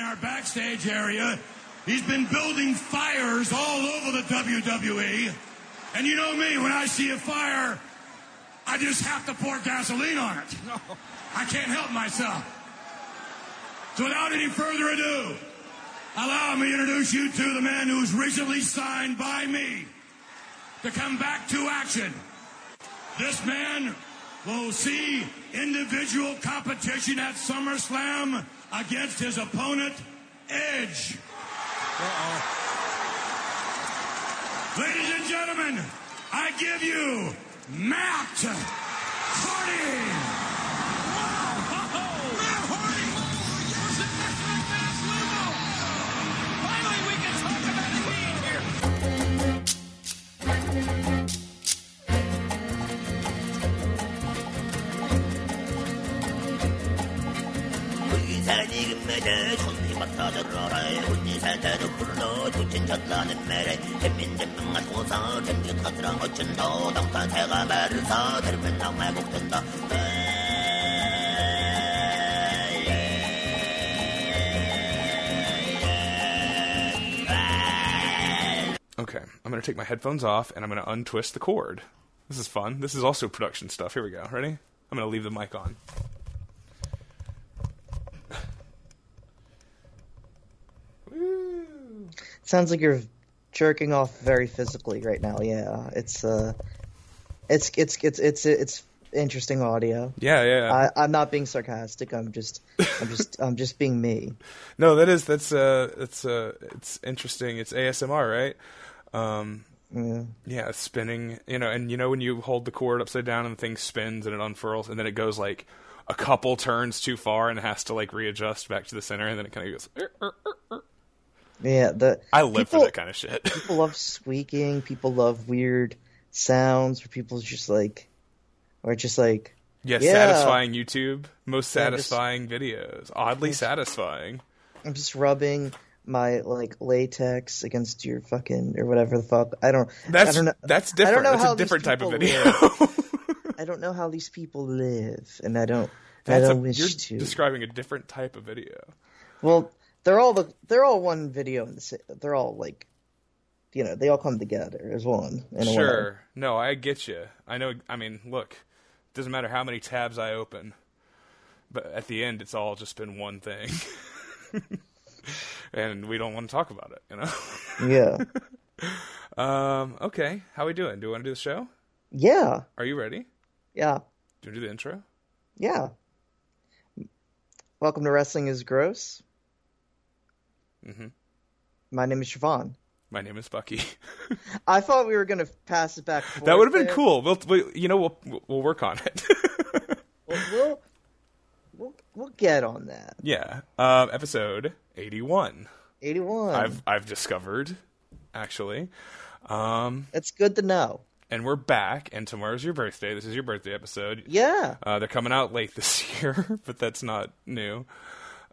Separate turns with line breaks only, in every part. our backstage area. He's been building fires all over the WWE. And you know me, when I see a fire, I just have to pour gasoline on it. I can't help myself. So without any further ado, allow me to introduce you to the man who's recently signed by me to come back to action. This man will see individual competition at SummerSlam against his opponent, Edge. Ladies and gentlemen, I give you Matt Hardy.
Matt Hardy versus Vince McMahon's Lumo. Finally, we can talk about it being here.
군산이 금메대 손님마다 들어라 군산대도 불러 두친쳤다는 메래 잼민잼민가 동상 잼민터트랑 어쩐다 당탄새가 말을 사 들으면 낙마에 목된다
Okay, I'm going to take my headphones off and I'm going to untwist the cord. This is fun. This is also production stuff. Here we go. Ready? I'm going to leave the mic on. Woo.
Sounds like you're jerking off very physically right now. Yeah, it's uh, it's it's it's it's it's interesting audio.
Yeah, yeah.
I, I'm not being sarcastic. I'm just I'm just I'm just being me.
no, that is that's uh that's uh it's interesting. It's ASMR, right? Um
Yeah.
yeah, it's spinning, you know, and you know when you hold the cord upside down and the thing spins and it unfurls and then it goes like a couple turns too far and it has to like readjust back to the center and then it kind of goes "Er, er, er, er."
Yeah, the
I live
people,
for that kind of shit.
People love squeaking. People love weird sounds where people just like, or just like,
Yeah,
Yeah.
satisfying YouTube. Most
Yeah, just-
satisfying videos. Oddly satisfying.
I'm just rubbing my like latex against your fucking or whatever the fuck. I don't.
That's
I don't know.
that's
I don't
different.
know
That's
how
a
these
different type of
people
video.
live. I don't know how these people live, and I don't. I
that's
don't
a,
wish
you're
to.
describing a different type of video.
well, they're all the they're all one video. In the, sa- they're all like, you know, they all come together as one. In a way.
Sure. No, I get you. I know. I mean, look, doesn't matter how many tabs I open, but at the end, it's all just been one thing, and we don't want to talk about it. You know.
Yeah.
Um. Okay. How we doing? Do we want to do the show?
yeah.
Are you ready?
Yeah.
Do we do the intro?
Yeah. Welcome to Wrestling is Gross.
Mhm.
My name is Siobhan.
My name is Bucky.
I thought we were going to pass it back.
That would have been
there.
cool. We'll, we, you know, we'll we'll work on it.
We'll, we'll, we'll, we'll get on that.
yeah. Um, episode eighty-one.
81.
I've I've discovered, actually, um,
That's good to know.
and we're back. And tomorrow's your birthday. This is your birthday episode.
Yeah.
Uh, they're coming out late this year, but that's not new.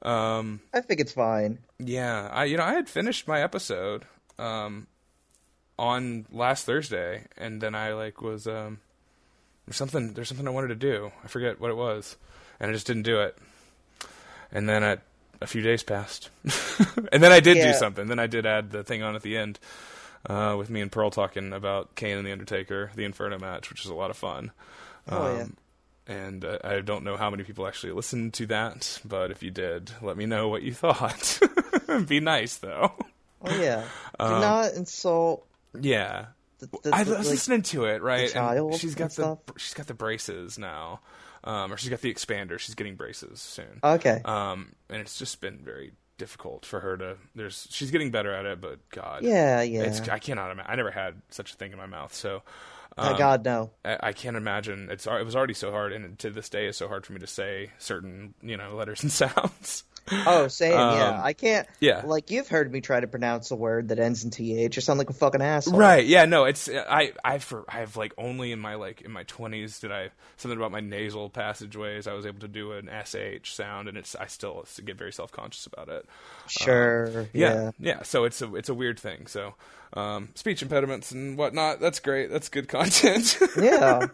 I think it's fine.
Yeah, I you know I had finished my episode um, on last Thursday, and then I like was um, there's something there's something I wanted to do. I forget what it was, and I just didn't do it. And then I, a few days passed, and then I did do
Yeah.
something. Then I did add the thing on at the end uh, with me and Pearl talking about Kane and the Undertaker, the Inferno match, which is a lot of fun.
Oh,
Um,
yeah.
And uh, I don't know how many people actually listened to that, but if you did, let me know what you thought. Be nice, though.
Oh, yeah. Do not insult
Yeah,
the, the,
um, I
the,
was
like,
listening to it. Right, And
child
she's
and
got the
stuff?
she's got the braces now, um, or she's got the expander. She's getting braces soon.
Okay.
Um, and it's just been very difficult for her to. There's she's getting better at it, but God,
yeah, yeah.
it's I cannot imagine. I never had such a thing in my mouth, so. um,
oh, God, no.
I, I can't imagine. It's al- it was already so hard, and to this day, it's so hard for me to say certain you know letters and sounds.
Oh, same, yeah.
um,
I can't.
yeah.
Like, you've heard me try to pronounce a word that ends in TH. You sound like a fucking asshole.
Right? Yeah. No. It's I I for I've like only in my like in my twenties did I something about my nasal passageways. I was able to do an sh sound, and it's I still get very self conscious about it.
Sure.
yeah,
yeah.
yeah. So it's a it's a weird thing. So um, speech impediments and whatnot. That's great. That's good content.
Yeah.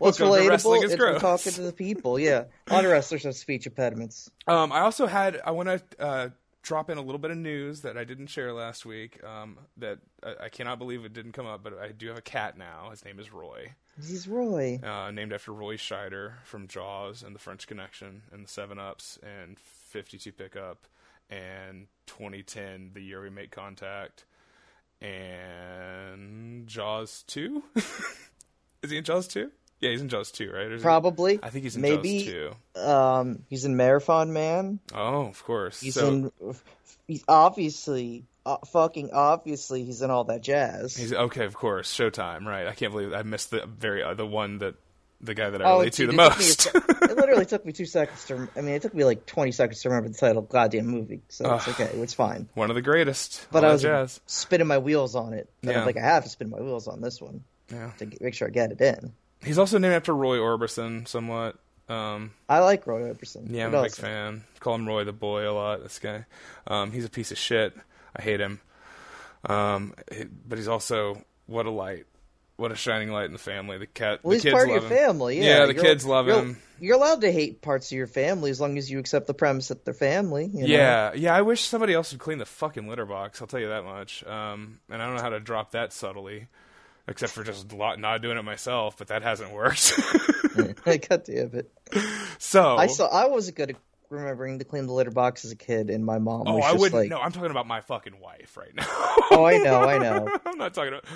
Well, it's
Welcome to Wrestling
relatable.
is
It's we're
Gross.
talking to the people. Yeah. A lot of wrestlers have speech impediments.
Um, I also had I want to uh, drop in a little bit of news that I didn't share last week. Um, that I, I cannot believe it didn't come up, but I do have a cat now. His name is Roy,
He's Roy.
uh, named after Roy Scheider from Jaws and The French Connection and the Seven Ups and Fifty Two Pickup and 2010, the year we make contact, and Jaws Two. is he in Jaws Two? Yeah, he's in Jaws Two, right? Or is he-
Probably.
I think he's in
maybe.
Jaws Two.
Um, he's in Marathon Man.
Oh, of course.
He's
so
in. He's obviously, uh, fucking obviously, he's in all that jazz.
he's okay, of course. Showtime, right? I can't believe I missed the very uh, the one that the guy that I
Oh,
relate to
dude,
the
it took me a
most.
sec- it literally took me two seconds to. rem- I mean, it took me like twenty seconds to remember the title of the goddamn movie. So it's okay. It's fine.
one of the greatest.
But
all
I
that
was
jazz.
spinning my wheels on it. And
Yeah.
I'm like, I have to spin my wheels on this one
Yeah.
to get, make sure I get it in.
He's also named after Roy Orbison, somewhat. Um,
I like Roy Orbison.
yeah, I'm
What
a big
else?
fan. Call him Roy the Boy a lot. This guy, um, he's a piece of shit. I hate him. Um, he- but he's also what a light, what a shining light in the family. The cat,
Well,
the
he's
kids
part of
love
your
him.
family. Yeah,
Yeah, the
You're-
kids love
you're-
him.
You're allowed to hate parts of your family as long as you accept the premise that they're family. you know?
Yeah, yeah. I wish somebody else would clean the fucking litter box. I'll tell you that much. Um, and I don't know how to drop that subtly, except for just lot not doing it myself. But that hasn't worked.
God damn it.
so
I saw. I wasn't good at remembering to clean the litter box as a kid, and my mom
Oh,
was
I
just
wouldn't.
like,
No, I'm talking about my fucking wife right now.
"Oh, I know, I know."
I'm not talking about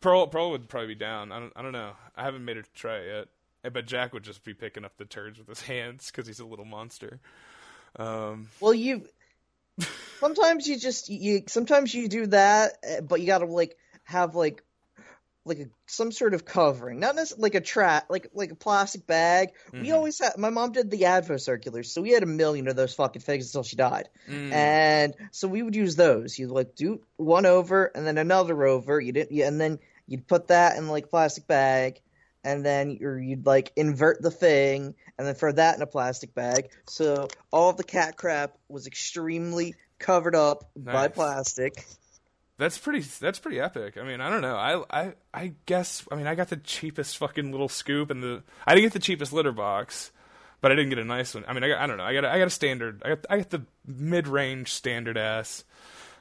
Pearl. Pearl would probably be down. I don't. I don't know. I haven't made her try it yet. Eh, But Jack would just be picking up the turds with his hands because he's a little monster.
Well, you sometimes you just you sometimes you do that, eh, but you gotta like have like like a, some sort of covering, not necessarily like a trap, like like a plastic bag.
Mm-hmm.
We always had. My mom did the Advo circulars, so we had a million of those fucking things until she died,
Mm.
and so we would use those. You'd like do one over and then another over. You didn't, yeah, and then you'd put that in like plastic bag. And then you're, you'd like invert the thing, and then throw that in a plastic bag. So all of the cat crap was extremely covered up by
Nice.
plastic.
That's pretty. That's pretty epic. I mean, I don't know. I, I, I guess. I mean, I got the cheapest fucking little scoop and the. I didn't get the cheapest litter box, but I didn't get a nice one. I mean, I, got, I don't know. I got. A, I got a standard. I got. I got the mid-range standard ass.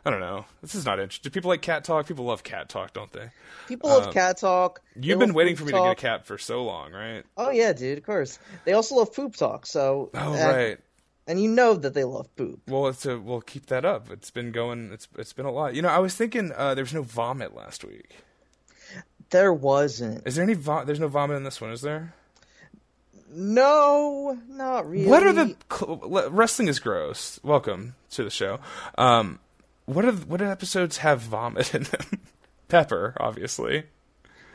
I don't know. This is not interesting. Do people like cat talk? People love cat talk, don't they?
People love cat talk. They
Um, You've been
love
waiting
poop
for me to get
talk.
a cat for so long, right?
Oh yeah, dude, of course. They also love poop talk. So
Oh,
and,
right.
and you know that they love poop.
Well, it's a, we'll keep that up. It's been going. It's it's been a lot. You know, I was thinking uh, there was no vomit last week.
There wasn't.
Is there any? Vo- there's no vomit in this one, is there?
No, not really.
What are the cl- le- wrestling is gross. Welcome to the show. Um, what are the- what episodes have vomit in them? Pepper, obviously.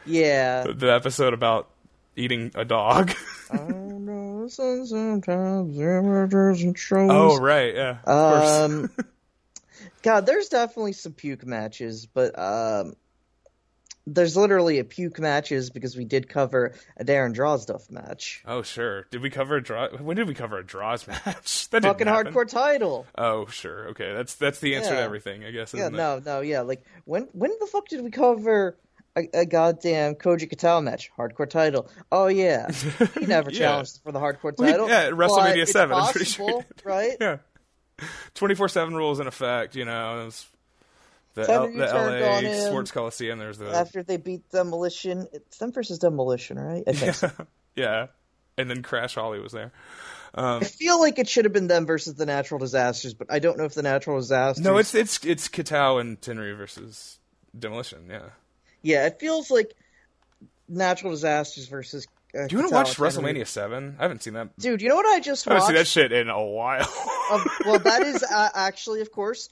Yeah.
The episode about eating a dog.
Sometimes amateurs and
oh
trolls.
right, yeah. Of course.
Um, God, there's definitely some puke matches, but um, there's literally a puke matches because we did cover a Darren Drozduff match.
Oh sure. Did we cover a draw? When did we cover a draws match? That didn't
Fucking
happen.
hardcore title.
Oh sure, okay. That's that's the answer to
Yeah.
everything, I guess.
Yeah,
Isn't It?
no, no, yeah. Like when when the fuck did we cover a, a goddamn Koji Katao match? Hardcore title. Oh yeah, he never
Yeah.
challenged for the hardcore
Well, he-
title.
yeah, at
but
WrestleMania
it's
7, I'm pretty sure he
possible, right?
Yeah. Twenty four seven rules in effect. You know, it was the
Tell
L-
me you
the
turned on
L.A.
him.
Sports Coliseum. There's the
After they beat Demolition, it's them versus Demolition, right? I think so.
yeah, and then Crash Holly was there.
I feel like it should have been them versus the Natural Disasters, but I don't know if the Natural Disasters.
No, it's it's it's Katao and Tenry versus Demolition. Yeah.
yeah, it feels like Natural Disasters versus. Uh,
Do you want to
Katao
watch
and
WrestleMania
Henry.
Oh, Seven? I haven't seen that.
Dude, you know what I just
I haven't
watched?
seen that shit in a while.
Um, well, that is uh, actually, of course,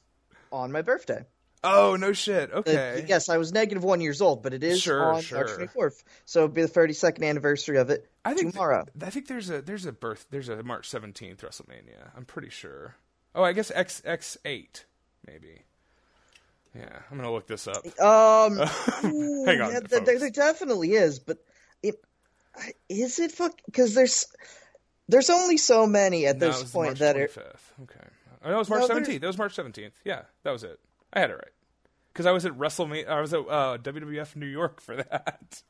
on my birthday.
oh no shit.
It-
Okay.
yes, I was negative one years old, but it is
Sure,
on
sure.
March 24th. So it'll be the 32nd anniversary of it
I think
tomorrow.
I think there's a there's a birth there's a March seventeenth WrestleMania. I'm pretty sure. Oh, I guess X X eight maybe. Yeah, I'm gonna look this up.
um,
Hang on,
yeah, there, there-
folks.
there definitely is, but it, is it fuck? Because there's there's only so many at
No, it
this
was
point
March
that are
25th. Okay. Oh, no, it was March
No, there's-
seventeenth. It was March seventeenth. Yeah, that was it. I had it right because I was at WrestleMania. I was at uh, WWF New York for that.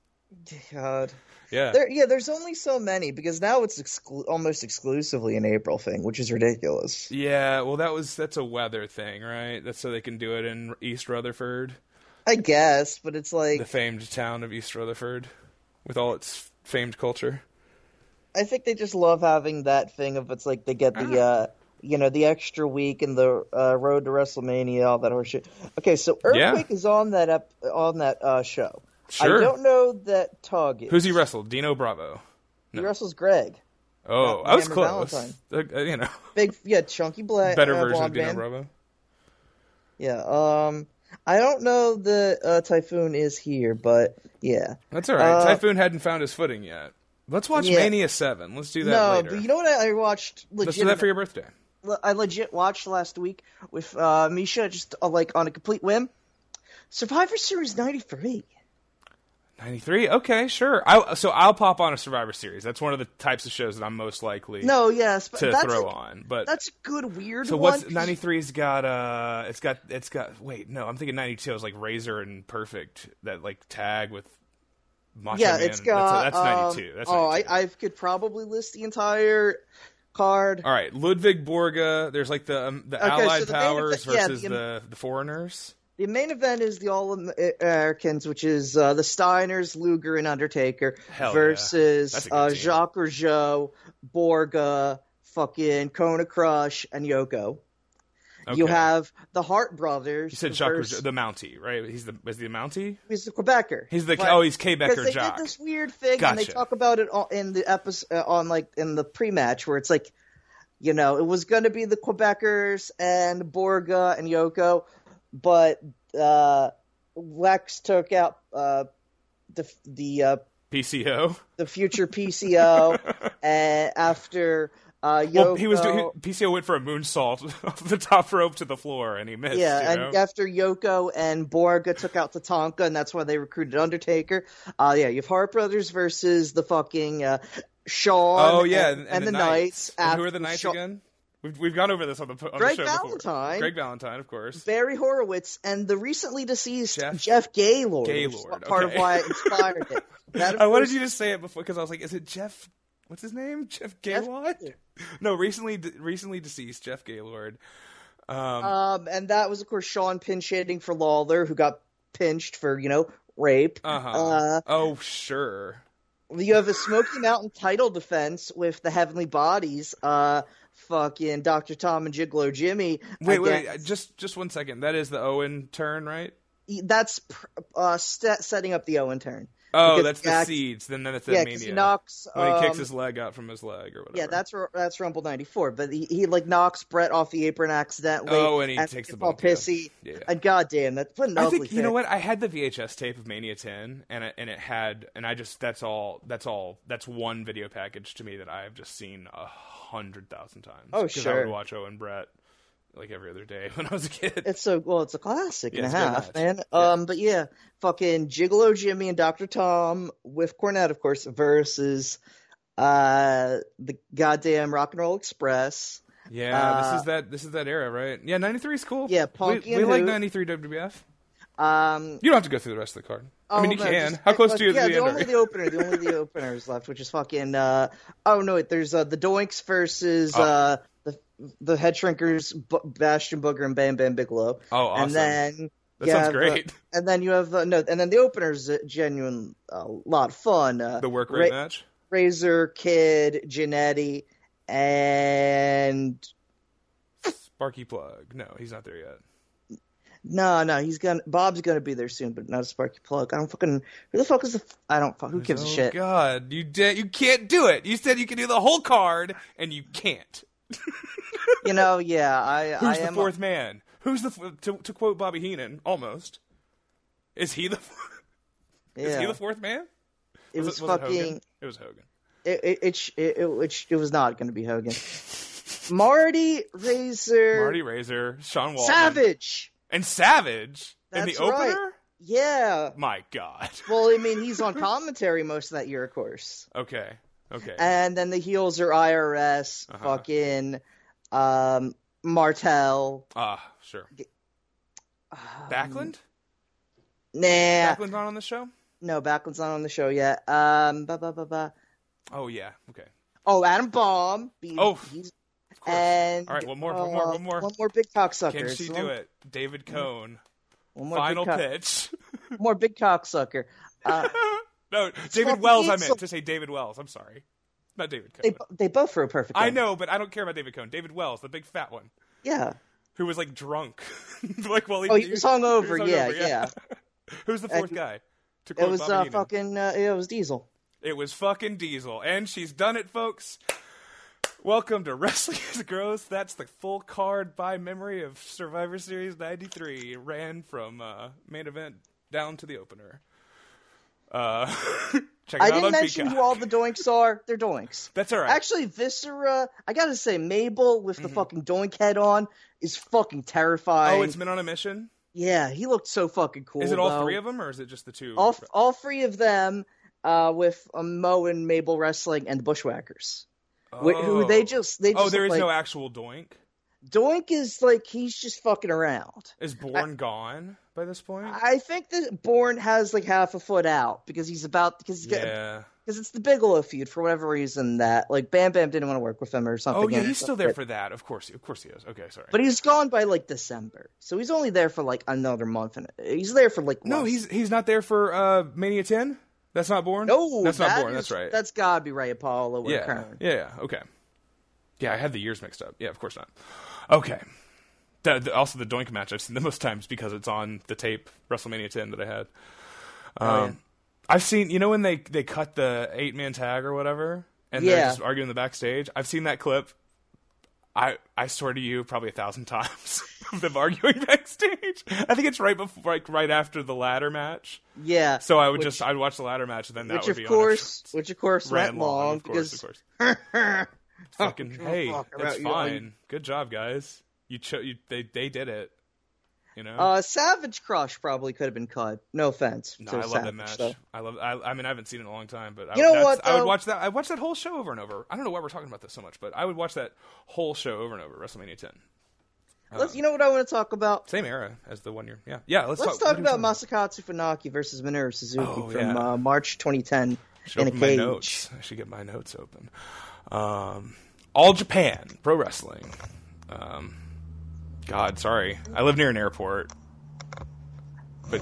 God.
Yeah.
There, yeah, there's only so many because now it's exclu- almost exclusively an April thing, which is ridiculous.
Yeah, well, that was that's a weather thing, right? That's so they can do it in East Rutherford,
I guess, but it's like
the famed town of East Rutherford, with all its famed culture.
I think they just love having that thing of it's like they get the uh you know the extra week and the uh, road to WrestleMania, all that horseshit. Okay, so
Yeah.
Earthquake is on that up on that uh, show.
Sure.
I don't know that Tug is.
Who's he wrestled? Dino Bravo.
He wrestles Greg.
Oh,
Not
I was
Hammer
close. Uh, you know,
Big, yeah, chunky black.
better
uh,
version of
blonde
Dino
man.
Bravo.
Yeah. Um, I don't know that uh, Typhoon is here, but yeah.
That's all right.
Uh,
Typhoon hadn't found his footing yet. Let's watch
Yeah.
Mania Seven. Let's do that
no,
later.
but you know what? I, I watched. Legit,
Let's do that for your birthday.
I legit watched last week with uh, Misha, just uh, like on a complete whim. Survivor Series '93.
93 okay sure I, so i'll pop on a survivor series that's one of the types of shows that i'm most likely
No, yes, but
to
that's
throw
a,
on but
That's a good weird
so
one.
what's 93's got uh it's got it's got wait no i'm thinking 92 is like razor and perfect that like tag with Macho
Yeah,
Man.
it's got.
that's,
um,
that's 92 that's
oh,
92.
I, I could probably list the entire card.
all right ludwig borga there's like the um, the
so
allied
the main
powers
event- yeah,
versus
the-
the the foreigners
The main event is the All Americans, which is uh, the Steiners, Luger, and Undertaker
Hell yeah. That's
versus
a good
uh,
team.
Jacques Rougeau, Borga, fucking Kona Crush, and Yoko.
okay.
You have the Hart brothers.
you said Jacques Rougeau- the Mountie, right? He's the is the Mountie?
He's the Quebecer.
He's the
But-
oh, he's K
because
Becker
they
Jock.
did this weird thing, and they
Gotcha.
talk about it all in the episode uh, on like in the pre-match where it's like, you know, it was going to be the Quebecers and Borga and Yoko, but uh, Lex took out uh, the the uh,
PCO.
the future PCO and after uh, Yoko.
Well, he was doing he, PCO went for a moonsault off the top rope to the floor, and he missed.
Yeah,
you
and
know?
after Yoko and Borga took out Tatanka, and that's why they recruited Undertaker. Uh, yeah, you have Hart Brothers versus the fucking uh, Shawn.
oh yeah,
and, and the Knights.
And who
after
are the knights
Shawn-
again? We've we've gone over this on the on
Greg
the show before.
Valentine.
Greg Valentine, of course.
Barry Horowitz and the recently deceased
Jeff-
Jeff, Gaylord. which is
Gaylord,
part
okay.
of why it inspired it. That, of
I wanted
course,
you to say it before because I was like, is it Jeff? What's his name? Jeff
Jeff-
Gaylord? No, recently de- recently deceased Jeff Gaylord.
Um, and that was of course Sean pinching for Lawler, who got pinched for you know rape.
Uh-huh.
Uh,
oh sure.
You have a Smoky Mountain title defense with the Heavenly Bodies, uh, fucking Dr. Tom and Gigolo Jimmy.
Wait, wait,
against- E,
just just one second. That is the Owen turn, right?
That's pr- uh, st- setting up the Owen turn.
Oh,
Because
that's
he
the
acts-
seeds. Then that's the
Yeah,
mania.
because he knocks.
when he kicks
um,
his leg out from his leg or whatever.
yeah, that's Ru- that's Rumble '94, but he, he like knocks Brett off the apron accidentally.
Oh, and he takes
gets
the
all
bump, yeah.
pissy.
Yeah.
And goddamn, that's put an
I
ugly
think you know
thing.
what I had the VHS tape of Mania 10 and it, and it had and I just that's all that's all that's one video package to me that I've just seen a hundred thousand times.
Oh,
'Cause I would
sure.
watch Owen Brett like every other day when I was a kid.
It's so well, it's a classic
Yeah,
and a
it's a good
half,
match.
man.
Yeah.
Um, but yeah, fucking Gigolo Jimmy and Doctor Tom with Cornette, of course, versus uh the goddamn Rock and Roll Express.
yeah,
uh,
this is that this is that era, right? Yeah, 93 is cool.
Yeah,
we,
Punk
we
and
like
Hoot.
93 WWF.
Um,
You don't have to go through the rest of the card. I mean,
oh,
you
no,
can.
just-
How close
like,
to you to
Yeah, the
the
only
end?
the opener, the only the opener is left, which is fucking. Uh, oh no, wait, there's uh, the Doinks versus
Oh.
uh the the Head Shrinkers, B- Bastion Booger, and Bam Bam Bigelow.
Oh, awesome.
And then
That
you
sounds
have, uh,
great.
and then you have uh, no, and then the opener's a genuine a lot of fun. Uh,
the work rate
Ra-
match.
Razor Kid, Janetti, and
Sparky plug. No, he's not there yet.
no, no, he's gonna Bob's gonna be there soon, but not a Sparky Plug. I don't fucking who the fuck is the f- I don't fuck who gives a
oh
shit.
God, you did. You can't do it. You said you could do the whole card, and you can't.
You know, yeah, I
Who's
I
the
am
fourth man? Who's the f- to, to quote Bobby Heenan? Almost. Is he the f-
yeah.
is he the fourth man?
it was,
it Hogan?
fucking
It was Hogan.
it it, it sh- it it it sh- it was not gonna be Hogan. Marty Razor
Marty Razor, Sean Waltman,
Savage.
and Savage in
That's
the
right.
opener.
Yeah.
My God.
Well, I mean, he's on commentary most of that year, of course.
Okay. Okay.
and then the heels are IRS,
Uh-huh.
fucking um, Martel.
Ah, sure.
Um,
Backlund.
Nah.
Backlund not on the show.
No, Backlund's not on the show yet. Um, ba ba ba ba.
Oh yeah. Okay.
Oh, Adam Baum. Be-
Oh,
he's-
Of course.
and
All right, one more, one more,
uh,
one more.
one more big cocksucker.
Can she
one, Mm-hmm.
do it? David Cohn.
One more
Final
big cock-
pitch.
More big cocksucker. Uh,
no, David
fucking
Wells. I
insult.
meant to say David Wells. I'm sorry, not David
they
Cohn.
bo- they both were a perfect.
I
one.
know, but I don't care about David Cohn. David Wells, the big fat one,
Yeah.
who was like drunk, like while he,
Oh, he was hungover.
hungover,
yeah, yeah.
Who's the fourth
And-
guy? To quote
It was
Bobby
uh,
Heenan.
fucking. Uh, it was Diesel.
It was fucking Diesel, and she's done it, folks. Welcome to Wrestling is Gross. That's the full card by memory of Survivor Series '93. It ran from uh, main event down to the opener. Uh, check it
I
out on
didn't mention
Peacock.
who all the doinks are. They're doinks.
That's all right. Mm-hmm.
Actually, Viscera, I gotta say, Mabel with the fucking doink head on is fucking terrifying.
oh, it's been on a mission.
yeah, he looked so fucking cool.
Is it all
though.
three of them, or is it just the two?
All, all three of them uh, with um, Mo and Mabel wrestling and the Bushwhackers. Wh- Who
Oh.
they just they just
oh, there
look
is no
like-
actual Doink.
Doink is like he's just fucking around.
Is Born gone by this point?
I think that Bourne has like half a foot out because he's about because he's got
yeah.
because it's the Bigelow feud for whatever reason that like Bam Bam didn't want to work with him or something.
Oh, yeah.
and
He's
stuff,
still there
but-
for that. Of course. Of course he is. Okay, sorry.
But he's gone by like December, so he's only there for like another month, and he's there for like
No,
months.
he's he's not there for uh, Mania 10. That's not born.
no,
that's
Oh, that
not born.
is-
that's right.
That's gotta be Ray Apollo. or
yeah,
Kern.
yeah, yeah. Okay. Yeah, I had the years mixed up. Yeah, of course not. Okay. The, the- also, the Doink match I've seen the most times because it's on the tape WrestleMania 10 that I had. Um,
Oh, yeah.
I've seen you know when they they cut the eight man tag or whatever, and they're
Yeah.
just arguing in the backstage. I've seen that clip. I I swear to you, probably a thousand times of them arguing backstage. I think it's right before, like right after the ladder match.
yeah.
So I would
Which-
just I'd watch the ladder match, and then that
which
would
of
be
course, which of course
on a, ran
went long,
long, of course,
because
of course. Fucking hey,
fuck
it's
about you, all you-
fine. Good job, guys. You, cho- you they they did it. You know,
uh, Savage Crush probably could have been cut. No offense.
No,
to
I love
Savage,
that match. Uh,
though.
I love. I, I mean, I haven't seen it in a long time, but I,
You know
that's-
what,
I would
though?
watch that. I watched that whole show over and over. I don't know why we're talking about this so much, but I would watch that whole show over and over. WrestleMania 10,
Let's, you know what I want to talk about?
same era as the one year. Yeah, yeah. Let's,
Let's
what
talk
are we
about
talking
Masakatsu Funaki versus Minoru Suzuki
Oh,
from
yeah.
uh, March 2010
Should
in a
open my
cage.
notes. I should get my notes open. Um, All Japan Pro Wrestling. Um, God, sorry. I live near an airport, but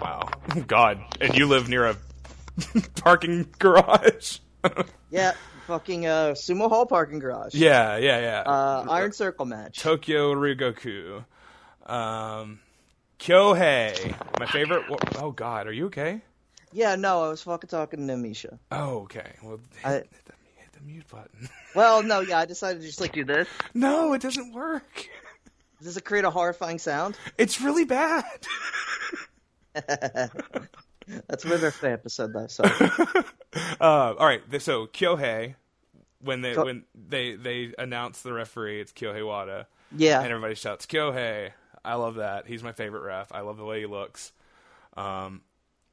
wow, God, and you live near a parking garage.
Yeah, fucking uh, Sumo Hall parking garage.
yeah, yeah, yeah.
Uh, Iron Circle match.
Tokyo Rugoku. Um, Kyohei, my favorite. wa- Oh God, are you okay?
Yeah, no, I was fucking talking to Misha.
Oh, okay. Well, hit,
I-
hit the, hit the mute button.
Well, no, yeah, I decided to just like do this.
no, it doesn't work.
Does it create a horrifying sound?
It's really bad.
That's with the episode though. So
Uh, all right, th- so Kyohei, when they
Go-
when they they announce the referee, it's Kyohei Wada, and
yeah,
everybody shouts Kyohei. I love that. He's my favorite ref. I love the way he looks. Um,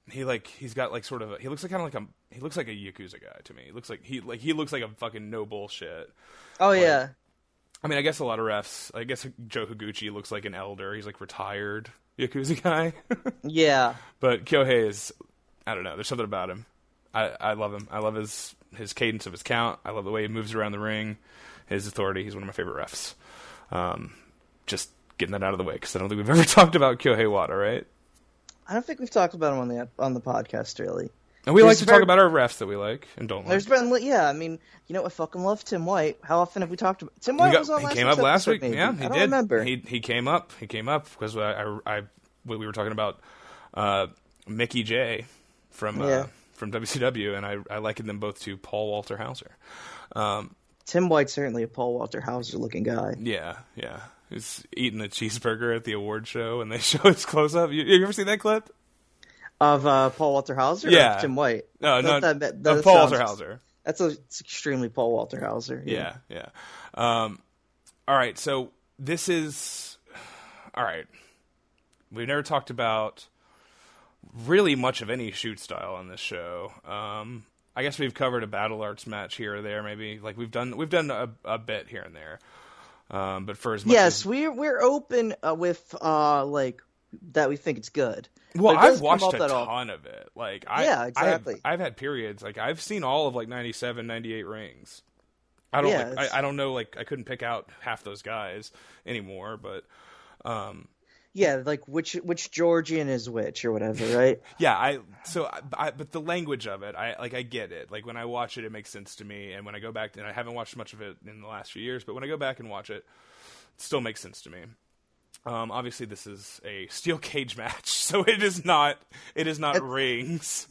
he like he's got like sort of a, he looks like kind of like a he looks like a yakuza guy to me. He looks like he like he looks like a fucking no bullshit.
oh yeah,
I mean, I guess a lot of refs. I guess Joe Higuchi looks like an elder. He's like retired yakuza guy.
yeah.
But Kyohei is, I don't know. There's something about him. I, I love him. I love his his cadence of his count. I love the way he moves around the ring. His authority. He's one of my favorite refs. Um, just getting that out of the way because I don't think we've ever talked about Kyohei Wada, right?
I don't think we've talked about him on the on the podcast really.
And we
There's
like to
very-
talk about our refs that we like and don't like.
There's been li- yeah, I mean, you know, I fucking love Tim White. How often have we talked about Tim White?
We got-
was on
he
last
came
week's
up last
episode,
week.
maybe.
Yeah,
I
he
don't
did.
remember.
He he came up. He came up because I, I, I we were talking about uh, Mickey J from uh,
Yeah.
from WCW, and I I likened them both to Paul Walter Hauser.
Tim White's certainly a Paul Walter Hauser looking guy.
Yeah, yeah. He's eating a cheeseburger at the award show, and they show his close up. You, you ever seen that clip?
Of uh, Paul Walter Hauser? or
Yeah.
Tim White.
No,
Not
no.
that- that-
no,
that
Paul
sounds-
Walter Hauser.
That's a, it's extremely Paul Walter Hauser.
Yeah, yeah. Um, all right. So this is all right. We've never talked about really much of any shoot style on this show. Um, I guess we've covered a battle arts match here or there, maybe. Like we've done, we've done a, a bit here and there. Um, but for as much
Yes,
as
we're we're open uh, with uh like that we think it's good.
Well,
But it
I've
does come
watched
up
a
that often.
ton of it. Like, I,
Yeah,
I have-
exactly.
I've, had periods. Like, I've seen all of like 97, 98 rings. I don't.
Yeah,
like,
it's-
I, I don't know. Like, I couldn't pick out half those guys anymore. But
Yeah, like which which Georgian is which or whatever, right?
yeah, I. So, I, I, but the language of it, I like. I get it. Like when I watch it, it makes sense to me. And when I go back, and I haven't watched much of it in the last few years, but when I go back and watch it, it still makes sense to me. Um, obviously, this is a steel cage match, so it is not. It is not rings.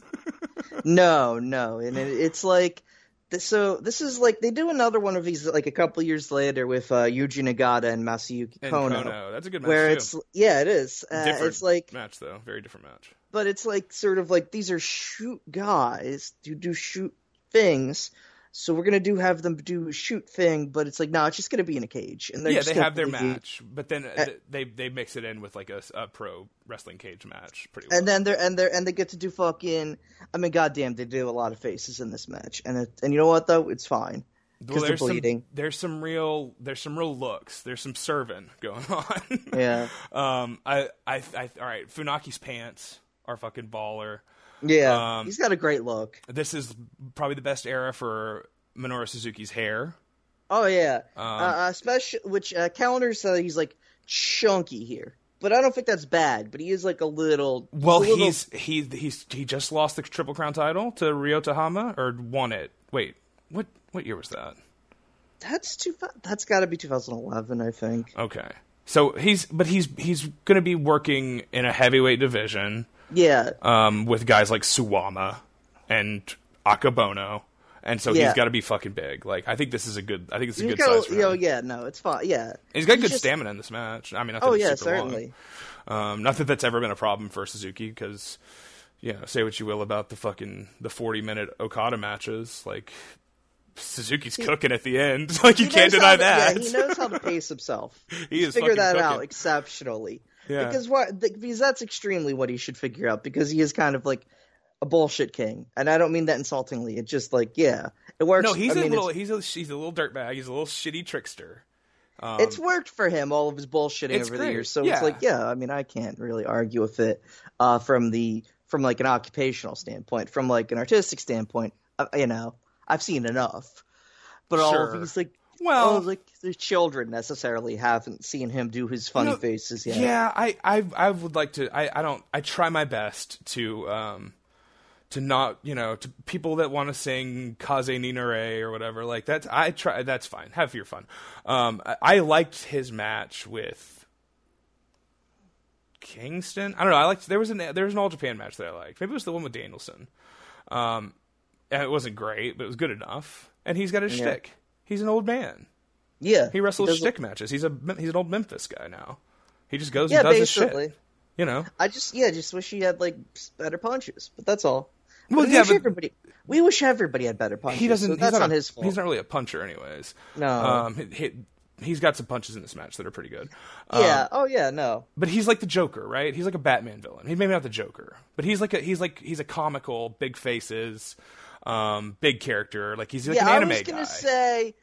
no, no, and it, it's like th- so. This is like they do another one of these like a couple years later with uh, Yuji Nagata and Masayuki
And
Kono,
Kono. That's a good match
where
too.
it's yeah, it is. Uh,
different
it's like
match though, very different match.
but it's like sort of like these are shoot guys who do shoot things. So we're gonna do have them do a shoot thing, but it's like no, it's just gonna be in a cage. And they're
yeah,
just
they have their
definitely-
match, but then uh, th- they they mix it in with like a, s- a pro wrestling cage match, pretty well.
And then they're and they're and they get to do fucking. I mean, goddamn, they do a lot of faces in this match, and it, and you know what though, it's fine because
Well,
they're
there's
bleeding.
Some, there's some real there's some real looks. There's some serving going on.
Yeah,
um. I, I I all right. Funaki's pants are fucking baller.
yeah,
Um,
he's got a great look.
This is probably the best era for Minoru Suzuki's hair.
Oh yeah,
um,
uh, especially which uh, calendar said he's like chunky here, but I don't think that's bad. But he is like a little.
Well,
a little-
he's he he's he just lost the triple crown title to Ryota Hama or won it. Wait, what what year was that?
that's two. That's got to be 2011, I think.
Okay. So he's but he's he's going to be working in a heavyweight division
Yeah,
um with guys like Suwama and Akabono. And so
Yeah.
he's got to be fucking big. Like I think this is a good I think it's a
he's
good
got.
size
a-
for
yo,
him.
yeah, no, it's fine. Yeah,
He's got good
just-
stamina in this match. I mean, not that
Oh
it's
yeah,
super long.
certainly.
Um, not that that's ever been a problem for Suzuki because, you know, say what you will about the fucking the forty minute Okada matches, like Suzuki's cooking at the end. Like you
He
can't
knows
deny
how to-
that.
Yeah, he knows how to pace himself.
He
He's
is
figured
fucking
that out
cooking.
exceptionally.
Yeah.
Because what? th- Because that's extremely what he should figure out. Because he is kind of like a bullshit king, and I don't mean that insultingly. It's just like, yeah, it works.
No, he's
I
a
mean,
little
It's,
he's a he's a little dirtbag. He's a little shitty trickster.
it's worked for him all of his bullshitting
Um, It's
over the
great,
years. So
yeah.
it's like, yeah, I mean, I can't really argue with it uh, from the from like an occupational standpoint, from like an artistic standpoint. Uh, you know, I've seen enough. But all
Sure.
of these like
Well-
oh, like the children necessarily haven't seen him do his funny
No,
faces yet.
Yeah, I, I I would like to. I, I don't. I try my best to um to not you know to people that want to sing Kaze Ninare or whatever like that's I try that's fine. Have your fun. Um, I, I liked his match with Kingston. I don't know. I liked there was an there was an All Japan match that I liked. Maybe it was the one with Danielson. Um, and it wasn't great, but it was good enough. And he's got his
Yeah.
shtick. He's an old man.
Yeah,
He wrestles
doesn't-
stick matches. He's a he's an old Memphis guy now. He just goes
Yeah,
and does
basically.
his shit. You know.
I just yeah, just wish he had like s- better punches, but that's all.
Well,
we
yeah,
wish
but-
everybody we wish everybody had better punches.
He doesn't.
so
he's
that's
not
not
a-
his fault. Uh-huh.
He's not really a puncher, anyways.
No.
Um. He, he, he's got some punches in this match that are pretty good. Um,
yeah. oh yeah. No.
But he's like the Joker, right? He's like a Batman villain. He's maybe not the Joker, but he's like a he's like he's a comical, big faces, um, big character. Like he's like
yeah.
an anime
I was gonna
guy.
say.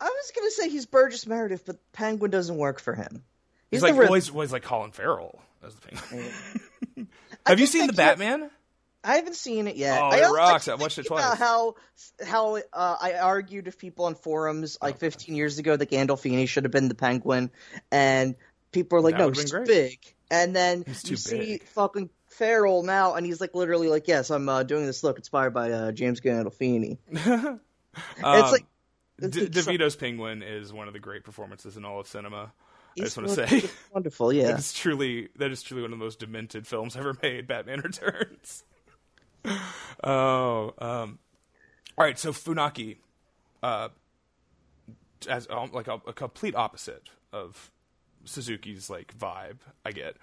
I was gonna say he's Burgess Meredith, but Penguin doesn't work for him.
he's
He's,
like
the real.
always always like Colin Farrell. That's the thing. Have you
just
seen the
think you're-
Batman?
I haven't seen it yet.
Oh,
I
it
also
rocks.
keep
I watched it
thinking about
twice.
How how uh, I argued with people on forums
Oh.
like 15 years ago that Gandolfini should have been the Penguin, and people were like,
That
"No,
would've
he's
been
too
great.
big." And then
too
you see
big.
fucking Farrell now, and he's like literally like, "Yes, I'm uh, doing this look inspired by uh, James Gandolfini." And it's like it's
Um, D-
like some-
DeVito's Penguin is one of the great performances in all of cinema. I just
it's
want to say
wonderful. Yeah,
it's truly that is truly one of the most demented films ever made. Batman Returns. oh, um, all right. So Funaki, uh, as um, like a, a complete opposite of Suzuki's like vibe, I get.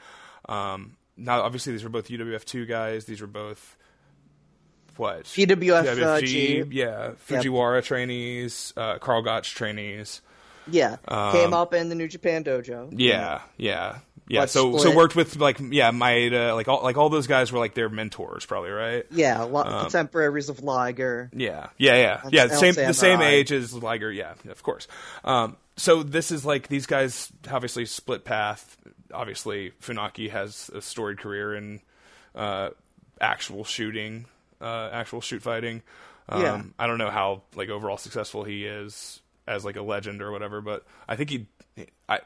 Um, now, obviously, these were both UWF two guys. These were both what
PWF, uh,
PWFG,
G.
yeah, Fujiwara trainees, uh, Carl Gotch trainees.
yeah. Came up in the New Japan
Um,
dojo.
Yeah, yeah, yeah.
Like
so so
Split.
worked with like yeah, Maeda, like all like all those guys were like their mentors, probably right.
Yeah, a lot
Um,
of contemporaries of Liger.
Yeah, yeah, yeah,
That's
yeah.
El
Same the same
Samurai.
age as Liger. Yeah, of course. Um, so this is like these guys obviously split path. obviously Funaki has a storied career in uh, actual shooting, uh, actual shoot fighting. Um,
Yeah.
I don't know how like overall successful he is as like a legend or whatever, but I think he, I,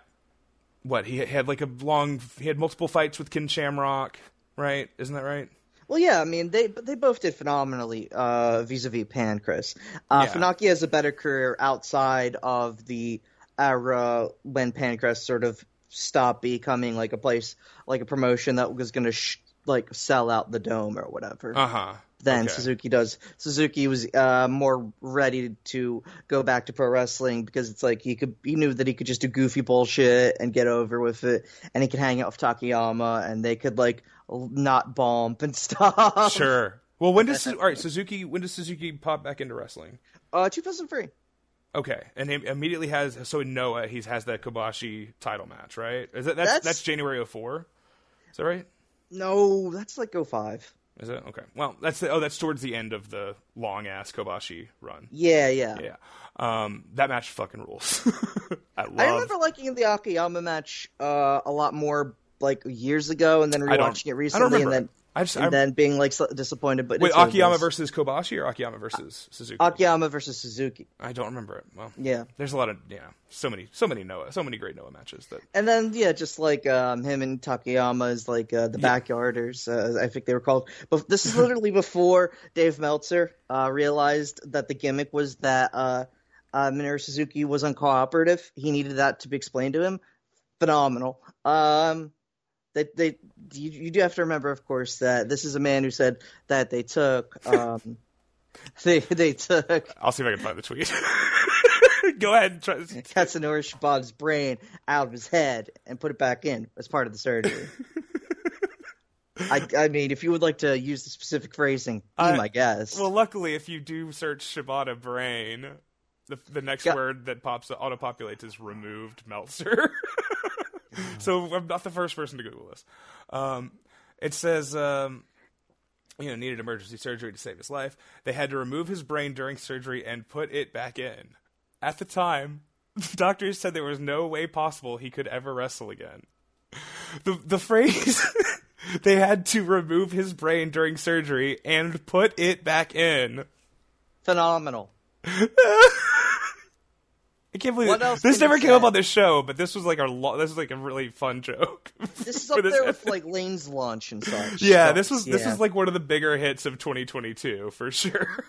what he had like a long, he had multiple fights with Ken Shamrock, right? Isn't that right?
Well, yeah, I mean they but they both did phenomenally uh, vis-a-vis Pancras. Uh,
Yeah.
Funaki has a better career outside of the era when Pancras sort of stopped becoming like a place, like a promotion that was going to sh- like sell out the dome or whatever.
Uh huh.
than
okay.
Suzuki does. Suzuki was uh, more ready to go back to pro wrestling because it's like he could he knew that he could just do goofy bullshit and get over with it, and he could hang out with Takayama, and they could like l- not bump and stuff.
Sure. Well, when does Su- all right Suzuki? When does Suzuki pop back into wrestling?
Uh, 2003.
Okay, and he immediately has so in Noah he has that Kobashi title match, right? Is that that's that's,
That's-
January 04? Is that right?
No, that's like 05.
Is it okay? Well, that's the, oh that's towards the end of the long ass Kobashi run.
Yeah, yeah.
Yeah, um, that match fucking rules. I love.
I remember liking the Akayama match uh, a lot more like years ago, and then
I don't-
rewatching it
I don't
recently, and
remember
then
it. I just
and
I,
then being like sl- disappointed. But
wait
it's over
Akiyama
with.
versus Kobashi or Akiyama versus Suzuki.
Akiyama versus Suzuki.
I don't remember it. Well,
Yeah.
there's a lot of you know so many so many Noah so many great Noah matches that
And then yeah, just like um, him and Takayama is like uh, the backyarders, uh, I think they were called. But this is literally before Dave Meltzer uh, realized that the gimmick was that uh, uh, Minoru Suzuki was uncooperative. He needed that to be explained to him. Phenomenal. Um, they, they, you, you do have to remember, of course, that this is a man who said that they took, um, they they took
I'll see if I can find the tweet. Go ahead and try.
Katsunori Shiba's brain out of his head and put it back in as part of the surgery. I, I mean, if you would like to use the specific phrasing, be
I-
my guest.
Well, luckily, if you do search Shibata brain, the, the next
Yeah.
word that pops auto populates is removed Meltzer. so I'm not the first person to Google this. Um, it says. Um, you know, needed emergency surgery to save his life. They had to remove his brain during surgery and put it back in. At the time, doctors said there was no way possible he could ever wrestle again. The the phrase they had to remove his brain during surgery and put it back in.
Phenomenal.
I can't believe
What
it.
else
this
can you
never came up
say?
on this show, but this was like a lo- this was like a really fun joke.
This is
for
up there
episode.
with like Lane's lunch and such.
yeah,
So,
this was this
yeah.
was like one of the bigger hits of 2022 for sure.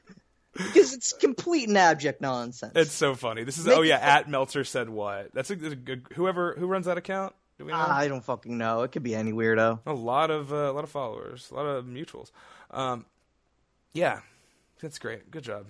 because it's complete and abject nonsense.
It's so funny. This is
Make
oh
it
yeah,
fun.
at Meltzer said what? That's a, that's a good, whoever who runs that account. Do we know?
I don't fucking know. It could be any weirdo.
a lot of uh, a lot of followers, a lot of mutuals. Um, yeah, that's great. Good job.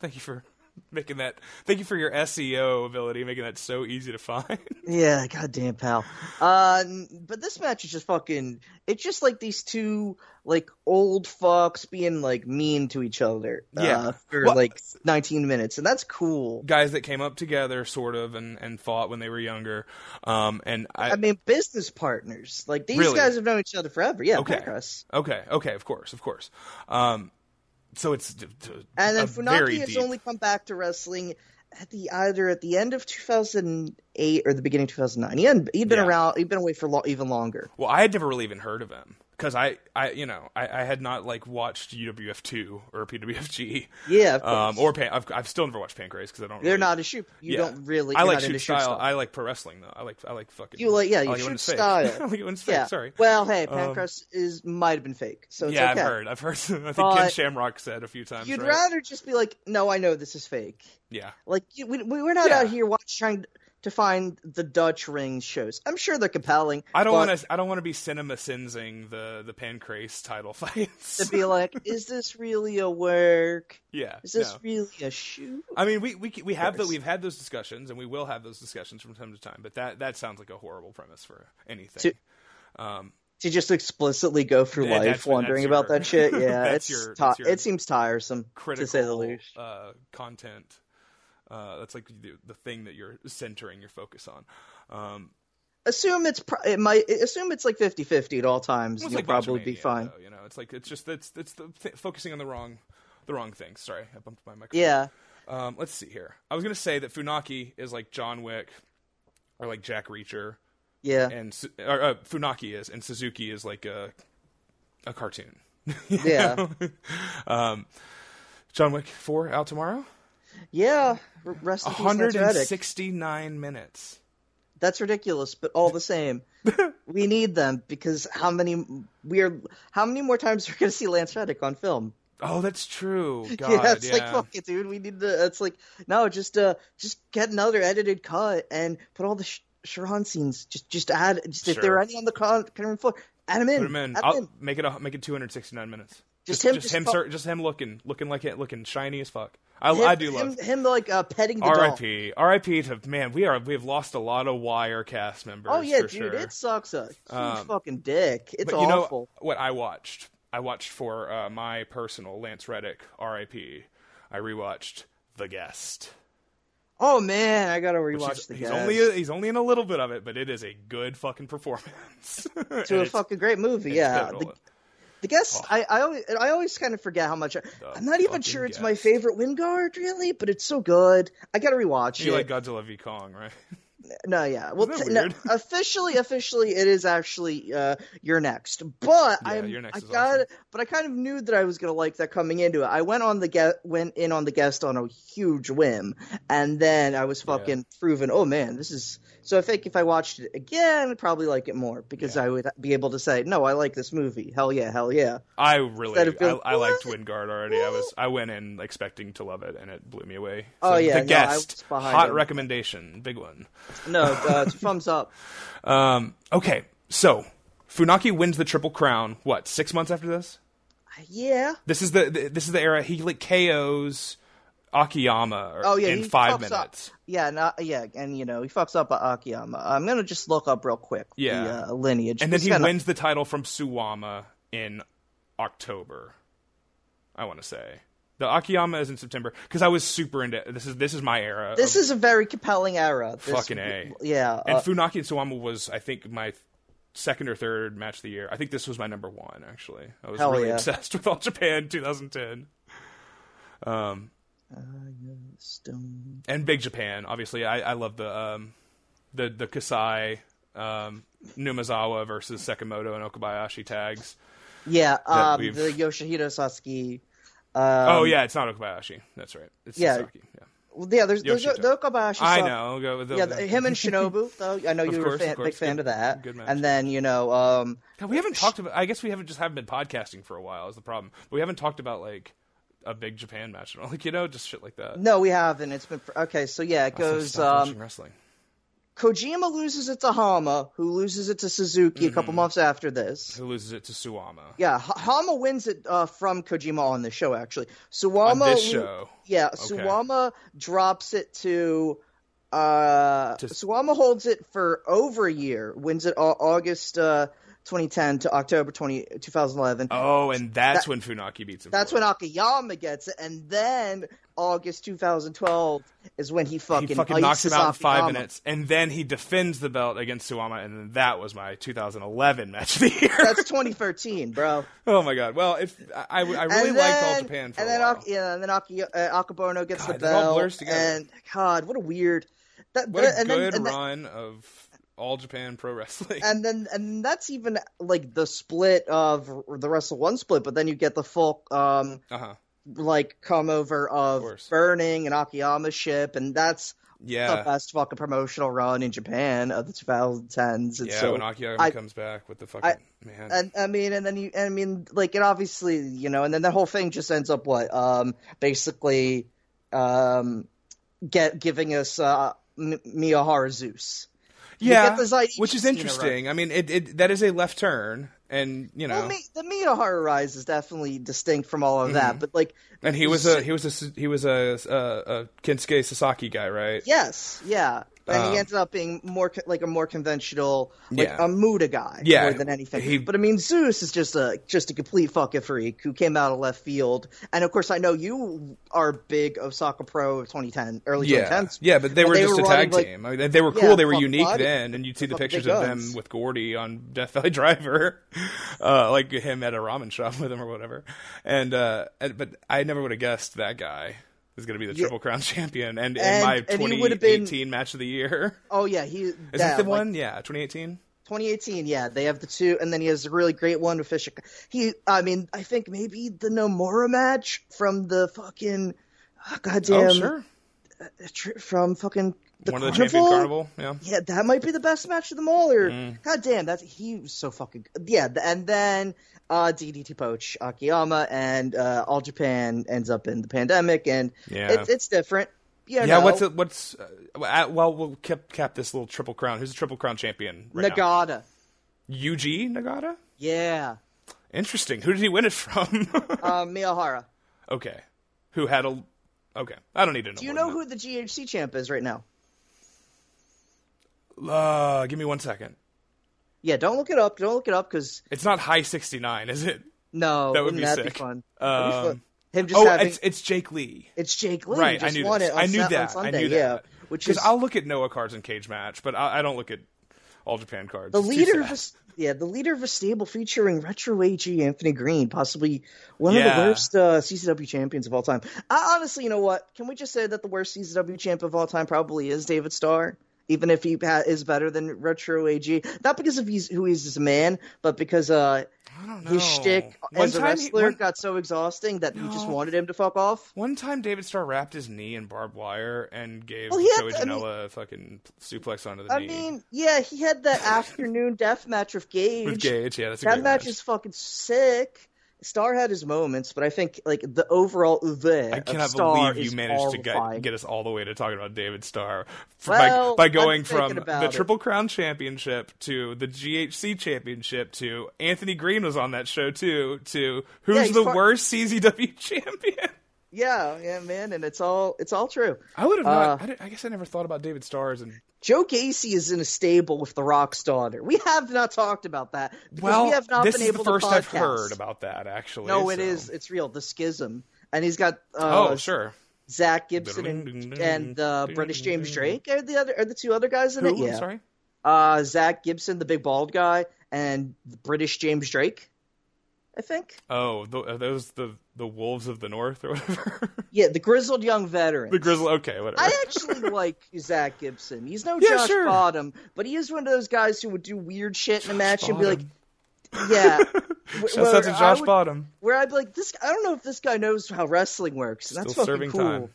Thank you for making that. Thank you for your SEO ability, making that so easy to find.
Yeah, goddamn pal. Uh, n- but this match is just fucking. It's just like these two like old fucks being like mean to each other. uh,
Yeah.
for
Well-
like 19 minutes, and that's cool.
Guys that came up together, sort of, and and fought when they were younger. Um, and I,
I mean, business partners. Like these
Really?
guys have known each other forever. Yeah,
Okay.
Pancras.
okay, okay, of course, of course. Um, so it's d- d-
And then
a very
Funaki has
deep-
only come back to wrestling at the either at the end of 2008 or the beginning of 2009. He hadn't, he'd been
Yeah.
around. He'd been away for lo- even longer.
Well, I had never really even heard of him because I, I, you know, I, I had not like watched UWF two or PWFG.
Yeah, of
Um,
course.
or pan- I've, I've still never watched Pancrase because I don't.
They're
really,
not a shoot. You
yeah.
don't really.
I
you're
like
not
shoot
into
style.
style.
I like pro wrestling though. I like I like fucking.
You like- yeah,
I
you
it when
shoot
it's fake.
style.
I like it when it's fake. Sorry.
Well, hey,
Um,
Pancras is might have been fake, so it's
yeah,
okay.
I've heard. I've heard. I think Ken
But-
Shamrock said a few times.
You'd
right?
rather just be like, no, I know this is fake.
Yeah.
Like you- we, we- we're not
Yeah.
out here watch, trying to find the Dutch ring shows. I'm sure they're compelling.
I don't
but
want to. I don't want to be cinema sinsing the the Pancrase title fights.
to be like, is this really a work?
yeah.
Is this
no.
really a shoe?
I mean, we we c- we have that
course.
we've had those discussions, and we will have those discussions from time to time. But that that sounds like a horrible premise for anything.
To- To just explicitly go through
Yeah,
life
that's-
wondering
that's
about
your-
that shit. Yeah,
that's
it's
your-
ti-
that's your
it seems tiresome
critical
to say the least.
uh, content. Uh, that's like the, the thing that you're centering your focus on. Um,
Assume it's pro- it might assume it's like 50-50 at all times.
well,
and
it's
You'll
like
probably be
Botchamania,
fine.
though, you know, it's like it's just it's it's the th- focusing on the wrong the wrong things. Sorry, I bumped my microphone.
Yeah.
Um, let's see here. I was gonna say that Funaki is like John Wick or like Jack Reacher,
Yeah.
and Su- or, uh, Funaki is, and Suzuki is like a a cartoon. You
Yeah.
know? um, John Wick four out tomorrow.
Yeah. R- Rest in peace,
hundred and
Nitredic.
sixty nine minutes.
That's ridiculous, but all the same, we need them because how many we're how many more times we're gonna see Lance Reddick on film?
Oh, that's true. God,
yeah, it's
yeah.
like fuck it, dude. We need to. It's like no, just uh, just get another edited cut and put all the Sh- Sharon scenes. Just just add. Just if there
Sure.
are any on the con- current floor, add them in.
Put him in.
Add 'em
I'll
in.
make it a, make it 269 minutes.
Just
Just,
him-
him, just,
just
him,
fu-
sir, just him looking, looking like it, looking shiny as fuck. I,
Him-
I do love.
him, him like uh, petting the doll.
R.I.P. R.I.P. to man. We are we have lost a lot of Wire cast members.
Oh yeah,
for
dude,
sure.
it sucks a huge
Um,
fucking dick. It's
but you
awful.
know what I watched? I watched for uh, my personal Lance Reddick R.I.P. I rewatched The Guest.
Oh man, I gotta
which
rewatch
he's,
the
he's
guys.
only he's only in a little bit of it, but it is a good fucking performance. And
to a
it's-
fucking great movie.
it's
Yeah,
pivotal. Oh.
the, the guest. I, I always I always kind of forget how much. I, I'm not even
fucking
sure it's my
guest.
favorite Wingard really, but it's so good. I gotta rewatch
you
it.
like Godzilla v Kong, right?
No, yeah. Well,
Isn't that
t- no,
weird?
officially, officially, it is actually uh, your next. But
Yeah,
I'm,
Your Next
I
is
got,
awesome.
but I kind of knew that I was gonna like that coming into it. I went on the guest, went in on the guest on a huge whim, and then I was fucking proven. Oh man, this is. So I think if I watched it again, I'd probably like it more because I would be able to say, no, I like this movie. Hell yeah, hell yeah.
I
Instead
really
of
I,
going,
I liked
"What?
Wingard already. I was I went in expecting to love it, and it blew me away.
Oh,
So,
yeah,
The
no, I was
Guest,
behind
hot
him.
recommendation, big one.
No, uh, thumbs up.
Um, okay, so Funaki wins the Triple Crown. What six months after this?
Yeah.
This is the, the this is the era he like KOs Akiyama or,
Oh yeah,
in
he
five
fucks up.
minutes.
Yeah, not, yeah, and you know he fucks up Akiyama. I'm gonna just look up real quick.
Yeah.
the, uh, lineage.
And then
Just
he
kinda-
wins the title from Suwama in October. I want to say the Akiyama is in September because I was super into this is this is my era.
This
of,
is a very compelling era. This,
Fucking A.
Yeah,
and
uh,
Funaki and Suwama was I think my second or third match of the year. I think this was my number one actually. I was
Hell
really
yeah.
obsessed with All Japan 2010
Stone.
and Big Japan. Obviously, I, I love the um, the the Kasai. Um, Numazawa versus Sekimoto and Okabayashi tags.
Yeah, um,
we've-
the Yoshihiro Sasuke.
oh yeah, it's not Okabayashi. That's right. It's
Um, yeah.
Sasaki. Yeah.
Well, yeah, there's, there's
Yoshito.
the Okabayashi.
I
stuff.
know. Go with the,
Yeah, the, him and Shinobu. Though I know you were
course,
a fan,
of course,
big fan
good-
of that.
good match.
And then you know, um,
God, we haven't talked about. I guess we haven't just haven't been podcasting for a while. Is the problem? But we haven't talked about like a big Japan match and all. Like you know, just shit like that.
no, we haven't. It's been okay. So yeah, it
So
goes.
stop watching
Um,
wrestling.
Kojima loses it to Hama, who loses it to Suzuki a
Mm-hmm.
couple months after this.
Who loses it to Suwama?
Yeah, H- Hama wins it uh, from Kojima on the show actually. Suwama
On this
lo-
show.
Yeah, Suwama drops it to uh
To-
Suwama holds it for over a year, wins it au- August uh 2010 to October 20, 2011.
Oh, and that's
That-
when Funaki beats him.
That's
for
when
it.
Akiyama gets it, and then August 2012 is when he fucking,
he fucking knocks him
ices
out in five
Akiyama.
minutes, and then he defends the belt against Suwama, and then that was my 2011 match of the year.
That's 2013, bro.
oh my god! Well, if I, I I really
and
liked
then,
All Japan for
and
a
then
while.
Ak- yeah, and then Aki, uh, Akabono gets
God,
the
that all
belt.
blurs together.
And God, what a weird. That,
what a
and
good
then, and then-
run of All Japan Pro Wrestling.
and then and that's even like the split of the Wrestle One split, but then you get the full um
Uh huh.
like come over of,
course.
burning and Akiyama ship, and that's the
Yeah.
best fucking promotional run in Japan of the 2010s. And
Yeah,
so
when Akiyama
I-
comes back with the fucking man.
And I mean, and then you, and I mean, like, it obviously, you know, and then the whole thing just ends up what, um, basically, um, get giving us uh, M- Miyahara Zeus.
yeah,
get the Zaidi
which is
Christina
interesting. I mean, it, it that is a left turn, and you know,
Well, Mi- the Miyahara rise is definitely distinct from all of that, but like,
Mm-hmm. and he was a he was a he was a, a, a Kinsuke Sasaki guy, right?
yes, yeah, and he ended up being more co- like a more conventional, like
Um, Yeah.
a Muda guy,
Yeah,
more than anything.
he-
but I mean, Zeus is just a just a complete fucking freak who came out of left field, and of course, I know you are big Osaka Pro 2010 early
Yeah,
2010s.
yeah, but they were just a
running,
tag
like-
team. I mean, they were
Yeah,
cool. they were
fuck
unique
body-
then, and you'd see the
fucking big
pictures of them
guns.
with Gordy on Death Valley Driver, uh, like him at a ramen shop with him or whatever. And, uh, and but I never would have guessed that guy is going to be the
Yeah.
Triple Crown champion, and, in
And-
my
and he
2018
would've been-
match of the year.
Oh yeah, he is
Is that the one? Yeah, 2018.
2018, yeah, they have the two, and then he has a really great one with Fish. He, I mean, I think maybe the Nomura match from the fucking oh, goddamn
oh, sure.
tr- from fucking the
one
carnival.
of the champion carnival. Yeah.
Yeah, that might be the best match of them all. Or
Mm.
goddamn, that's he was so fucking good. yeah. th- And then uh, DDT Poach Akiyama and uh, All Japan ends up in the pandemic, and
Yeah.
it's it's different. Yeah,
Yeah,
no.
what's it, what's uh, uh, well we'll cap, cap this little triple crown. Who's the triple crown champion right now?
Nagata?
Yuji Nagata.
Yeah,
Interesting. Who did he win it from?
uh, Miyahara.
okay, who had a? Okay, I don't need to know.
Do you
more
know
than
who the GHC champ is right now?
that. Uh, give me one second.
Yeah, don't look it up. Don't look it up because
It's not high sixty nine, is it?
no,
That would
wouldn't
be
that
sick.
be fun? That'd be
Um,
fun. Him just
Oh,
having
it's it's Jake Lee.
it's Jake Lee. who
Right, I
just
knew
won
this.
it. On
I knew
Sa- on
that.
Sunday,
I knew
yeah,
that.
which
Because
is
I'll look at Noah cards and cage match, but I, I don't look at all Japan cards.
the
It's too
leader
sad.
of a, yeah the leader of a stable featuring retro AG Anthony Green, possibly one of
Yeah.
the worst uh, CCW champions of all time. I, honestly, you know what? Can we just say that the worst CCW champ of all time probably is David Starr? Even if he ha- is better than Retro AG, not because of he's, who he is as a man, but because uh, his shtick
One
as a
time he-
wrestler
one-
got so exhausting that you just
No.
wanted him to fuck off.
One time, David Starr wrapped his knee in barbed wire and gave
Well, he had
Joey
to- I mean-
Janela a fucking suplex onto the
I
knee.
mean, yeah, he had that afternoon death match with Gage.
with Gage, yeah, that's a
That
great
match, is fucking sick. Star had his moments, but I think like the overall the
I cannot
of Star
believe
is
you managed to
horrifying.
get, get us all the way to talking about David Starr F-
Well,
by, by
I'm
going
thinking
from
about
the
it.
Triple Crown Championship to the GHC Championship to Anthony Green was on that show too to who's
he's
the
part-
worst CZW champion.
Yeah, yeah, man, and it's all it's all true.
I would have
Uh,
not. I, didn't- I guess I never thought about David Starr as an
Joe Gacy is in a stable with The Rock's daughter. We have not talked about that because
well.
we have not
this
been
is
able
the first
to
I've
podcast.
heard about that actually.
No, it
so-
is. It's real. The schism, and he's got uh,
Oh sure.
Zach Gibson and and uh, British James Drake are the other are the two other guys in
Who?
it. Yeah,
I'm sorry.
uh, Zach Gibson, the big bald guy, and the British James Drake, I think.
Oh, th are those the the wolves of the north or whatever?
Yeah, the grizzled young veteran.
the grizzle. Okay, whatever.
I actually like Zach Gibson. He's no
Yeah,
Josh
sure.
Bottom, but he is one of those guys who would do weird shit in a match and be like,
Bottom.
"Yeah."
Shouts
where
out to
I
Josh
would-
Bottom.
Where I'd be like, "This, I don't know if this guy knows how wrestling works." And that's
Still serving
fucking cool.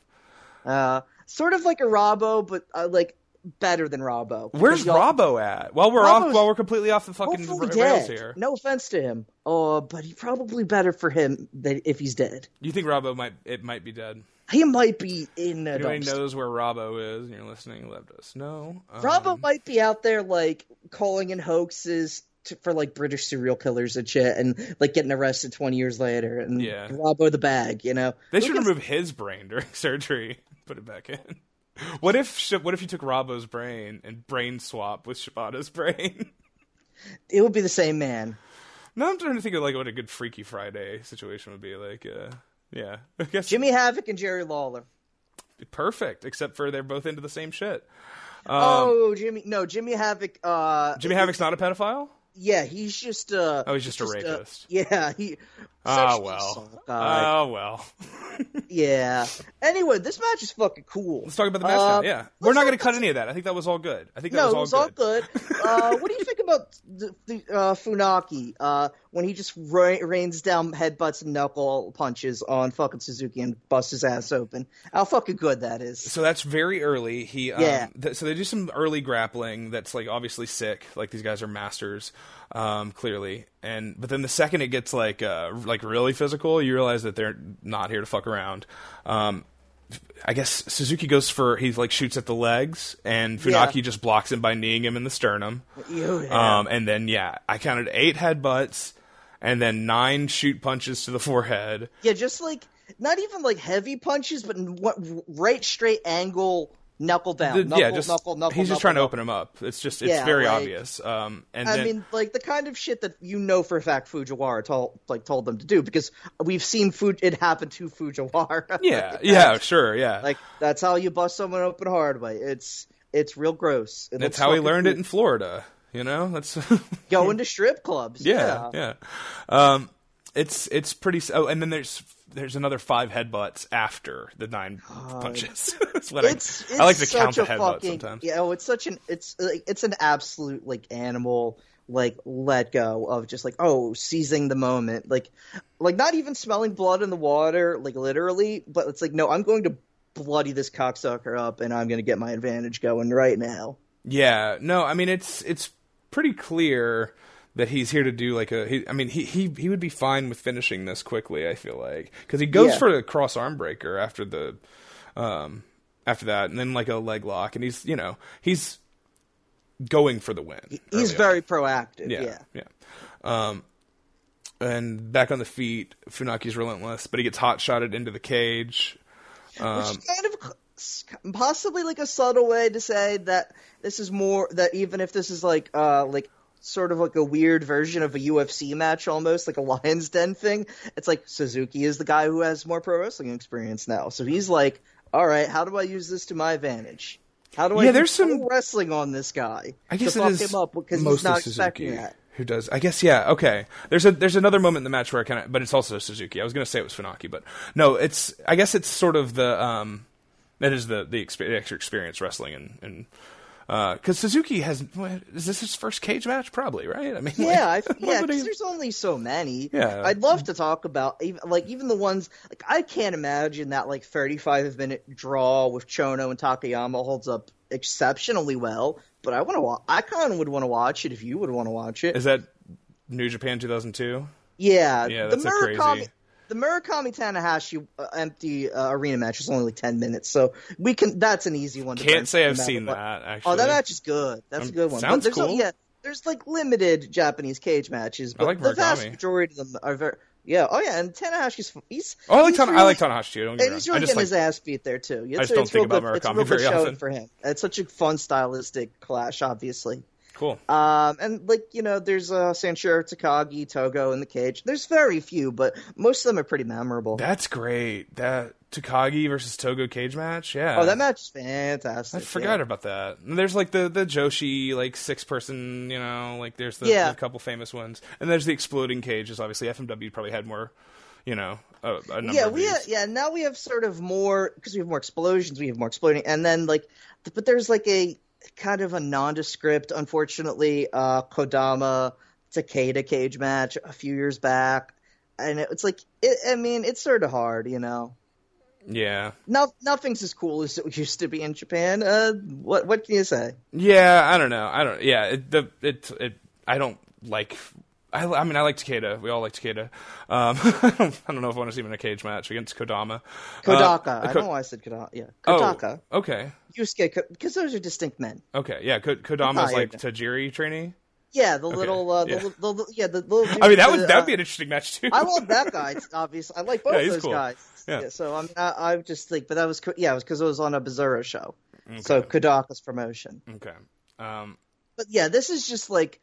time.
Uh, sort of like a Robbo, but uh, like better than Robbo.
Where's
Because y'all-
Robbo at? Well, we're off.
Robbo's
Well, we're completely off the fucking
Hopefully
ra- rails
dead.
here.
No offense to him. Oh, but he probably better for him than if he's dead.
You think Robbo might? It might be dead.
He might be in a
Anybody
dumpster.
knows where Robbo is, and you're listening, let us know. Um,
Robbo might be out there like calling in hoaxes to, for like British serial killers and shit, and like getting arrested twenty years later. And
Yeah.
Robbo the bag, you know.
They
Who
should
gives-
remove his brain during surgery. Put it back in. What if Sh- what if you took Robbo's brain and brain swap with Shibata's brain?
It would be the same man.
now I'm trying to think of like what a good Freaky Friday situation would be like. Uh, yeah, I guess
Jimmy Havoc and Jerry Lawler.
perfect, except for they're both into the same shit.
oh, Jimmy! No, Jimmy Havoc. Uh,
Um, Jimmy Havoc's not a pedophile.
yeah, he's just. Uh,
Oh, he's just a rapist.
yeah, he.
Ah
sexual
well.
assault guy.
Ah well.
Yeah. Anyway, this match is fucking cool.
Let's talk about the match now.
Uh,
Yeah, we're not
talk
going to cut any of that. I think that was all good. I think that
No,
was
it
all
was
good.
all good. uh, what do you think about the, the uh, Funaki uh, when he just ra- rains down headbutts and knuckle punches on fucking Suzuki and busts his ass open? How fucking good that is.
So that's very early. He um,
Yeah.
th- so they do some early grappling that's like obviously sick. Like these guys are masters, um, clearly. And but then the second it gets like uh, like really physical, you realize that they're not here to fuck around. Um, I guess Suzuki goes for he like shoots at the legs, and Funaki
Yeah.
just blocks him by kneeing him in the sternum.
Ew, yeah.
Um, and then yeah, I counted eight headbutts, and then nine shoot punches to the forehead.
yeah, just like not even like heavy punches, but in what right straight angle knuckle down.
The-
Oh, knuckle,
yeah, just
knuckle, knuckle.
he's just
knuckle,
trying to
knuckle.
open him up. It's just it's
Yeah,
very
like-
obvious. Um, and
I
then
mean, like the kind of shit that you know for a fact Fujiwara told like told them to do because we've seen food it happen to Fujiwara.
yeah,
Like,
yeah,
that's-
sure, yeah.
Like that's how you bust someone open hard way. It's it's real gross. It
that's
looks
how he
fucking
learned it
cool.
in Florida. You know, that's
Going to strip clubs.
yeah, yeah. Um, It's it's pretty. s- Oh, and then there's there's another five headbutts after the nine
God.
punches. That's what I-
it's, it's
I like to
such
count the
a
headbutt
fucking,
sometimes.
Yeah, oh, it's such an it's like, it's an absolute like animal like let go of just like oh seizing the moment like like not even smelling blood in the water like literally but it's like no I'm going to bloody this cocksucker up and I'm going to get my advantage going right now.
Yeah, no, I mean it's it's pretty clear that he's here to do like a. He, I mean he he he would be fine with finishing this quickly. I feel like because he goes
Yeah.
for a cross arm breaker after the, um, after that, and then like a leg lock, and he's you know he's going for the win.
He's
early on.
very proactive. Yeah.
yeah yeah. Um, and back on the feet, Funaki's relentless, but he gets hot shotted into the cage. Um,
Which is kind of s- possibly like a subtle way to say that this is more that even if this is like uh like sort of like a weird version of a UFC match almost like a lion's den thing it's like Suzuki is the guy who has more pro wrestling experience now so he's like all right how do I use this to my advantage how do I
Yeah,
do
there's
pro
some-
wrestling on this guy
I guess
to
it
fuck
is
him up because he's
mostly
not expecting
Suzuki
that
who does. I guess yeah. Okay. There's a there's another moment in the match where I kind of, but it's also Suzuki. I was gonna say it was Funaki, but no. It's I guess it's sort of the um that is the the, exp- extra experience wrestling and and because Suzuki has what- is this his first cage match probably right? I mean like,
Yeah, I,
what
yeah.
would
'cause
he-
there's only so many.
Yeah.
I'd love to talk about even like even the ones like I can't imagine that like 35 minute draw with Chono and Takayama holds up exceptionally well. But I want to. Wa- I kind of would want to watch it if you would want to watch it.
is that New Japan 2002?
yeah,
Yeah,
the
that's a crazy-
Murakami. The Murakami Tanahashi uh, empty uh, arena match is only like ten minutes, so we can. That's an easy one. To
Can't
burn
say
no
I've
matter
seen
what.
that actually.
Oh, that match is good. That's
Um,
a good one. But
sounds
there's
cool.
A, yeah, there's like limited Japanese cage matches, but
like
the vast
Murakami.
majority of them are very. Yeah. Oh yeah, and Tanahashi's he's.
Oh, I like
he's
Tana-
really-
I like Tanahashi. too, Don't get me
And he's
wrong.
really
I
getting
just like
his ass beat there too. It's,
just don't
it's
think
real
about
good, it's a
Murakami
real good
very
showing
often.
for him. It's such a fun stylistic clash, obviously.
cool.
Um, and like you know, there's uh, Sanshiro Takagi, Togo in the cage. There's very few, but most of them are pretty memorable.
That's great. That Takagi versus Togo cage match. Yeah.
oh, that match is fantastic.
I forgot
yeah.
about that. And there's like the the Joshi like six person, you know, like there's the,
Yeah.
the couple famous ones, and there's the exploding cages. Obviously, FMW probably had more, you know, a, a number.
yeah,
of
we
these.
have, yeah now we have sort of more because we have more explosions, we have more exploding, and then like, th- but there's like a kind of a nondescript, unfortunately, uh, Kodama Takeda cage match a few years back, and it's like, it, I mean, it's sort of hard, you know.
yeah,
No, nothing's as cool as it used to be in Japan. Uh, what what can you say?
Uh, yeah. I don't know. I don't. Yeah, it, the it it. I don't like. I, I mean, I like Takeda. We all like Takeda. Um, I don't- I don't know if I want to see him in a cage match against Kodama.
Kodaka.
Uh,
I don't
Ko-
know why I said Kodaka. Yeah,
oh,
Kodaka.
okay.
Yusuke, because those are distinct men.
Okay. Yeah. Ko- Kodama's like
Tired.
Tajiri trainee.
Yeah, the little, uh, the,
yeah.
li- the, li- yeah, the little.
I mean,
dude
that would
with the,
that
uh,
would be an interesting match too.
I love that guy. It's obvious. I like both
Yeah, he's
those
cool.
guys.
Yeah.
Yeah. So I mean, I, I would just think, but that was co- yeah, it was because it was on a Bizarro show. So Kodaka's promotion.
okay. Um,
But yeah, this is just like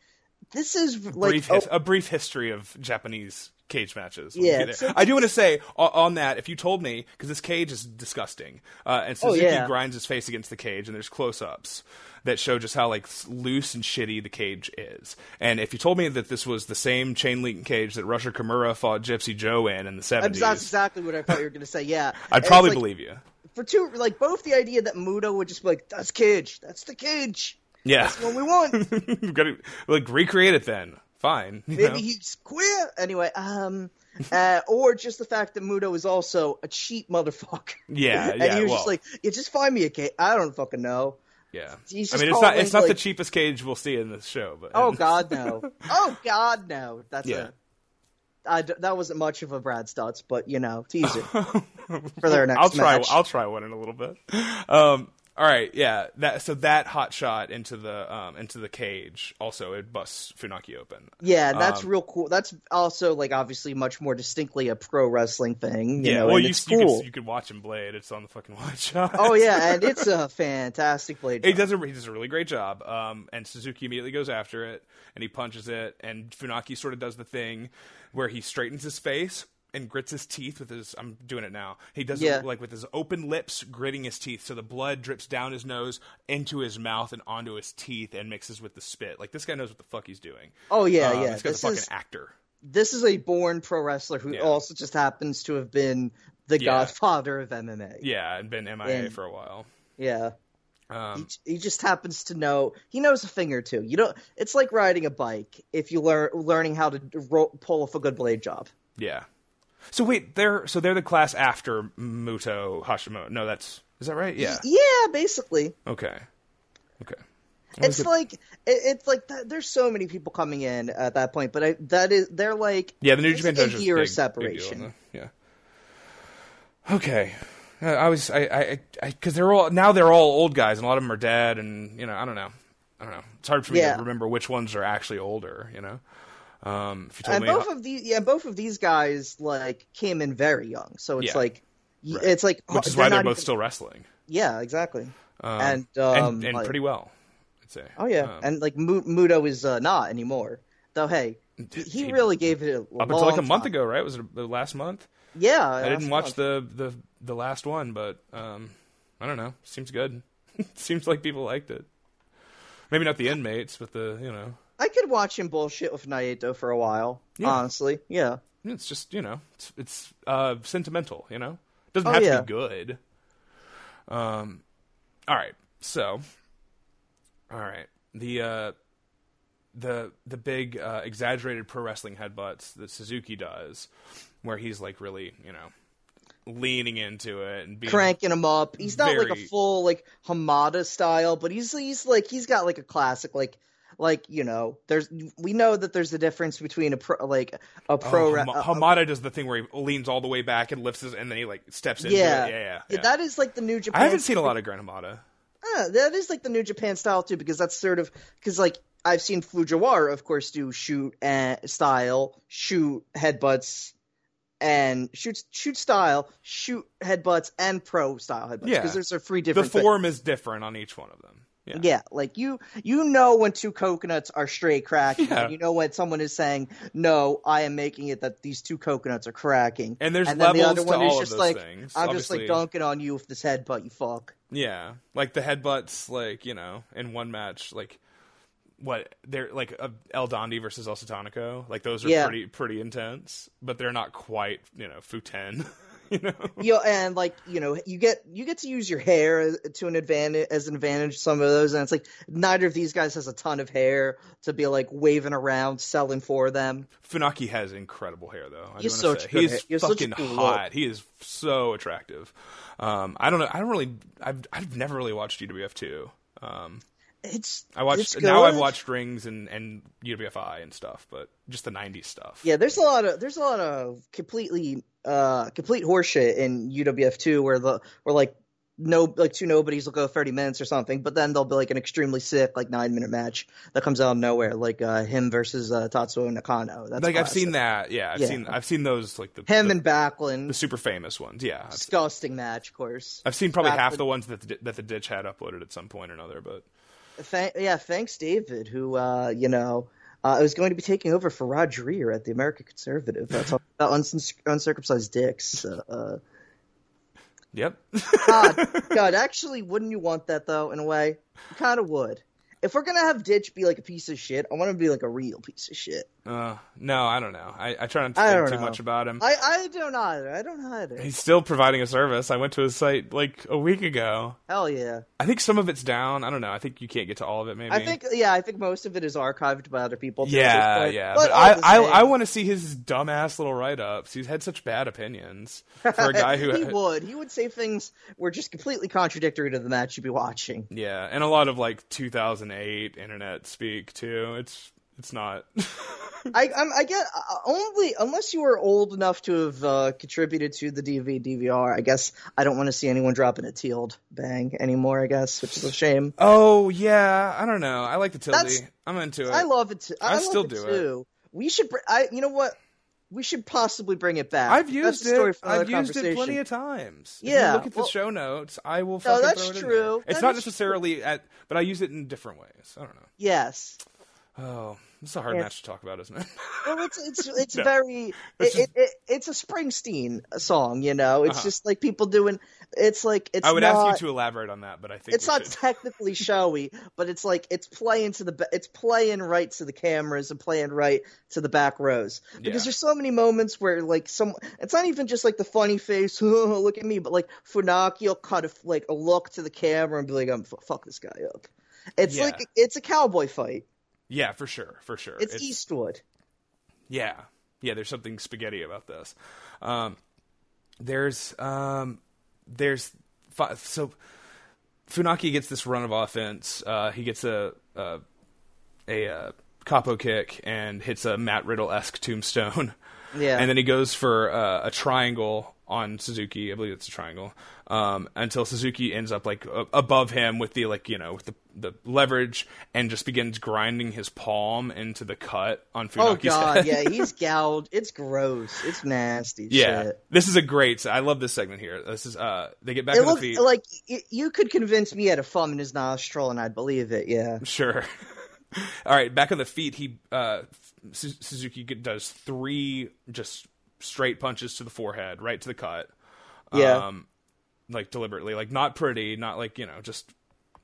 this is like
brief his-
oh,
a brief history of Japanese cage matches. when we
Yeah,
get there.
so-
I do want to say o- on that if you told me because this cage is disgusting, uh, and
Oh,
Suzuki
yeah.
grinds his face against the cage, and there's close-ups that show just how like s- loose and shitty the cage is. And if you told me that this was the same chain link cage that Rusher Kimura fought Gypsy Joe in in the
that's that's
70s,
exactly what I thought you were going to say. Yeah,
I'd
And it's
probably
like,
believe you.
for two like both the idea that Muda would just be like that's cage, that's the cage,
Yeah,
that's what we want.
We've got to like recreate it then. Fine. you know?
Maybe he's queer anyway. Um, uh, or just the fact that Mudo is also a cheap motherfucker.
Yeah,
and
yeah,
he was
well.
just like, "Yeah, just find me a cage. I don't fucking know."
Yeah.
He's
I
just
mean, it's not
calling,
it's not the
like-
cheapest cage we'll see in this show, but
Oh God, no! oh God, no! That's
Yeah.
a I d that wasn't much of a Brad Stutz, but you know, tease it for their next
I'll try.
match.
I'll try one in a little bit. Um, all right, yeah. That so that hot shot into the um, into the cage also it busts Funaki open.
yeah, that's
Um,
real cool. That's also like obviously much more distinctly a pro wrestling thing. You
yeah,
know,
well
and
you
it's
you
cool.
could, you could watch him blade. It's on the fucking watch shot.
oh yeah, and it's a fantastic blade.
He
job.
does, a, he does a really great job, um, and Suzuki immediately goes after it, and he punches it, and Funaki sort of does the thing where he straightens his face and grits his teeth with his. I'm doing it now. He does
Yeah.
it like with his open lips, gritting his teeth, so the blood drips down his nose, into his mouth, and onto his teeth, and mixes with the spit. Like this guy knows what the fuck he's doing.
Oh, yeah,
Um,
yeah.
This guy's
This
a fucking
is-
actor.
this is a born pro wrestler who
Yeah.
also just happens to have been the
Yeah.
godfather of MMA.
Yeah, and been MIA
And-
for a while.
Yeah. He,
Um,
j- he just happens to know he knows a thing or two. You know, it's like riding a bike if you learn learning how to ro- pull off a good blade job.
yeah. So wait, they're so they're the class after Muto Hashimoto. No, that's is that right? Yeah.
Yeah, basically.
Okay. Okay.
It's like it, it's like th- there's so many people coming in at that point, but I, that is they're like
Yeah, the New
it's
Japan
like
Dojo
a
is
year
big,
of separation.
Big deal, yeah. Okay. Uh, I was I I because they're all now they're all old guys and a lot of them are dead and you know I don't know I don't know it's hard for me
Yeah.
to remember which ones are actually older you know. Um, if you told
and
me
both of these yeah both of these guys like came in very young so it's
Yeah.
like y
Right.
it's like
which is why they're
not
both
even-
still wrestling
yeah exactly
um,
and um
and, and
like-
pretty well I'd say.
oh yeah
Um,
and like Mu- muto is uh, not anymore though hey he, he
he-
really gave it a
up until like a
uh,
month ago right was it the last month
yeah
I didn't watch the the the last one, but um, I don't know. Seems good. Seems like people liked it. Maybe not the inmates, but the you know,
i could watch him bullshit with naito for a while
Yeah.
honestly yeah
it's just you know, it's it's uh, sentimental. You know, it doesn't
Oh,
have
yeah.
to be good. Um, all right, so, all right, the uh, the the big uh, exaggerated pro wrestling headbutts that Suzuki does, where he's like really you know, leaning into it and being
cranking him up he's not like a
Very-
full like hamada style but he's he's like he's got like a classic like like you know there's we know that there's a difference between a pro like a pro uh,
Oh,
re-
Hama-
a- a-
Hamada does the thing where he leans all the way back and lifts his, and then he like steps into
yeah.
it. Yeah, yeah, yeah.
That is like the New Japan.
I haven't seen a lot of Grand Hamada.
Ah, that is like the New Japan style too, because that's sort of because like I've seen Fujiwara, of course, do shoot uh, style, shoot headbutts, and shoot shoot style, shoot headbutts, and pro style headbutts.
Yeah.
because there's are three
The
different. things.
form is different on each one of them. Yeah,
Yeah, like you you know when two coconuts are straight cracking.
Yeah.
and You know when someone is saying, "No, I am making it that these two coconuts are cracking."
And there's
then the
levels
other
to
one is
all of
just
those
like,
things,
"I'm just like
obviously.
dunking on you with this headbutt, you fuck."
yeah. Like the headbutts, like you know, in one match, like what they're like uh, El Dondi versus El Satanico. Like those are
Yeah.
pretty pretty intense, but they're not quite you know Futen. you know,
you know, and like you know you get you get to use your hair as- to an advantage as an advantage some of those and it's like neither of these guys has a ton of hair to be like waving around selling for them
Funaki has incredible hair, though. I
You're
do wanna
such
say.
good
He is
hair. You're such a
fucking
cool look.
hot. He is so attractive. Um, I don't know. I don't really. I've I've never really watched UWF two. Um,
it's
I watched
it's
now. I've
good.
watched Rings and and E UWFI and stuff, but just the '90s stuff.
yeah there's a lot of there's a lot of completely uh complete horseshit in UWF two where the where like no like two nobodies will go 30 minutes or something but then there'll be like an extremely sick like nine minute match that comes out of nowhere like uh him versus uh Tatsuo Nakano that's
like I've
classic.
seen that. Yeah, I've
Yeah.
seen I've seen those like the
him
the,
and Backlund
the super famous ones. Yeah, I've,
disgusting match, of course.
I've seen probably
Back
half
with-
the ones that the, that the ditch had uploaded at some point or another. But
Thank, yeah, thanks, David, who, uh, you know, uh, is going to be taking over for Rod Dreher at the American Conservative. That's all about uncirc- uncircumcised dicks. Uh, uh,
yep,
God, God, actually, wouldn't you want that, though, in a way? You kind of would. If we're going to have Ditch be like a piece of shit, I want him to be like a real piece of shit.
uh, no, I don't know. I, I try not to
I
think
don't
too
know.
much about him.
I, I don't either. I don't either.
He's still providing a service. I went to his site like a week ago.
Hell yeah.
I think some of it's down. I don't know. I think you can't get to all of it. Maybe.
I think, yeah, I think most of it is archived by other people. too, at this
Yeah,
point.
yeah.
But
But,
all the
I, I,
same,
I want to see his dumbass little write-ups. He's had such bad opinions for a guy who.
he would. He would say things were just completely contradictory to the match you'd be watching.
Yeah, and a lot of like 2008 internet speak too. It's it's not.
I, I'm, I get uh, only unless you were old enough to have uh, contributed to the DV DVR. I guess I don't want to see anyone dropping a tealed bang anymore. I guess, which is a shame.
oh yeah, I don't know. I like the tilde.
That's-
I'm into it.
I love it. Too. I,
I
love
still
it
do it.
too. We should. Br- I, you know what? We should possibly bring it back.
I've
That's
used
a story
it.
for another
I've used it plenty
conversation.
of times. If you
Yeah,
look at the
well-
show notes. I will. fucking
that's
throw it in
true.
there. It's
That
not
is true.
necessarily at, but I use it in different ways. I don't know.
Yes.
Oh, this is a hard
Yeah.
match to talk about, isn't it?
Well, Oh, it's it's it's
No.
very
It's just-
it, it, it, it's a Springsteen song, you know. It's
Uh-huh.
just like people doing. It's like it's.
I would
not,
ask you to elaborate on that, but I think
It's
we
not
should.
technically showy, but it's like it's playing to the ba- it's playing right to the cameras and playing right to the back rows because
Yeah.
there's so many moments where like some it's not even just like the funny face look at me, but like Funaki will cut a, like a look to the camera and be like, "I'm f- fuck this guy up." It's
Yeah.
like it's a cowboy fight.
Yeah, for sure, for sure.
It's, Eastwood.
Yeah, yeah. There's something spaghetti about this. Um, there's um, there's fi- so Funaki gets this run of offense. Uh, he gets a a, a, uh capo kick and hits a Matt Riddle esque tombstone.
Yeah.
and then he goes for uh, a triangle on Suzuki. I believe it's a triangle. Um, until Suzuki ends up like a- above him with the like you know with the the leverage and just begins grinding his palm into the cut on Funaki's
Oh
head.
god, yeah, he's gouged. It's gross. It's nasty.
Yeah,
shit.
this is a great. I love this segment here. This is uh, they get back
It
on the
looked
feet.
like y- you could convince me at a thumb in his nostril, and I'd believe it. Yeah,
sure. All right, back on the feet. He uh, Su- Suzuki g- does three just straight punches to the forehead, right to the cut,
yeah.
um, like deliberately, like not pretty, not like you know, just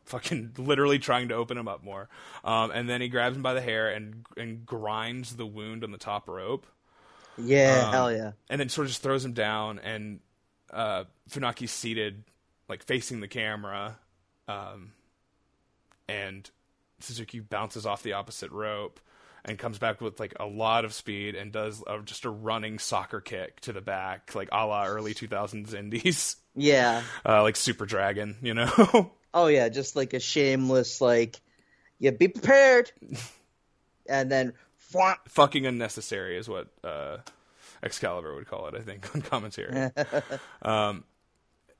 fucking literally trying to open him up more. Um, and then he grabs him by the hair and and grinds the wound on the top rope.
yeah,
um,
hell yeah.
and then sort of just throws him down and uh Funaki's seated like facing the camera um and Suzuki bounces off the opposite rope and comes back with like a lot of speed and does uh just a running soccer kick to the back like a la early 2000s indies
Yeah.
uh like super dragon you know
Oh yeah, just like a shameless like, yeah, be prepared, and then fwomp.
fucking unnecessary is what uh, Excalibur would call it, I think, on commentary. um,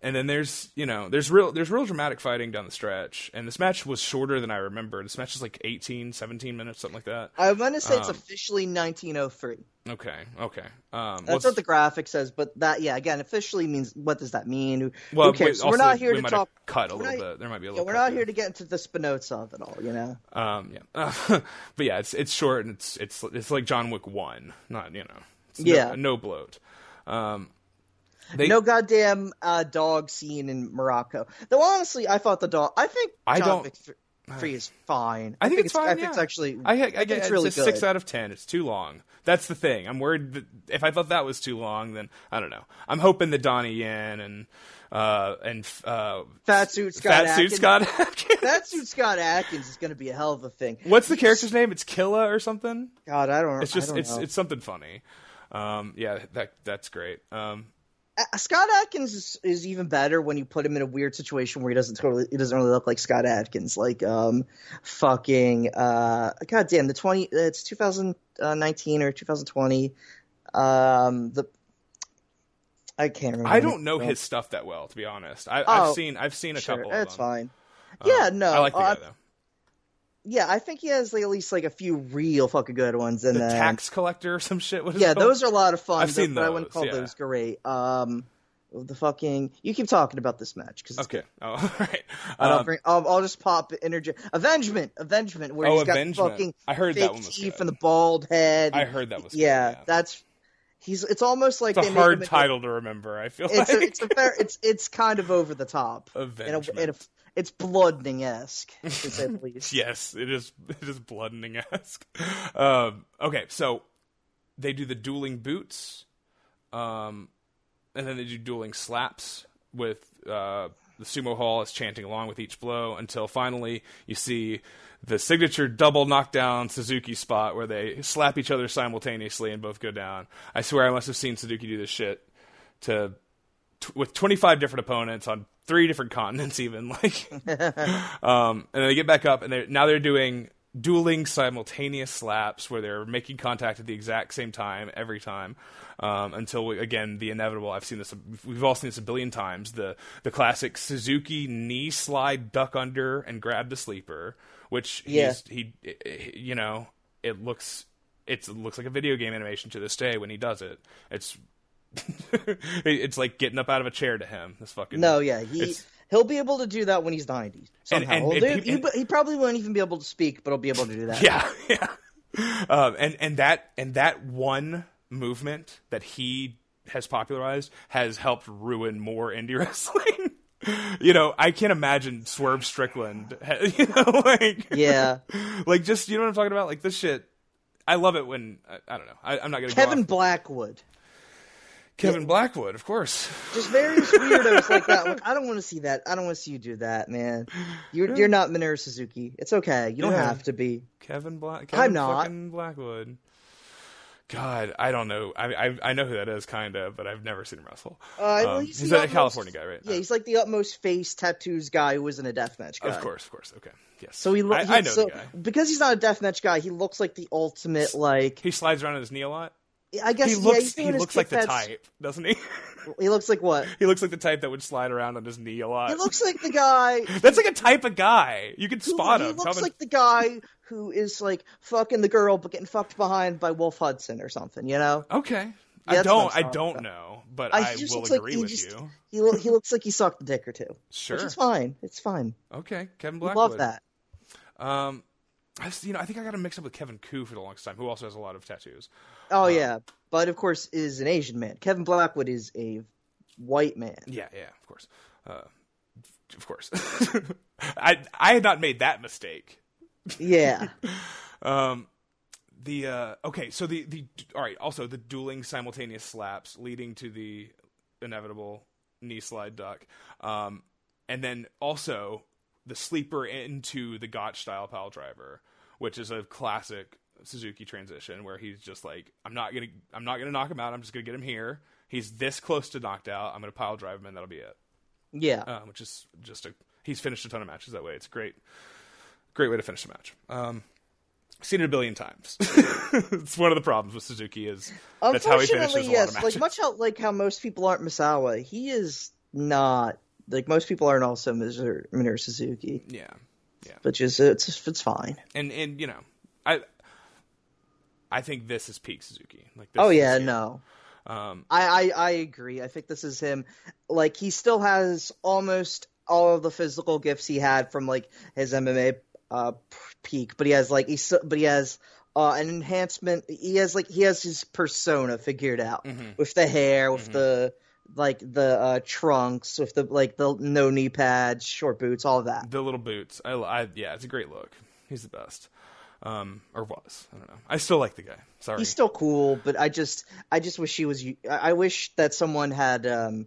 and then there's you know there's real there's real dramatic fighting down the stretch, and this match was shorter than I remember. This match is like 18, 17 minutes, something like that.
I want to say
Um,
it's officially 1903.
Okay, okay. Um,
That's
what's-
what the graphic says, but that yeah, again, officially means what does that mean? Who, who
well,
cares?
we- also,
we're not here
we
to
might have
talk.
Cut a
we're
little
not-
bit. There might be a
Yeah,
little.
we're
cut
not
there.
here to get into the Spinoza of it all, you know.
Um, yeah, but yeah, it's it's short and it's it's it's like John Wick one, not you know, it's no-
Yeah.
no, bloat. Um, they,
No goddamn uh, dog scene in Morocco. Though honestly, I thought the dog. I think
I
John
don't-
Wick th- Three is fine.
I think, it's, fine.
I think it's
yeah.
actually.
I, I,
think
get
it's really
a six
good.
out of ten. It's too long. That's the thing. I'm worried that if I thought that was too long, then I don't know. I'm hoping that Donnie Yen and uh and uh
Fat Suit Scott
Fat Suit
Atkins-
Scott Atkins.
That suit Scott Atkins is going to be a hell of a thing.
What's the character's name? It's Killa or something.
God, I don't.
It's just
I don't
it's
know.
it's something funny. Um yeah, that that's great. Um
Uh, Scott Atkins is, is even better when you put him in a weird situation where he doesn't totally. He doesn't really look like Scott Atkins. Like um, fucking uh, God damn the twenty. uh, It's 2019 or 2020. Um, the I can't remember.
I don't know
his.
his stuff that well, to be honest. I,
Oh,
I've seen I've seen a
Sure,
couple.
that's
of them. Um,
fine. yeah, no,
I like the
uh,
guy though.
yeah, I think he has like, at least like a few real fucking good ones, and
The
then
tax collector or some shit. What is it
yeah,
called?
those are a lot of fun.
I've
though,
seen
but I wouldn't
those,
call
yeah.
those great. Um, the fucking you keep talking about this match because
Okay. Oh, all right.
I
Um,
don't bring, I'll, I'll just pop energy avengement avengement where
Oh,
he's got the
Avengement.
fucking
I heard that
fake
one was
teeth
good.
and the bald head.
I heard that was good,
yeah,
yeah.
that's he's. It's almost like
It's
they
a
make him
hard
into-
title to remember. I feel
It's
like
a, it's a fair, it's it's kind of over the top. In a- In a,
Avengement.
it's bloodening esque to say the least.
yes, it is. It is bloodening esque. Um, okay, so they do the dueling boots, um, and then they do dueling slaps with uh, the sumo hall is chanting along with each blow until finally you see the signature double knockdown Suzuki spot where they slap each other simultaneously and both go down. I swear I must have seen Suzuki do this shit to t- with 25 different opponents on three different continents even like um and then they get back up and they now they're doing dueling simultaneous slaps where they're making contact at the exact same time every time um until we, again the inevitable i've seen this we've all seen this a billion times the the classic suzuki knee slide duck under and grab the sleeper which
Yeah.
he's he you know it looks it's, it looks like a video game animation to this day when he does it it's it's like getting up out of a chair to him. This fucking
No, yeah, he
It's-
He'll be able to do that when he's ninety somehow.
and-
Well,
and
dude,
peop-
he,
and-
he probably won't even be able to speak, but he'll be able to do that.
yeah, yeah. Um, and and that and that one movement that he has popularized has helped ruin more indie wrestling. you know, I can't imagine Swerve Strickland. ha- You know, like
Yeah.
like just you know what I'm talking about. Like this shit. I love it when I, I don't know. I, I'm not gonna go
Kevin
off-
Blackwood.
Kevin Blackwood, of course.
Just various weirdos like that. Like, I don't want to see that. I don't want to see you do that, man. You're you're not Minoru Suzuki. It's okay. You don't
Yeah.
have to be.
Kevin Black. Kevin
not.
fucking Blackwood. God, I don't know. I, I I know who that is, kind of, but I've never seen him wrestle.
Uh, well,
Um,
he's
he's
the
a California guy, right?
Yeah, he's like the utmost face tattoos guy who isn't a deathmatch guy.
Uh, Of course, of course. Okay. Yes.
So he, lo-
I,
he-
I know
so,
the guy.
because he's not a deathmatch guy. He looks like the ultimate like.
He slides around on his knee a lot.
I guess
He
yeah, he's
looks
doing
he
his
looks like the
kickbacks.
type, doesn't he?
He looks like what?
he looks like the type that would slide around on his knee a lot.
He looks like the guy.
That's like a type of guy. You could
who-
spot
he
him.
looks
Tell him-
like the guy who is like fucking the girl but getting fucked behind by Wolf Hudson or something. You know.
okay. I
that's what I'm
don't I
talking
don't
about.
know, but
I-
I,
he just
will
looks like
agree
he
with
just-
you.
He lo- he looks like he sucked a dick or two.
Sure.
Which is fine. It's fine.
Okay. Kevin
We
Blackwood.
Love that.
Um I s- you know, I think I got him mixed up with Kevin Koo for the longest time, who also has a lot of tattoos.
Oh yeah, but of course is an Asian man. Kevin Blackwood is a white man.
Yeah, yeah, of course. Uh, of course. I I had not made that mistake.
Yeah,
Um, the uh, okay, so the the all right. Also, the dueling simultaneous slaps leading to the inevitable knee slide duck, um, and then also the sleeper into the Gotch style pile driver, which is a classic Suzuki transition where he's just like, I'm not gonna I'm not gonna knock him out. I'm just gonna get him here. He's this close to knocked out. I'm gonna pile drive him, and that'll be it
yeah.
um, which is just a he's finished a ton of matches that way. It's a great, great way to finish a match. Um, seen it a billion times. it's one of the problems with Suzuki is that's how he finishes a
Unfortunately,
lot of
yes.
matches.
Like much how like how most people aren't Misawa, he is not. Like most people aren't also Mr. Minoru Suzuki,
yeah, yeah,
which is it's it's fine.
and and you know, I I think this is peak Suzuki. Like this
Oh yeah,
is it.
no.
Um,
I, I I agree. I think this is him. Like he still has almost all of the physical gifts he had from like his MMA uh, p- peak, but he has like he still, but he has uh, an enhancement. He has like he has his persona figured out
Mm-hmm.
with the hair, with the like the uh, trunks, with the like the no knee pads, short boots, all that.
the little boots. I, I yeah, it's a great look. He's the best. Um, or was I don't know. I still like the guy. Sorry,
He's still cool, but I just I just wish he was. I I wish that someone had um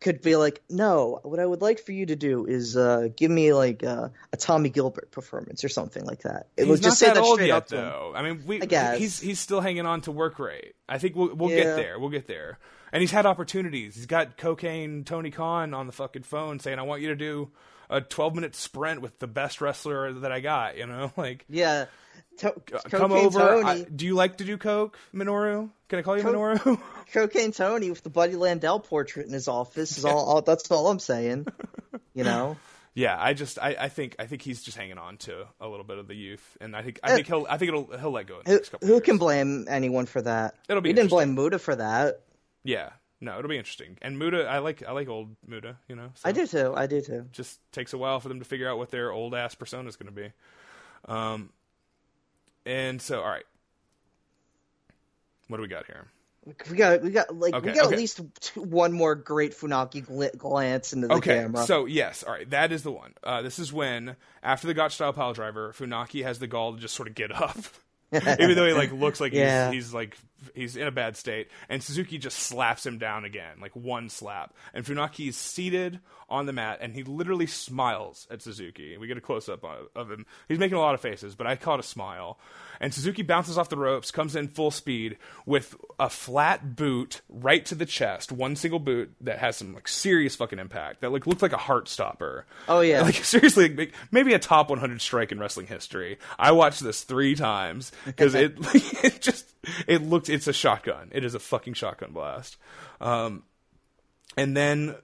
could be like, no, what I would like for you to do is uh give me like uh, a Tommy Gilbert performance or something like that. It
He's
would
not
just say
that
that
old
straight
yet,
up to him.
though. I mean, we,
guess.
he's he's still hanging on to work rate. I think we'll we'll
Yeah.
get there. We'll get there. And he's had opportunities. He's got cocaine Tony Khan on the fucking phone saying, "I want you to do a 12 minute sprint with the best wrestler that I got." You know, like
Yeah, to-
come
Cocaine
over.
Tony,
I- do you like to do coke, Minoru? Can I call you
Co-
Minoru?
Cocaine Tony with the Buddy Landell portrait in his office is all, all. That's all I'm saying. You know.
yeah, I just I, I think I think he's just hanging on to a little bit of the youth, and I think I think he'll I think it'll he'll let go. In the
Uh, Who,
next couple
who
years.
can blame anyone for that?
It'll be
we didn't blame Muda for that.
Yeah, no, it'll be interesting. And Muda, I like I like old Muda. You know, so.
I do too. I do too.
just takes a while for them to figure out what their old ass persona is going to be. Um, and so, all right, what do we got here?
We got, we got, like,
Okay,
we got
okay.
at least two, one more great Funaki gl- glance into the
Okay,
camera.
so yes, all right, that is the one. Uh, this is when after the Gotch style pile driver, Funaki has the gall to just sort of get up, even though he like looks like
Yeah.
he's, he's like he's in a bad state, and Suzuki just slaps him down again, like one slap, and Funaki is seated on the mat, and he literally smiles at Suzuki. We get a close up of him. He's making a lot of faces, but I caught a smile, and Suzuki bounces off the ropes, comes in full speed with a flat boot right to the chest, one single boot that has some like serious fucking impact that like looked like a heart stopper.
Oh, yeah.
like seriously, like, maybe a top 100 strike in wrestling history. I watched this three times because it it just it looked it's a shotgun. It is a fucking shotgun blast. Um, and then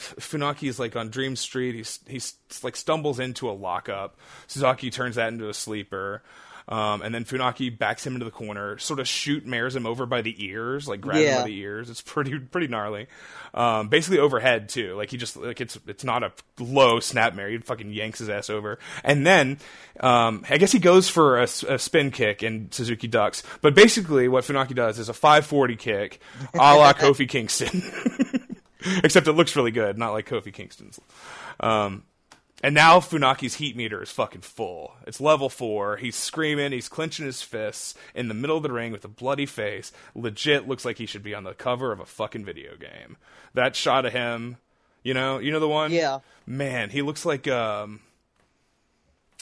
Funaki is like on Dream Street. He's he's like stumbles into a lockup. Suzuki turns that into a sleeper. Um, and then Funaki backs him into the corner, sort of shoot mares him over by the ears, like grab him
Yeah.
by the ears. It's pretty pretty gnarly. Um, basically overhead too. Like he just like it's it's not a low snap mare. He fucking yanks his ass over. And then um, I guess he goes for a, s- a spin kick and Suzuki ducks. But basically what Funaki does is a 540 kick, a la Kofi Kingston. Except it looks really good, not like Kofi Kingston's. Um, and now Funaki's heat meter is fucking full. It's level four. He's screaming. He's clenching his fists in the middle of the ring with a bloody face. Legit looks like he should be on the cover of a fucking video game. That shot of him, you know, you know the one.
Yeah.
Man, he looks like um,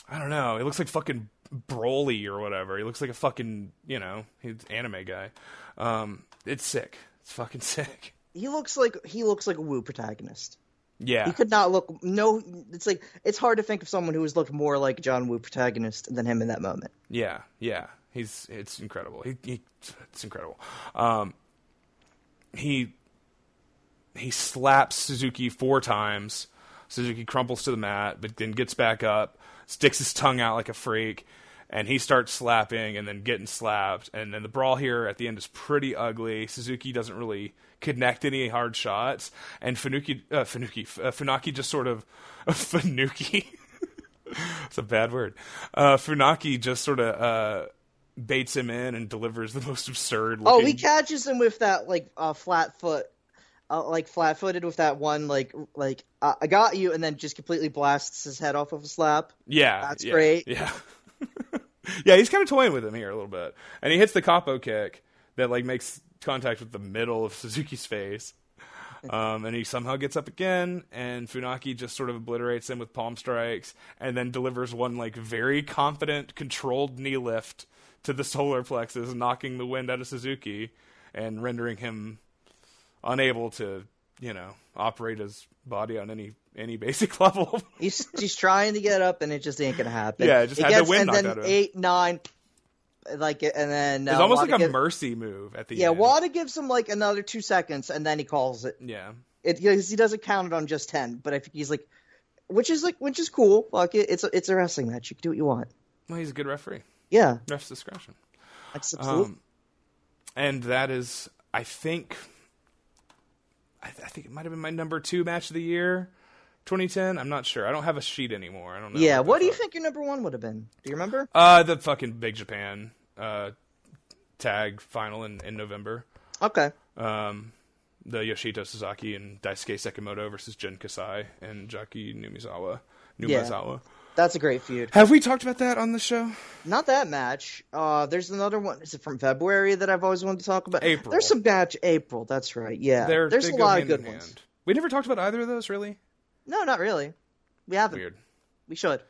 I don't know. He looks like fucking Broly or whatever. He looks like a fucking you know, he's an anime guy. Um, it's sick. It's fucking sick.
He looks like he looks like a Woo protagonist.
Yeah.
He could not look no. It's like it's hard to think of someone who has looked more like John Woo protagonist than him in that moment.
Yeah, yeah. He's it's incredible. He, he it's incredible. Um, he he slaps Suzuki four times. Suzuki crumples to the mat, but then gets back up, sticks his tongue out like a freak, and he starts slapping and then getting slapped. And then the brawl here at the end is pretty ugly. Suzuki doesn't really connect any hard shots, and Funuki, uh, Funuki, uh, Funaki just sort of Funuki. It's a bad word. Uh, Funaki just sort of uh, baits him in and delivers the most absurd.
Oh,
Looking...
he catches him with that like uh, flat foot, uh, like flat footed with that one like like uh, I got you, and then just completely blasts his head off of a slap.
Yeah,
That's
yeah,
great.
Yeah, yeah, he's kind of toying with him here a little bit, and he hits the capo kick that like makes contact with the middle of Suzuki's face, um, and he somehow gets up again, and Funaki just sort of obliterates him with palm strikes, and then delivers one like very confident, controlled knee lift to the solar plexus, knocking the wind out of Suzuki and rendering him unable to, you know, operate his body on any any basic level.
He's he's trying to get up, and it just ain't gonna happen.
Yeah, just
He
had the
gets-
wind knocked
and then
out of him.
eight nine, like and then
It's
uh,
almost
Wada
like a
gives-
mercy move at the
Yeah,
end.
Wada gives him like another two seconds, and then he calls it.
Yeah,
It because he doesn't count it on just ten, but I think he's like, which is like which is cool. Fuck it, it's a, it's a wrestling match. You can do what you want.
well, he's a good referee.
Yeah,
Ref's discretion.
that's absolute.
Um, and that is, I think, I, th- I think it might have been my number two match of the year, 2010. I'm not sure. I don't have a sheet anymore. I don't know.
yeah,
the
what do you
fuck.
think your number one would have been? Do you remember?
Uh, the fucking Big Japan uh, tag final in, in November.
Okay.
Um, the Yoshito Suzuki and Daisuke Sekimoto versus Jun Kasai and Jaki Numizawa. Numizawa.
That's a great feud.
Have we talked about that on the show?
Not that match. Uh, there's another one. Is it from February that I've always wanted to talk about?
April.
There's some match April. That's right. Yeah.
They're-
there's
they
a
go
lot of
hand in
good ones.
hand. We never talked about either of those, really.
No, not really. We haven't.
Weird. Oh,
We should.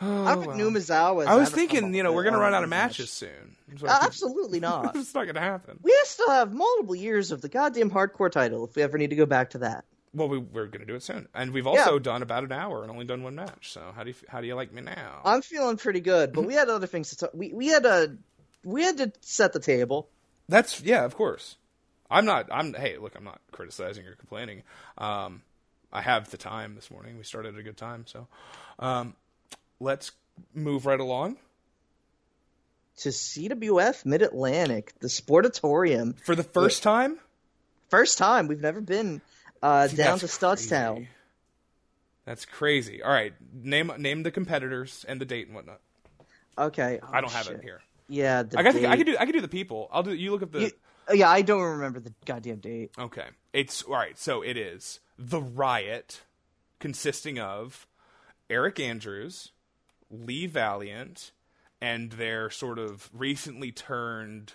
I don't think Numazawa.
I was thinking, you know, we're gonna run out of matches soon. That's what I
Uh,
keep-
absolutely not.
it's not gonna happen.
we still have multiple years of the goddamn hardcore title if we ever need to go back to that.
Well, we, we're gonna do it soon, and we've also done about an hour and only done one match. So how do you f- how do you like me now?
I'm feeling pretty good, but we had other things to talk. We we had a we had to set the table.
That's yeah, of course. I'm not. I'm hey, look, I'm not criticizing or complaining. Um, I have the time this morning. We started at a good time, so um, let's move right along.
to CWF Mid Atlantic, the Sportatorium.
For the first time,
First time we've never been uh, down to
That's
Studstown.
crazy. That's crazy. All right, name name the competitors and the date and whatnot.
Okay, oh,
I don't have
shit.
it here.
Yeah, the
I got.
date.
The, I could do. I could do the people. I'll do. You look up the.
You- oh, yeah, I don't remember the goddamn date.
Okay. It's all right. So it is the riot, consisting of Eric Andrews, Lee Valiant, and their sort of recently turned,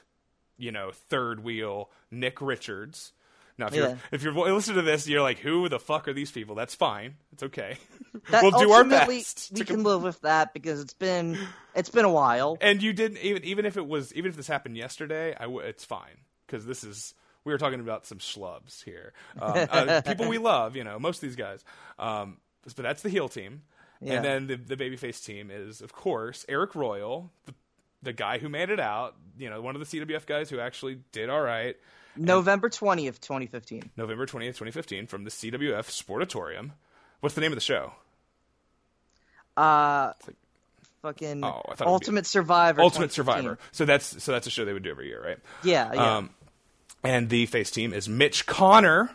you know, third wheel Nick Richards. Now, if
Yeah.
you're if you're listening to this, you're like, who the fuck are these people? That's fine. It's okay.
That
we'll do our
ultimately,
best.
We
to
can live with that because it's been it's been a while.
and you didn't even even if it was even if this happened yesterday, I w- it's fine because this is we were talking about some schlubs here, um, uh, people we love, you know, most of these guys. Um, but that's the heel team,
Yeah.
and then the the babyface team is of course Eric Royal, the the guy who made it out, you know, one of the CWF guys who actually did all right.
November twentieth, twenty fifteen.
November twentieth, twenty fifteen, from the CWF Sportatorium. What's the name of the show?
Uh,
like-
fucking
Oh, I thought it would be-
Ultimate Survivor.
Ultimate
2015.
Survivor. So that's so that's a show they would do every year, right?
Yeah, yeah.
Um, and the face team is Mitch Connor,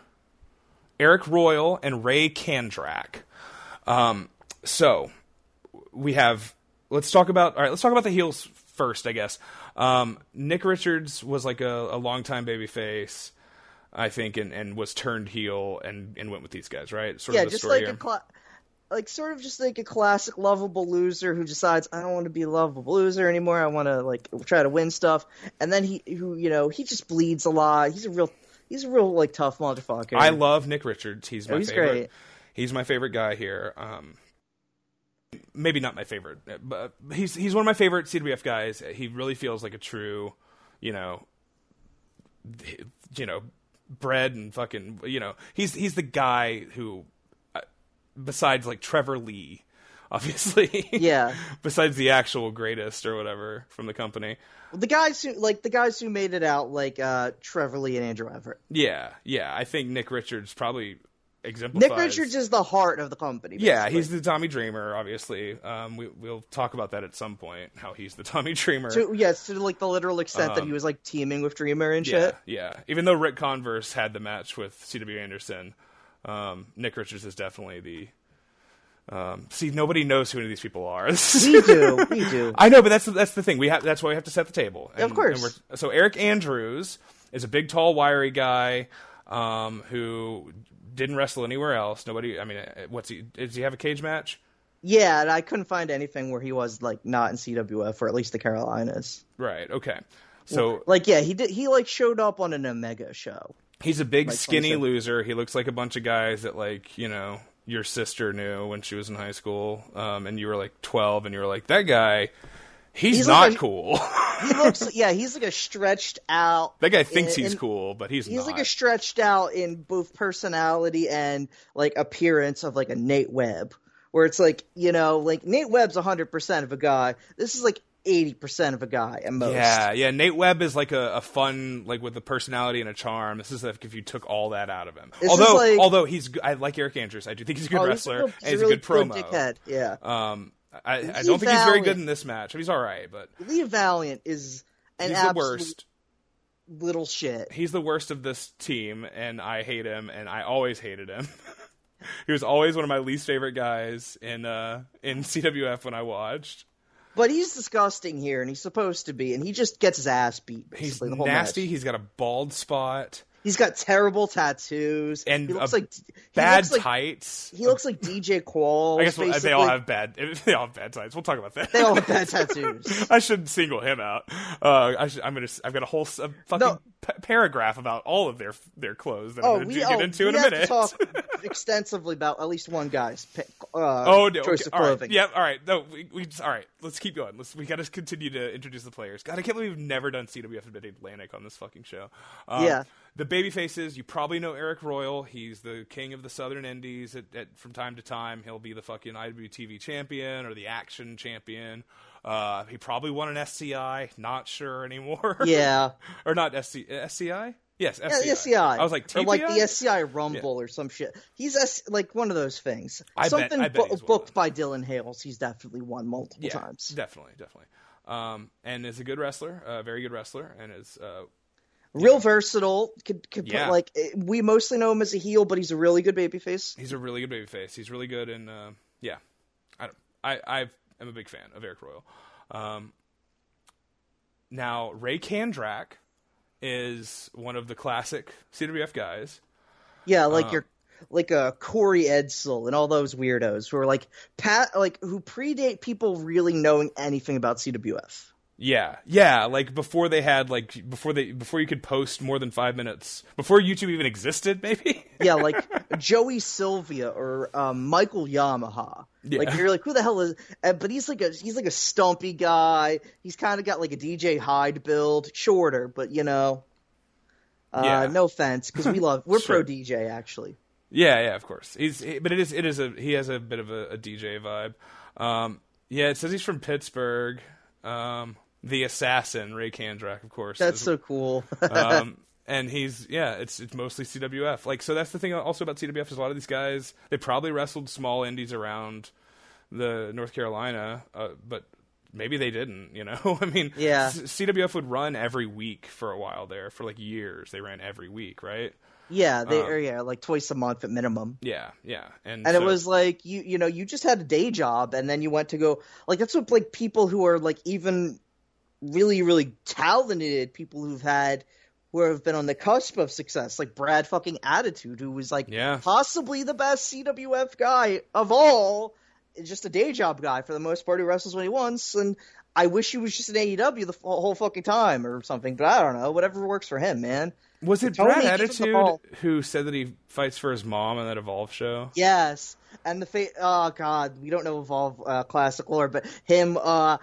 Eric Royal, and Ray Kandrak. Um, so we have. Let's talk about. All right, let's talk about the heels first, I guess. Um, Nick Richards was like a, a longtime baby face, I think, and, and was turned heel and, and went with these guys, right? Sort
yeah,
of the
just
story
like a
here.
cla- like sort of just like a classic lovable loser who decides I don't want to be a lovable loser anymore. I want to like try to win stuff, and then he who you know he just bleeds a lot. He's a real he's a real like tough motherfucker.
I love Nick Richards. He's my
Oh, he's
favorite.
great.
He's my favorite guy here. Um, maybe not my favorite, but he's he's one of my favorite CWF guys. He really feels like a true, you know, you know, bred and fucking, you know, he's he's the guy who, uh, besides like Trevor Lee, obviously,
yeah.
besides the actual greatest or whatever from the company,
The guys who like the guys who made it out like uh Trevor Lee and Andrew Everett.
yeah, yeah. I think Nick Richards probably exemplifies.
Nick Richards is the heart of the company.
Yeah,
basically.
he's the Tommy Dreamer, obviously. Um, we, we'll talk about that at some point, how he's the Tommy Dreamer.
to yes to like the literal extent that he was like teaming with Dreamer and
yeah,
shit.
yeah. Even though Rick Converse had the match with C.W. Anderson, um, Nick Richards is definitely the. Um, see, nobody knows who any of these people are.
We do, we do.
I know, but that's that's the thing. We have that's why we have to set the table. And-
Of
and
course.
we're- so Eric Andrews is a big, tall, wiry guy um, who didn't wrestle anywhere else. Nobody. I mean, uh, what's he? Does he have a cage match?
Yeah, and I couldn't find anything where he was like not in CWF or at least the Carolinas.
Right. Okay. So
Like, yeah, he did. He like showed up on an Omega show.
He's a big,
Like
skinny
27.
loser. He looks like a bunch of guys that, like, you know, your sister knew when she was in high school, um, and you were like 12, and you were like, that guy, he's,
He's
not
like a-
cool.
He looks, yeah, he's like a stretched out.
that guy thinks
and-
he's
and
cool, but he's,
He's
not.
like a stretched out in both personality and like appearance of like a Nate Webb, where it's like you know, like Nate Webb's hundred percent of a guy. This is like eighty percent of a guy at most.
yeah, yeah. Nate Webb is like a, a fun, like with a personality and a charm. This is like if you took all that out of him.
This is
although,
like-
although he's, g- I like Eric Andrews. I do think he's a good
Oh, he's a
wrestler.
real-
and he's a,
really
good promo.
dickhead. Yeah,
Um, I, I
Lee
don't think he's very good
Valiant.
in this match. He's all right, but
Lee Valiant is an
he's the
absolute
worst.
little shit.
he's the worst of this team, and I hate him, and I always hated him. he was always one of my least favorite guys in uh, in CWF when I watched.
But he's disgusting here, and he's supposed to be, and he just gets his ass beat.
He's
Basically, the whole
nasty.
match.
He's got a bald spot,
He's got terrible tattoos,
And
he looks
a
like he
bad
looks like,
tights.
He looks like DJ Qualls.
I guess we'll-
basically.
they all have bad. They all have bad tights. We'll talk about that.
They all have bad tattoos.
I should single him out. Uh, I should, I'm gonna. s- I've got a whole s- a fucking
No.
p- paragraph about all of their their clothes that
Oh,
I'm gonna
we,
do-
oh,
get into
we
in a
have
minute.
to talk extensively about at least one guy's pick, uh,
Oh no! okay,
choice of
all right.
clothing.
Yeah. All right. No. We, we just, all right. Let's keep going. Let's. We got to continue to introduce the players. God, I can't believe we've never done CWF and Mid Atlantic on this fucking show. Um,
Yeah.
The baby faces. You probably know Eric Royal. He's the king of the Southern Indies. At, at, from time to time, he'll be the fucking IWTV champion or the Action champion. Uh, he probably won an SCI. Not sure anymore.
Yeah.
or not SC, SCI. Yes. SCI.
Yeah, the SCI.
I was like,
or like
TPI?
the SCI Rumble or some shit. He's S- like one of those things.
I bet-
Something
I bet
bu-
he's won
booked
them.
by Dylan Hales. He's definitely won multiple
yeah,
times.
Definitely, definitely. Um, and is a good wrestler, a very good wrestler, and is uh,
real versatile. Could, could put,
Yeah.
like eh, we mostly know him as a heel, but he's a really good babyface.
he's a really good babyface. He's really good, and uh, yeah, I don't, I I am a big fan of Eric Royal. Um, now Ray Kandrak is one of the classic CWF guys.
Yeah, like your like uh, Corey Edsel and all those weirdos who are like pat like who predate people really knowing anything about CWF.
Yeah, yeah. Like before they had like before they before you could post more than five minutes before YouTube even existed, maybe.
Yeah, like Joey Sylvia or um, Michael Yamaha. Like
Yeah.
you're like who the hell is? Uh, but he's like a he's like a stumpy guy. He's kind of got like a DJ Hyde build, shorter, but you know. Uh,
Yeah.
No offense, because we love we're
Sure.
pro DJ actually.
Yeah, yeah, of course. He's he- but it is it is a he has a bit of a, a DJ vibe. Um, yeah, it says he's from Pittsburgh. Um, the assassin Ray Kandrak, of course.
That's
is-
so cool.
um, and he's yeah, it's it's mostly CWF. Like so that's the thing also about CWF is a lot of these guys they probably wrestled small indies around the North Carolina, uh, but maybe they didn't. You know, I mean,
Yeah.
C- CWF would run every week for a while there for like years. They ran every week, right?
Yeah, they
Um,
or yeah, like twice a month at minimum.
Yeah, yeah, and
And it
so-
was like you you know, you just had a day job and then you went to go like that's what like people who are like even really, really talented people who've had who have been on the cusp of success, like Brad fucking Attitude, who was like
Yeah.
possibly the best CWF guy of all, just a day job guy for the most part who wrestles when he wants. And I wish he was just in AEW the f- whole fucking time or something, but I don't know, whatever works for him, man.
was it
Tony
Brad
gave him the
Attitude
ball.
who said that he fights for his mom on that Evolve show?
Yes, and the fa- oh god, we don't know evolve uh, classic lore, but him, uh,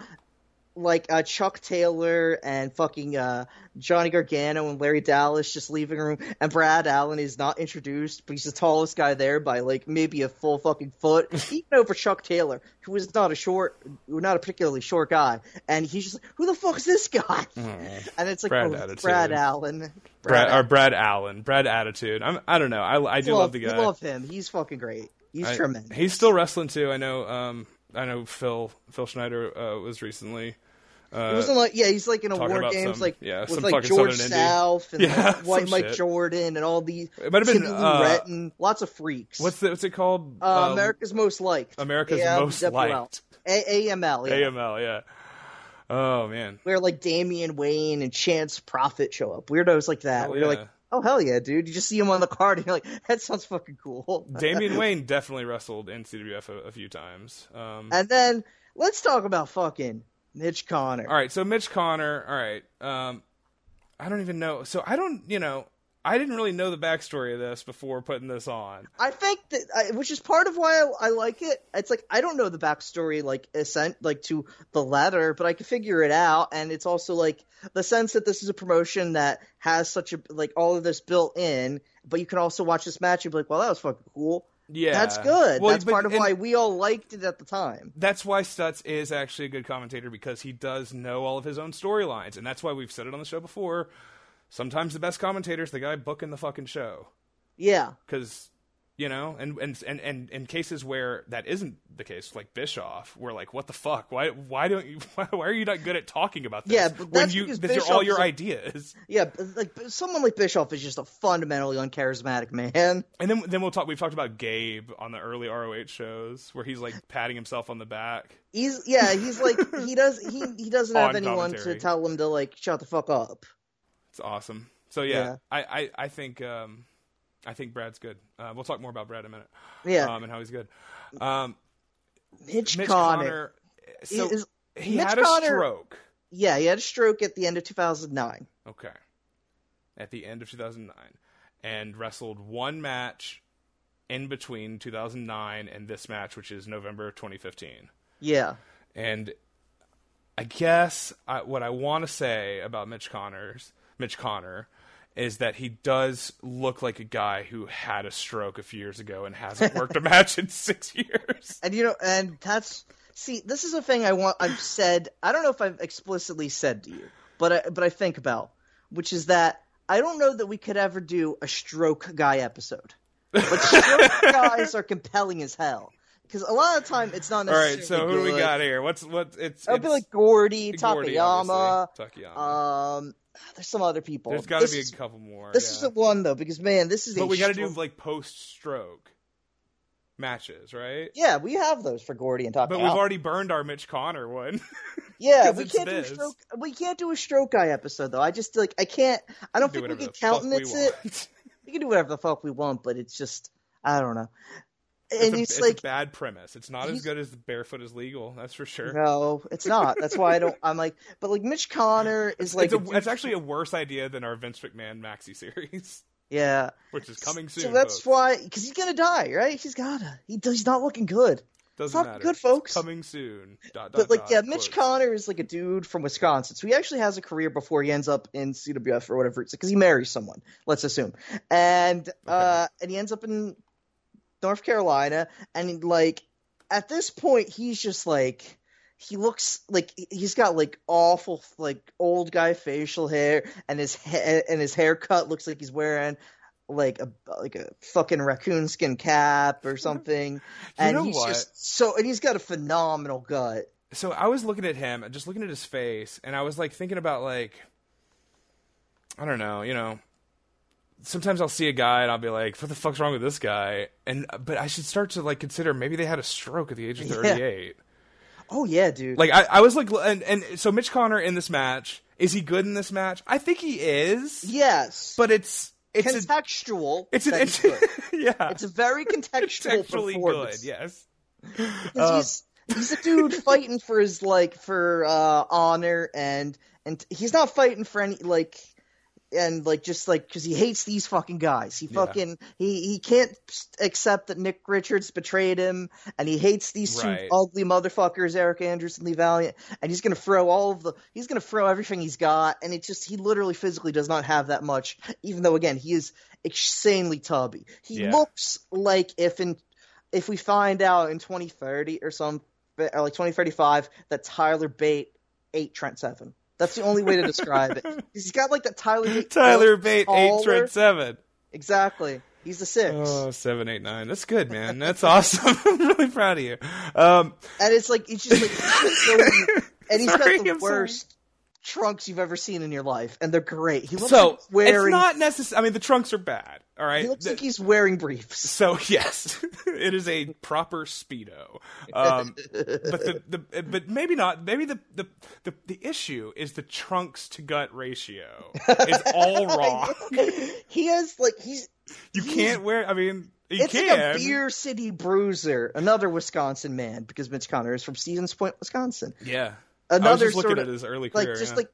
like uh, Chuck Taylor and fucking uh, Johnny Gargano and Larry Dallas just leaving a room, and Brad Allen is not introduced, but he's the tallest guy there by like maybe a full fucking foot, even over Chuck Taylor, who is not a short, not a particularly short guy, and he's just like, who the fuck is this guy? And it's like
Mm. Brad
oh,
Attitude.
Brad Allen,
Brad, or Brad Allen, Brad Attitude. I'm, I don't know. I, I do love, the
we
guy.
love him. He's fucking great. He's
I-
tremendous.
He's still wrestling too. I know. Um, I know Phil Phil Schneider uh, was recently.
He was in like yeah, he's like in a
talking
war
about
games
some-
like
yeah,
with
some
like
fucking
George
Southern indie.
South and
Yeah,
like, White
some
Mike
shit.
Jordan and all these.
It might have been,
Timmy Lou
uh,
Retton, lots of freaks.
What's the, what's it called?
uh,
Um,
America's Most Liked?
America's
AMWL.
Most Liked.
A- AML. Yeah.
AML. Yeah. Oh man.
Where like Damian Wayne and Chance Prophet show up, weirdos like that.
Hell
We're
yeah.
like, oh hell yeah, dude! You just see him on the card, and you're like, that sounds fucking cool.
Damian Wayne definitely wrestled in CWF a, a few times. Um,
and then let's talk about fucking Mitch Connor.
all right, so Mitch Connor. All right, um, I don't even know. So I don't, you know, I didn't really know the backstory of this before putting this on.
I think that, I, which is part of why I, I like it. It's like I don't know the backstory, like ascent, like to the letter, but I can figure it out. And it's also like the sense that this is a promotion that has such a like all of this built in, but you can also watch this match and be like, "Well, that was fucking cool.
Yeah,
That's good.
Well,
That's
but-
part of
and-
why we all liked it at the time."
that's why Stutz is actually a good commentator because he does know all of his own storylines, and that's why we've said it on the show before. Sometimes the best commentator is the guy booking the fucking show
Yeah,
because you know, and and and and in cases where that isn't the case, like Bischoff, we're like, what the fuck? Why why don't you? Why, why are you not good at talking about this?
Yeah,
when
but that's
you
because
these are
Bischoff
all
is
your
a-
ideas,
yeah. but, Like but someone like Bischoff is just a fundamentally uncharismatic man.
and then then we'll talk. We've talked about Gabe on the early ROH shows where he's like patting himself on the back.
He's yeah. He's like he does he he doesn't have
On
anyone
commentary.
to tell him to like shut the fuck up.
It's awesome. So yeah,
Yeah.
I, I I think um I think Brad's good. Uh, we'll talk more about Brad in a minute.
Yeah.
Um, and how he's good. Um,
Mitch,
Mitch
Connor.
Connor. So
is-
he
Mitch
had a
Connor-
stroke.
Yeah, he had a stroke at the end of 2009.
Okay. At the end of 2009, and wrestled one match in between 2009 and this match, which is November 2015.
Yeah.
And I guess I, what I want to say about Mitch Connors, Mitch Connor, is that he does look like a guy who had a stroke a few years ago and hasn't worked a match in six years.
And you know and that's see, this is a thing I want I've said, I don't know if I've explicitly said to you, but I, but I think about, which is that I don't know that we could ever do a stroke guy episode. But stroke guys are compelling as hell. Because a lot of time it's not
All
necessarily
right, so who do we
good.
got here? What's what? It's
It would
it's
be like Gordy,
Gordy,
Takayama,
obviously. Takayama.
um, there's some other people.
There's got to
This
be
is-
a couple more.
This
yeah.
is the one though, because man, this is a
but we got to do
stroke-
like post-stroke matches, right?
Yeah, we have those for Gordy and Takayama.
But we've already burned our Mitch Connor one.
yeah,
'cause
we
it's
can't do
this.
a stroke. We can't do a stroke guy episode though. I just like I can't. I don't
do
think we
whatever
can
the fuck we
countenance it.
want.
We can do whatever the fuck we want, but it's just I don't know.
It's,
And
a,
it's,
it's
like
a bad premise. It's not as
he's-
good as barefoot is legal. That's for sure.
no, it's not. That's why I don't. I'm like, but like Mitch Connor is like,
it's,
a dude-
a, it's actually a worse idea than our Vince McMahon maxi series,
yeah.
which is coming soon.
so that's
folks.
why, because he's gonna die, right? He's gotta. He, he's not looking good.
doesn't
not
matter.
good,
It's
folks.
coming soon. Dot,
But
dot,
like,
dot,
yeah, Mitch
quotes.
Connor is like a dude from Wisconsin, so he actually has a career before he ends up in CWF or whatever it's because he marries someone. Let's assume, and uh, and he ends up in North Carolina, and like at this point, he's just like he looks like he's got like awful like old guy facial hair, and his ha- and his haircut looks like he's wearing like a like a fucking raccoon skin cap or something.
You
and
know
he's
what?
just so and he's got a phenomenal gut.
so I was looking at him, just looking at his face, and I was like thinking about like I don't know, you know. Sometimes I'll see a guy and I'll be like, "What the fuck's wrong with this guy?" And but I should start to like consider maybe they had a stroke at the age of
Yeah.
thirty-eight.
Oh yeah, dude.
Like I, I was like, and, and so Mitch Connor in this match is he good in this match? I think he is,
yes,
but it's it's a,
contextual.
it's an
that
it's,
he's good.
yeah,
It's a very contextual
actually good.
performance.
Yes, Um,
'Cause he's he's a dude fighting for his like for uh honor and and he's not fighting for any like and like just like because he hates these fucking guys he
Yeah.
fucking he he can't accept that nick richards betrayed him and he hates these
Right.
two ugly motherfuckers eric andrews and lee valiant and he's gonna throw all of the he's gonna throw everything he's got and it just he literally physically does not have that much even though again he is insanely tubby he
Yeah.
looks like if in if we find out in 2030 or some or like 2035 that Tyler Bate ate Trent Seven. That's the only way to describe it. 'Cause He's got like that Tyler Bate.
Tyler
look,
Bate eight
taller.
Trent seven.
Exactly. He's the six,
Oh, seven, eight, nine. That's good, man. That's awesome. I'm really proud of you. Um,
and it's like it's just like he's so- and he's
Sorry,
got the
I'm sorry.
worst trunks you've ever seen in your life, and they're great. He looks
so
like he's wearing.
it's not necessary. I mean, the trunks are bad. All right.
he looks
The-
like he's wearing briefs.
so yes, it is a proper speedo. Um, but the, the but maybe not. Maybe the, the the the issue is the trunks to gut ratio is all wrong.
he has like he's
You can't wear. I mean, you
it's
can.
like a beer city bruiser, another Wisconsin man, because Mitch Connor is from Stevens Point, Wisconsin.
Yeah. I was
Another
just looking
sort
at
of
his early
like
career.
just
yeah.
like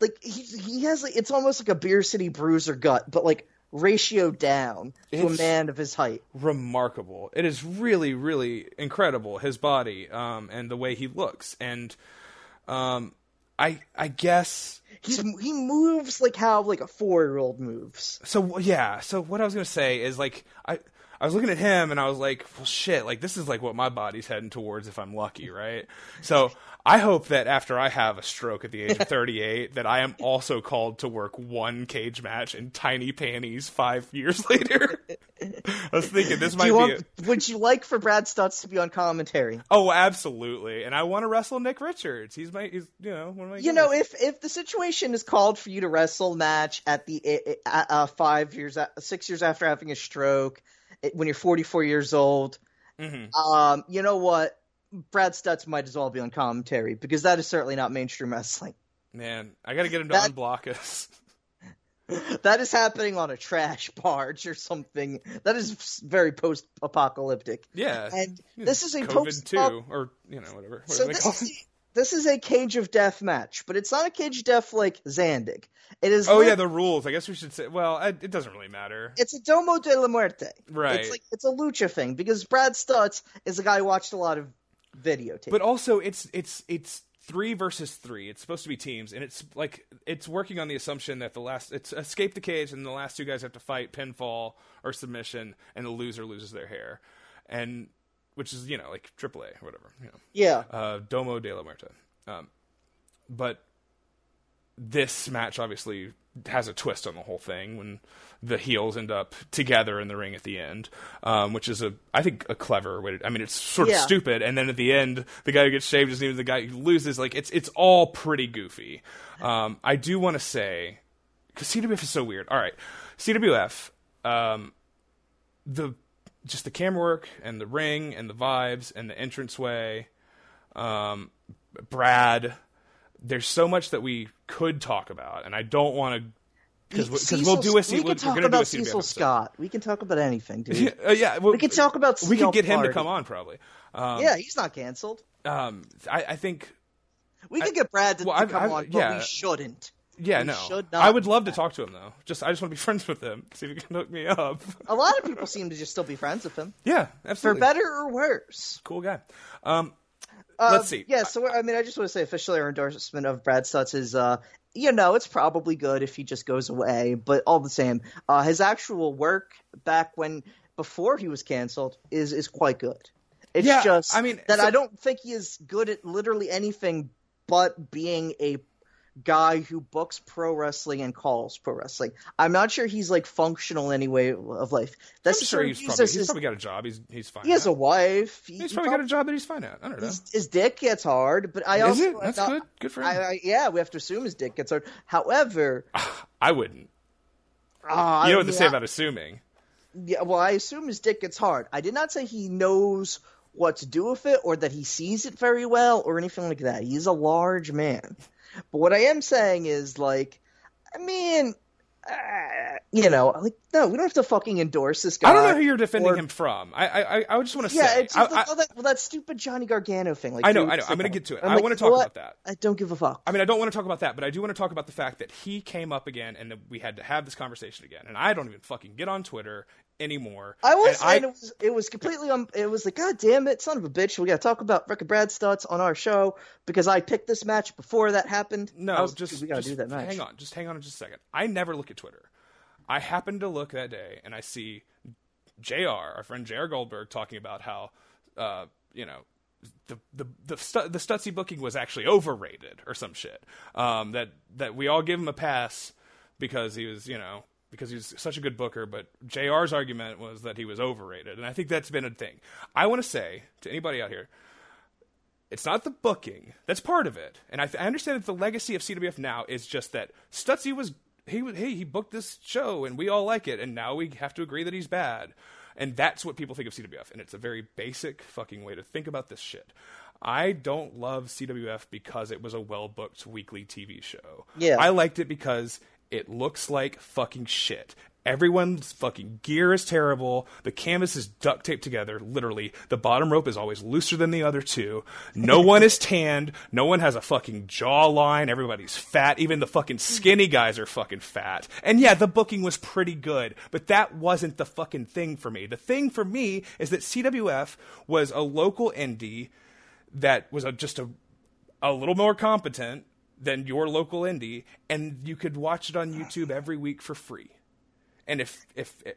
like he he has like it's almost like a beer city bruiser gut, but like ratio down to a
It's-
man of his height.
remarkable. It is really, really incredible his body um, and the way he looks. And um, I, I guess
He's he moves like how like a four year old moves.
so. Yeah. So what I was gonna say is like I. I was looking at him and I was like, "Well, shit! Like this is like what my body's heading towards if I'm lucky, right?" So I hope that after I have a stroke at the age of 38, that I am also called to work one cage match in tiny panties five years later. I was thinking this
Do
might
you
be. a-
want, would you like for Brad Stutz to be on commentary?
Oh, absolutely. And I want to wrestle Nick Richards. He's my, he's you know one of my.
You
guys.
know, if if the situation is called for you to wrestle a match at the eh, eh, uh, uh, five years, a- six years after having a stroke, eh, when you're 44 years old,
Mhm.
um, you know what? Brad Stutz might as well be on commentary because that is certainly not mainstream wrestling.
man, I got to get him to
That-
unblock us.
That is happening on a trash barge or something. That is very post-apocalyptic.
Yeah,
And this is a
COVID
post
too, or you know whatever. What
So
do they
this
call
is,
it?
a- this is a cage of death match, but it's not a cage of death like Zandig. It is
Oh
lit-
yeah, the rules. I guess we should say. Well, I, it doesn't really matter.
it's a Domo de la Muerte.
Right.
It's like it's a lucha thing because Brad Stutz is a guy who watched a lot of videotape.
But also, it's it's it's three versus three. It's supposed to be teams, and it's like it's working on the assumption that the last it's escape the cage, and the last two guys have to fight pinfall or submission, and the loser loses their hair, and which is you know like AAA or whatever. You know.
yeah.
uh, Domo de la Muerte. Um, but this match obviously has a twist on the whole thing when the heels end up together in the ring at the end, um, which is a I think a clever way. To, I mean, it's sort of
Yeah.
stupid, and then at the end, the guy who gets shaved is even the guy who loses. Like it's it's all pretty goofy. Um, I do want to say because CWF is so weird. All right, CWF, um, the just the camera work and the ring and the vibes and the entranceway, um, Brad. There's so much that we could talk about, and I don't want to because we'll
Cecil-
do a C.
we
we're
can talk
gonna do a
about
CWF
Cecil
episode.
Scott. We can talk about anything, dude.
Yeah, uh, yeah, well,
We could talk about
We
CL
could get him to
Party.
come on probably. Um,
yeah, he's not canceled.
um, I, I think
We could get Brad to,
well,
to
I've-
come
I've-
on, but
yeah.
we shouldn't.
yeah,
We
no,
should not
I would
do
love to talk to him though. Just I just want to be friends with him. See if he can hook me up.
A lot of people seem to just still be friends with him,
yeah,
for
absolutely.
better or worse.
cool guy. Um,
Uh,
Let's see.
Yeah, so I mean, I just want to say officially our endorsement of Brad Stutz is, uh, you know, it's probably good if he just goes away, but all the same, uh, his actual work back when before he was canceled is is quite good. It's
Yeah,
just
I mean,
that
so-
I don't think he is good at literally anything but being a guy who books pro wrestling and calls pro wrestling. I'm not sure he's like functional in any way of life. That's
I'm sure
the sort of
he's
Jesus
probably, he's
is-
probably got a job. He's he's fine.
he has a
now.
wife. He-
He's
he
probably
prob-
got a job that he's fine at. I don't know.
his, his dick gets hard, but I
Is
also
it? That's
I-
good. Good for him.
I, I, yeah, we have to assume his dick gets hard. However,
I wouldn't.
ah,
You know
I
what to
mean,
say
I-
about assuming.
Yeah, well, I assume his dick gets hard. I did not say he knows what to do with it or that he sees it very well or anything like that. He's a large man. But what I am saying is, like, I mean, uh, you know, like, no, we don't have to fucking endorse this guy.
I don't know who you're defending
or-
him from. I I I- I just want to
Yeah,
say.
it's
I,
just like,
I-
all that, well, that stupid Johnny Gargano thing. Like,
I know,
dude,
I know.
it's
I'm
like-
gonna get to it.
I'm
I
like,
wanna
you
talk
know
about
what?
that.
I don't give a fuck.
I mean, I don't want to talk about that, but I do want to talk about the fact that he came up again, and that we had to have this conversation again. And I don't even fucking get on Twitter anymore.
I was,
And I-
and it was, it was completely, um, it was like, God damn it, son of a bitch, we gotta talk about Rick and Brad Stutz on our show because I picked this match before that happened. I
No,
was like,
just
dude, we gotta
just
do that match.
Hang on, just hang on just a second. I never look at Twitter. I happen to look that day and I see JR, our friend JR Goldberg, talking about how uh, you know, the the the, stu- the Stutzy booking was actually overrated or some shit. Um, that that we all give him a pass because he was, you know, because he was such a good booker, but JR's argument was that he was overrated. And I think that's been a thing. I want to say to anybody out here, it's not the booking. That's part of it, and I, I understand that the legacy of CWF now is just that Stutzy was he was hey he booked this show and we all like it, and now we have to agree that he's bad, and that's what people think of CWF, and it's a very basic fucking way to think about this shit. I don't love CWF because it was a well booked weekly TV show.
Yeah.
I liked it because it looks like fucking shit. Everyone's fucking gear is terrible. The canvas is duct taped together, literally. The bottom rope is always looser than the other two. No one is tanned. No one has a fucking jawline. Everybody's fat. Even the fucking skinny guys are fucking fat. And yeah, the booking was pretty good, but that wasn't the fucking thing for me. The thing for me is that CWF was a local indie that was a, just a a little more competent than your local indie, and you could watch it on YouTube every week for free. And if if it,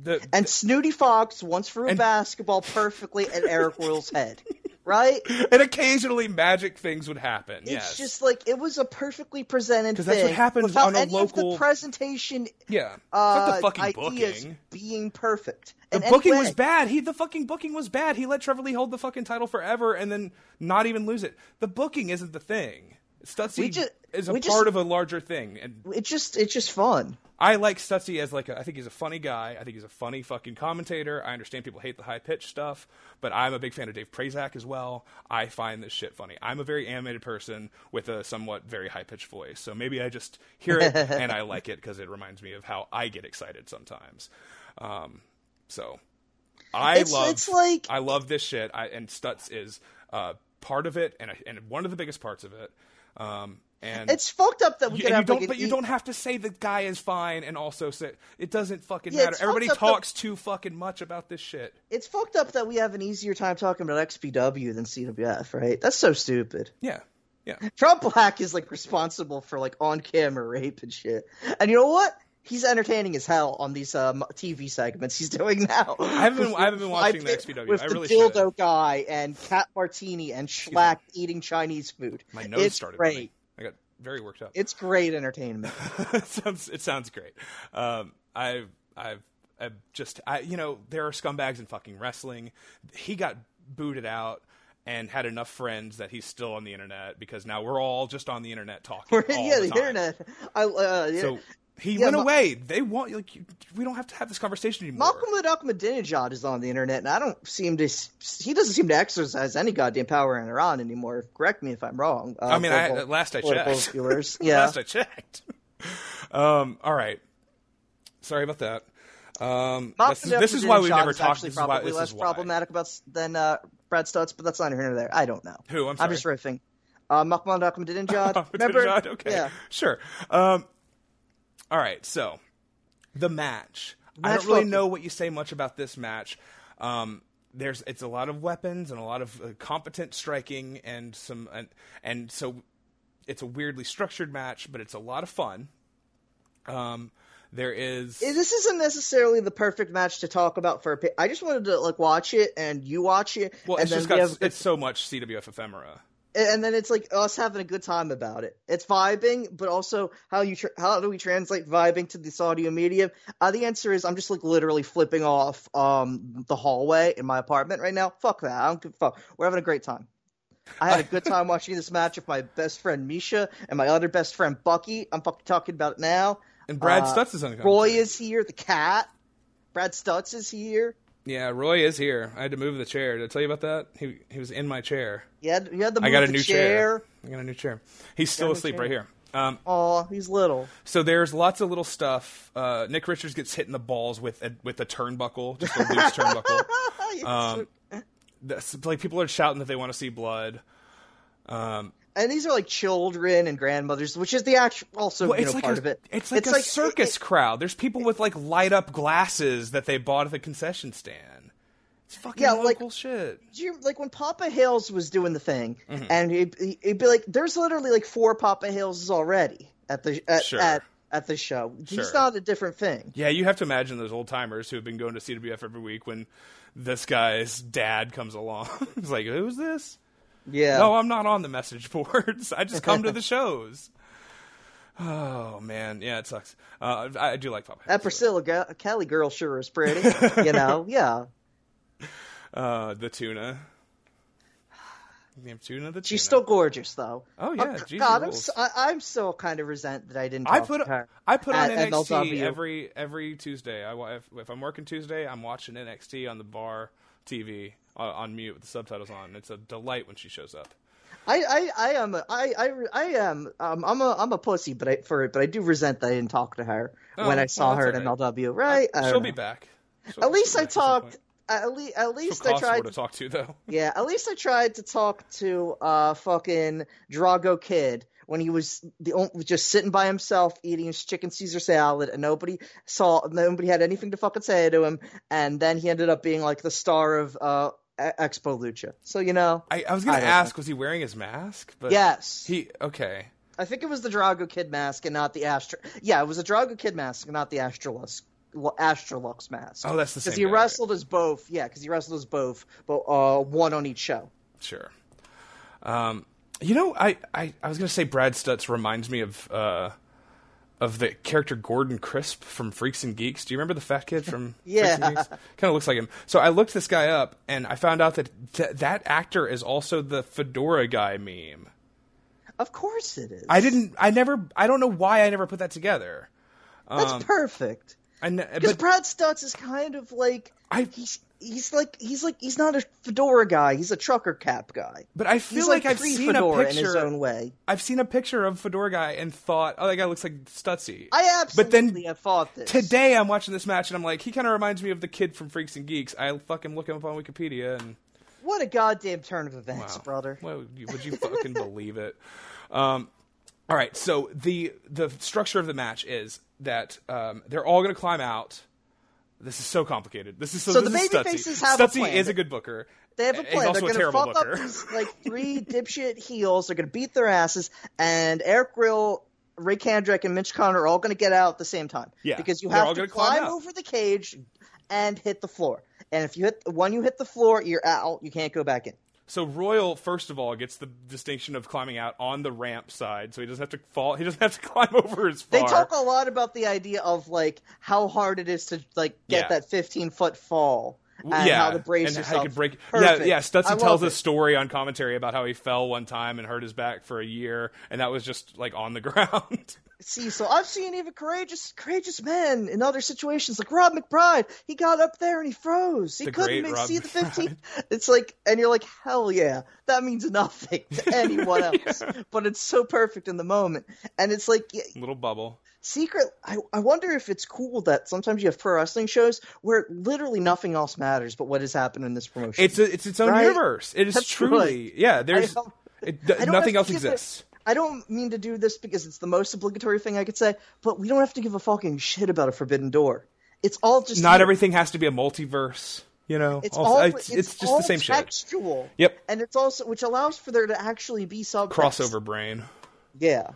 the
And Snooty Fox once threw a basketball perfectly at Eric Royal's head, right?
and occasionally magic things would happen. yes.
It's just like it was a perfectly presented thing.
that's what happens
without
on a
any of
local-
the presentation.
yeah. it's
Uh,
not the fucking
ideas
booking.
being perfect.
The
in any
booking
way.
was bad. He the fucking booking was bad. He let Trevor Lee hold the fucking title forever and then not even lose it. The booking isn't the thing.
We
Stutzy
ju-
is a
we
part
just-
of a larger thing, and
It just, it's just fun.
I like Stutzy as like a, I think he's a funny guy. I think he's a funny fucking commentator. I understand people hate the high pitched stuff, but I'm a big fan of Dave Prazak as well. I find this shit funny. I'm a very animated person with a somewhat very high pitched voice, so maybe I just hear it and I like it because it reminds me of how I get excited sometimes. Um, so I
It's-
love
it's like-
I love this shit. I, and Stutz is uh, part of it and a, and one of the biggest parts of it. Um, and
It's fucked up that we
you, and
could
you
have
don't,
like an
but you
e-
don't have to say the guy is fine and also say it doesn't fucking
Yeah,
matter.
it's fucked
Everybody
up the-
talks too fucking much about this shit.
it's fucked up that we have an easier time talking about XPW than CWF, right? That's so stupid.
Yeah, yeah.
Trump Black is like responsible for like on camera rape and shit. And you know what? He's entertaining as hell on these um, TV segments he's doing now. I
haven't been- I haven't been watching the XPW.
With
I
the
really
dildo
should.
guy and Cat Martini and Schlack eating Chinese food.
My nose
it's
started.
great.
running. I got very worked up.
It's great entertainment.
it sounds it sounds great. Um, I've I've I've just I you know there are scumbags in fucking wrestling. He got booted out and had enough friends that he's still on the internet because now we're all just on the internet talking.
We're-
all
yeah,
the
the,
time.
internet. I, uh, yeah.
So he
Yeah,
went
Ma-
away. They want like you- we don't have to have this conversation anymore.
Malcolm Ahmadinejad is on the internet, and I don't seem to. He doesn't seem to exercise any goddamn power in Iran anymore. Correct me if I'm wrong. Uh,
I mean, I-
global-
last I
global
checked.
viewers. Yeah.
Last I checked. um, all right. Sorry about that. Um,
Malcolm
this, this is why we
Ahmadinejad
never
is
talked.
Actually,
This is
probably
why. This
less
is why.
problematic about s- than uh, Brad Stutz, but that's not here nor there. I don't know.
Who? I'm
I'm just
sorry.
riffing. Uh, Mahmoud Ahmadinejad. Remember?
Ahmadinejad? Okay.
Yeah.
Sure. Um, all right. So the match. I
Match
don't really
was-
know what you say much about this match. Um, there's it's a lot of weapons and a lot of uh, competent striking and some and, and so it's a weirdly structured match, but it's a lot of fun. Um, there is
This isn't necessarily the perfect match to talk about for a. pi- I just wanted to like watch it and you watch it,
well,
and
it's
then
just
we
got
have
it's so much CWF ephemera.
and then it's like us having a good time about it. It's vibing, but also how you tr how do we translate vibing to this audio medium? Uh, the answer is I'm just like literally flipping off um the hallway in my apartment right now. Fuck that. I don't give a fuck. We're having a great time. I had a good time watching this match with my best friend Misha and my other best friend Bucky. I'm fucking talking about it now.
And Brad
Uh,
Stutz is on.
Roy
commentary.
is here, the cat. Brad Stutz is here.
Yeah, Roy is here. I had to move the chair. Did I tell you about that? He he was in my chair.
You had, you had the
I got
move
a
the
new chair. I got a new chair. He's
a
still
new
asleep
chair.
right here. Um,
Aw, he's little.
so there's lots of little stuff. Uh, Nick Richards gets hit in the balls with a, with a turnbuckle, just a loose turnbuckle. Um, that's, like people are shouting that they want to see blood.
and these are like children and grandmothers, which is the actual also
Well,
you
it's,
know
like
part
a,
of it.
it's like a circus
it-
crowd. There's people with like light up glasses that they bought at the concession stand. It's fucking
Yeah, like-
local shit.
it- do you- like when Papa Hales was doing the thing,
Mm-hmm.
and he'd, he'd be like, "There's literally like four Papa Haleses already at the at
Sure.
at, at the show.
Sure.
He's not a different thing."
Yeah, you have to imagine those old timers who have been going to CWF every week when this guy's dad comes along. He's like, "Who's this?"
Yeah,
No, I'm not on the message boards. I just come to the shows. Oh man, yeah, it sucks. Uh, I, I do like Papa.
that Priscilla Ga- Kelly girl sure is pretty. you know, yeah,
Uh, the tuna. Damn tuna. The
she's
tuna.
still gorgeous though.
Oh, yeah, geez,
God, I'm
rules.
so, I, I'm so kind of resent that I didn't.
I
talk
put
to her
I put on NXT
at MLW.
every every Tuesday. I wa- if, if I'm working Tuesday, I'm watching NXT on the bar TV on, on mute with the subtitles on. It's a delight when she shows up.
I, I, I am a, I, I, I am um, I'm a I'm a pussy, but I, for it, but I do resent that I didn't talk to her
Oh,
when I saw
well,
her
that's
at
all
MLW. Right? I don't
She'll be
know.
back. She'll-
At least
she'll be
I
back at some
talked.
point.
At, le- at least I
She'll cost more
tried.
to talk to though.
yeah, at least I tried to talk to uh fucking Drago Kid when he was the only, just sitting by himself eating his chicken Caesar salad and nobody saw nobody had anything to fucking say to him, and then he ended up being like the star of uh E- Expo Lucha. So you know,
I, I was gonna
I don't
ask, was he wearing his mask? But
yes.
he okay.
I think it was the Drago Kid mask and not the Astro. Yeah, it was the Drago Kid mask and not the Astrolux well, Astrolux mask.
Oh, that's the same
Because he
guy, right?
wrestled as both. Yeah, because he wrestled as both, but uh, one on each show.
Sure. Um, you know, I, I, I was gonna say Brad Stutz reminds me of uh, of the character Gordon Crisp from Freaks and Geeks. Do you remember the fat kid from Freaks
Yeah.
and Geeks? Kind of looks like him. So I looked this guy up, and I found out that th- that actor is also the fedora guy meme.
Of course it is.
I didn't. I never. I don't know why I never put that together.
That's perfect.
I ne-
Because
um, but
Brad Stutz is kind of like
I-
he's he's like he's like he's not a fedora guy. He's a trucker cap guy.
but I feel
he's
like, I've seen a
pre-fedora
picture.
in his own way.
I've seen a picture of fedora guy and thought, oh, that guy looks like Stutzy.
I
But then
absolutely have thought this
today I'm watching this match and I'm like, he kind of reminds me of the kid from Freaks and Geeks. I fucking look him up on Wikipedia and
What a goddamn turn of events,
wow.
brother.
Well, you- would you fucking believe it? Um, all right, so the the structure of the match is that um, they're all going to climb out. This is so complicated. This is so.
So
this
the
is Stutzy.
babyfaces have a
Stutzy
plan.
is a good booker.
They have a
and
plan.
He's also
They're
a
going
terrible
to fuck
booker.
up these like three dipshit heels. They're going to beat their asses, and Eric Grill, Ray Kandrick, and Mitch Connor are all going to get out at the same time.
Yeah.
because you
They're
have
all
to
gonna climb
climb
out.
over the cage and hit the floor. And if you hit when you hit the floor, you're out. You can't go back in.
So Royal, first of all, gets the distinction of climbing out on the ramp side, so he doesn't have to fall. He doesn't have to climb over as far.
They talk a lot about the idea of like how hard it is to like get
Yeah.
that 15 foot fall. And
yeah,
how to brace
and
yourself.
How you could break.
Perfect.
Yeah, yeah.
I
Stutzy
love
tells a
it.
story on commentary about how he fell one time and hurt his back for a year, and that was just like on the ground.
See, so I've seen even courageous, courageous men in other situations, like Rob McBride. He got up there and he froze. He
The great
couldn't make,
Rob
see the 15. It's like, and you're like, hell yeah, that means nothing to anyone else. But it's so perfect in the moment, and it's like y-
Little bubble.
secret. I, I wonder if it's cool that sometimes you have pro wrestling shows where literally nothing else matters but what has happened in this promotion.
It's a, it's its own
Right?
universe. It is
That's
truly yeah. There's
don't-
it, d-
I don't
nothing
have
else
to give a-
exists.
I don't mean to do this because it's the most obligatory thing I could say, but we don't have to give a fucking shit about a forbidden door. It's all just
Not
here.
everything has to be a multiverse. You know,
It's
Also-
all
it's, it's just
all
the same shit.
textual.
Yep.
and it's also which allows for there to actually be some
Crossover brain.
Yeah,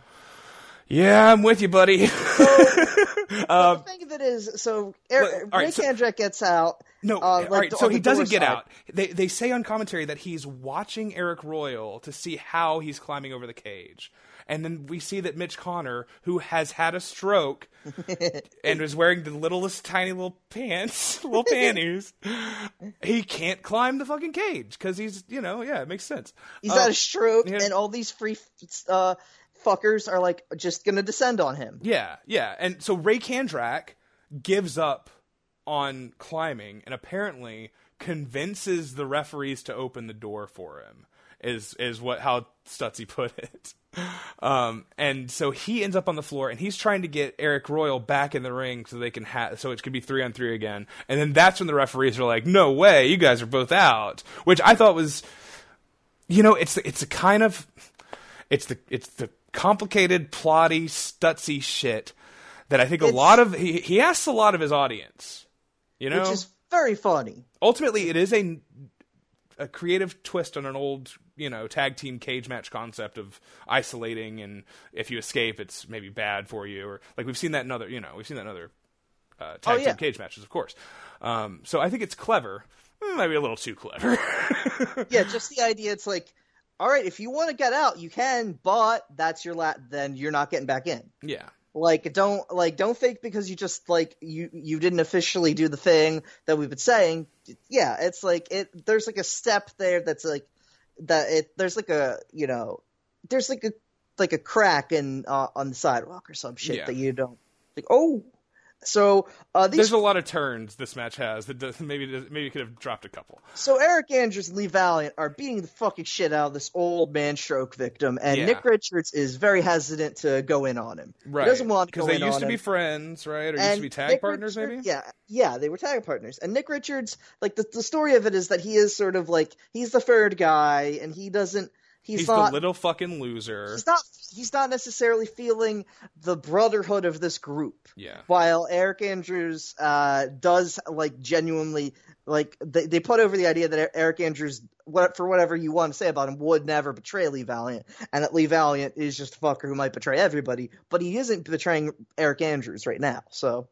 Yeah, I'm with you, buddy.
the thing that is, so er,
Uh, well, all right,
Nick
so-
Kendrick gets out.
No,
uh,
all
like,
right.
on
So
the
he doesn't
door
get
side.
out. They they say on commentary that he's watching Eric Royal to see how he's climbing over the cage, and then we see that Mitch Connor, who has had a stroke, and is wearing the littlest tiny little pants, little panties, he can't climb the fucking cage because he's you know yeah it makes sense.
He's
Uh,
had a stroke,
yeah.
and all these free uh, fuckers are like just gonna descend on him.
Yeah, yeah. And so Ray Kandrak gives up on climbing and apparently convinces the referees to open the door for him. Is is what how Stutzy put it. Um, and so he ends up on the floor and he's trying to get Eric Royal back in the ring so they can ha- so it could be 3 on 3 again. And then that's when the referees are like, "No way, you guys are both out." Which I thought was you know, it's it's a kind of it's the it's the complicated, plotty, stutzy shit that I think a
It's-
lot of he, he asks a lot of his audience. You know,
Which is very funny.
ultimately it is a a creative twist on an old you know tag team cage match concept of isolating and if you escape it's maybe bad for you or like we've seen that in other you know we've seen that in other uh, tag
Oh, yeah.
team cage matches of course um, so i think it's clever Mm, maybe a little too clever
Yeah, just the idea. It's like, all right, if you want to get out, you can, but that's your lat. Then you're not getting back in.
yeah
Like, don't like don't fake because you just like you you didn't officially do the thing that we've been saying. Yeah, it's like it. There's like a step there that's like that. It there's like a you know there's like a like a crack in uh, on the sidewalk or some shit
Yeah.
that you don't like. Oh, so uh, these
There's a lot of turns this match has that does, maybe maybe could have dropped a couple.
So Eric Andrews and Lee Valiant are beating the fucking shit out of this old man stroke victim, and
Yeah.
Nick Richards is very hesitant to go in on him. He doesn't want to go
because they
in
used
on
to be
him.
friends, right? Or used
And
to be tag
Nick
partners,
Richards-
maybe.
Yeah, yeah, they were tag partners. And Nick Richards, like the, the story of it is that he is sort of like he's the third guy, and he doesn't. He's,
He's,
not.
the little fucking loser.
he's not. He's not necessarily feeling the brotherhood of this group
yeah,
while Eric Andrews uh, does like genuinely like they, they put over the idea that E-, Eric Andrews what for whatever you want to say about him would never betray Lee Valiant and that Lee Valiant is just a fucker who might betray everybody but he isn't betraying Eric Andrews right now so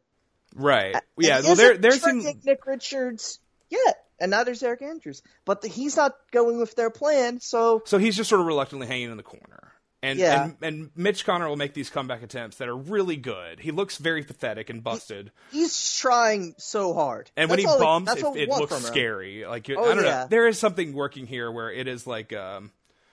right. Yeah.
Uh, And he
Well, there
isn't
there's some.
betraying Nick Richards yet and now there's Eric Andrews but the, he's not going with their plan so
So he's just sort of reluctantly hanging in the corner. And,
Yeah.
and and Mitch Connor will make these comeback attempts that are really good. He looks very pathetic and busted.
he's trying so hard
And when he
That's all
bumps,
that's
it,
all we
it
want
looks
from him.
scary. Like you,
Oh,
I don't
yeah.
know. There is something working here where it is like, um,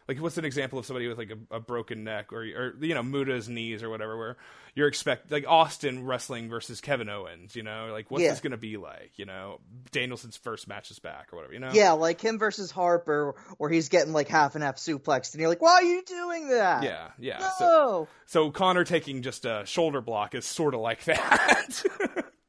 like what's an example of somebody with like a, a broken neck or or you know Muda's knees or whatever, where you're expect like Austin wrestling versus Kevin Owens. You know, like what's
Yeah.
this gonna be like? You know, Danielson's first match is back or whatever. You know,
Yeah, like him versus Harper, where he's getting like half and half suplexed, and you're like, "Why are you doing that?"
yeah, yeah.
No.
So, so Connor taking just a shoulder block is sort of like that.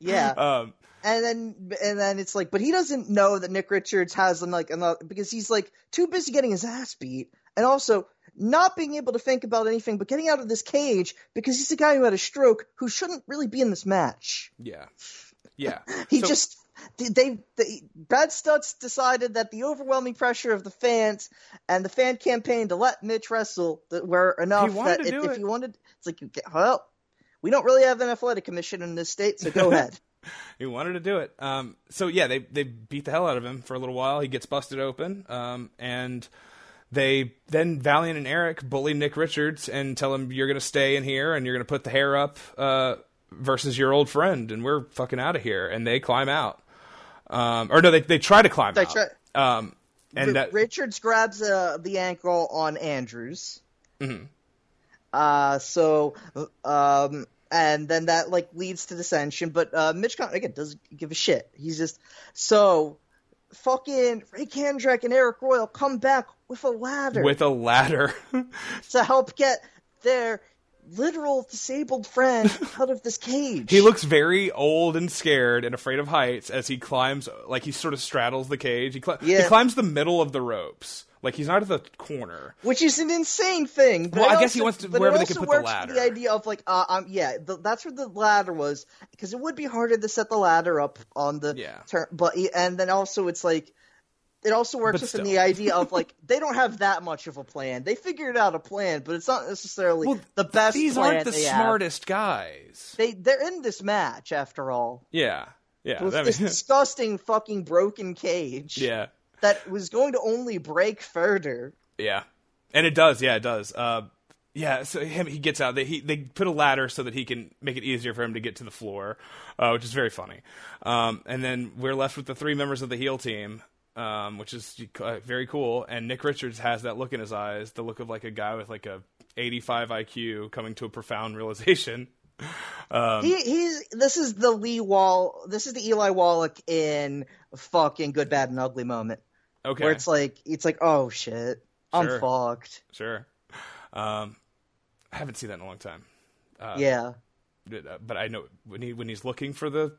yeah,
um,
and then and then it's like, but he doesn't know that Nick Richards has him like another because he's like too busy getting his ass beat, and also not being able to think about anything but getting out of this cage because he's a guy who had a stroke who shouldn't really be in this match.
yeah, yeah.
He
So-
just they, they Brad Stutz decided that the overwhelming pressure of the fans and the fan campaign to let Mitch wrestle that were enough
He wanted
that
to
if,
do
if
it.
he wanted, it's like you get well. We don't really have an athletic commission in this state, so go ahead.
He wanted to do it. Um, so yeah, they they beat the hell out of him for a little while. He gets busted open, um, and they then Valiant and Eric bully Nick Richards and tell him you're going to stay in here and you're going to put the hair up uh, versus your old friend, and we're fucking out of here. And they climb out, um, or no, they they try to climb out.
try-
um, and
R-
that,
Richards grabs uh, the ankle on Andrews.
Mm-hmm.
Uh, so um, and then that like leads to dissension, but uh, Mitch Con again doesn't give a shit. He's just so fucking Ray Kandrick and Eric Royal come back with a ladder
with a ladder.
to help get their literal disabled friend out of this cage.
He looks very old and scared and afraid of heights as he climbs, like he sort of straddles the cage. He, cli- he
Yeah.
climbs the middle of the ropes. Like he's not at the corner.
which is an insane thing. But
Well,
it
I guess he
also-
wants to-
but it
wherever they
also
can put the
works with
ladder.
The idea of like, uh, um, yeah, the, that's where the ladder was because it would be harder to set the ladder up on the
Yeah.
turn. But and then also it's like it also works
But
within
still.
the idea of like they don't have that much of a plan. They figured out a plan, but it's not necessarily the best.
These
plan
aren't the
they have.
smartest guys.
They they're in this match after all.
Yeah, yeah,
With
that
this
makes,
disgusting fucking broken cage
yeah,
that was going to only break further.
yeah, and it does. Yeah, it does. Uh, yeah, so him he gets out. They he, they put a ladder so that he can make it easier for him to get to the floor, uh, which is very funny. Um, and then we're left with the three members of the heel team. Um, which is uh, very cool, and Nick Richards has that look in his eyes, the look of like a guy with like a 85 IQ coming to a profound realization.
He he's this is the Lee Wall this is the Eli Wallach in fucking good, bad and ugly moment.
Okay,
Where it's like it's like, oh shit. I'm
Sure.
fucked.
Sure. Um, I haven't seen that in a long time, Uh,
yeah.
but uh, but I know when he when he's looking for the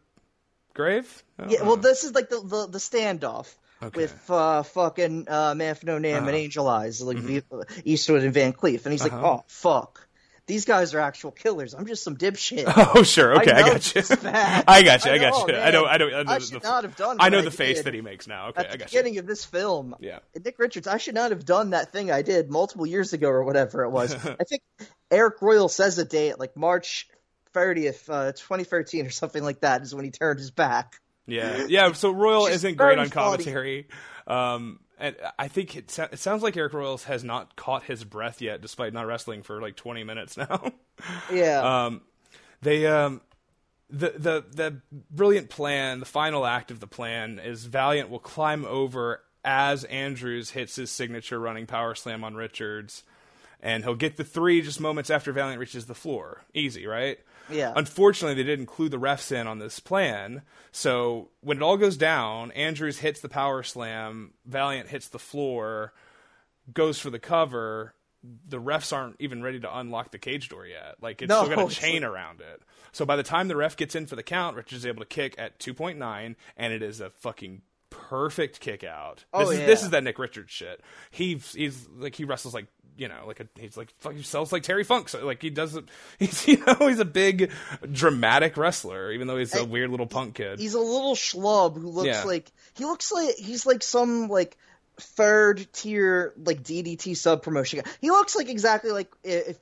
grave. I don't
Yeah, well,
know.
this is like the the, the standoff
oh, Okay. Uh-huh.
with uh, fucking uh, Man with No Name and Angel Eyes, like
Mm-hmm.
Ve- Eastwood and Van Cleef, and he's like,
Uh-huh.
"Oh fuck, these guys are actual killers. I'm just some dipshit."
Oh sure, okay, I,
know
got you.
this is bad.
I got you. I,
I know,
got you. I
man.
know. I know. I know the-
I should
the,
not have done
I know
what
the
I
face
did
that he makes now. Okay,
At
I
the
got you.
beginning of this film,
Yeah.
Nick Richards, I should not have done that thing I did multiple years ago or whatever it was. I think Eric Royal says a date like March 30th, uh, 2013 or something like that is when he turned his back.
Yeah, yeah. So Royal
She's
isn't great
very
on
funny.
commentary. Um, and I think it, so- it sounds like Eric Royals has not caught his breath yet, despite not wrestling for like 20 minutes now.
Yeah.
um, they um, the the the brilliant plan, the final act of the plan is Valiant will climb over as Andrews hits his signature running power slam on Richards, and he'll get the three just moments after Valiant reaches the floor. Easy, right?
Yeah.
Unfortunately, they didn't clue the refs in on this plan. So when it all goes down, Andrews hits the power slam, Valiant hits the floor, goes for the cover. The refs aren't even ready to unlock the cage door yet. Like it's
No,
still got a
it's
chain around it. So by the time the ref gets in for the count, Richards is able to kick at 2.9, and it is a fucking perfect kick out.
Oh,
this is this
yeah.
is that Nick Richards shit. He he's like he wrestles like you know like a, he's like fuck himself like Terry Funk. So like he doesn't he's you know he's a big dramatic wrestler even though he's a weird little punk kid.
He's a little schlub who looks
Yeah.
like he looks like he's like some like third tier like DDT sub promotion guy. He looks like exactly like i- if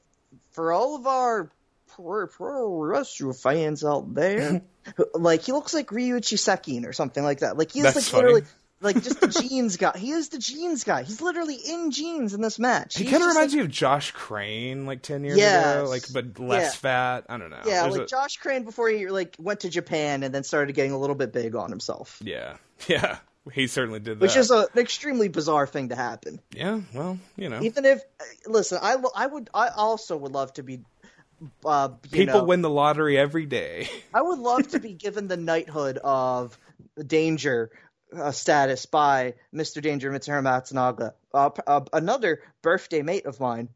for all of our pro, pro wrestling fans out there, who- like he looks like Ryuichi Sekin or something like that. Like he is
That's
like
funny.
literally like just the jeans guy. He is the jeans guy. He's literally in jeans in this match.
He
He's
kind of
just,
reminds
like,
me of Josh Crane like 10 years ago
Yes.
like but less
Yeah.
fat. I don't know.
yeah,
There's
like
a-
Josh Crane before he like went to Japan and then started getting a little bit big on himself.
Yeah. Yeah. He certainly did that.
Which is a, an extremely bizarre thing to happen.
yeah, well, you know.
even if listen i, lo- I would i also would love to be uh, you
People
know,
win the lottery every day.
i would love to be given the knighthood of danger uh, status by mr danger Mitsuhara matsunaga uh, p- uh, another birthday mate of mine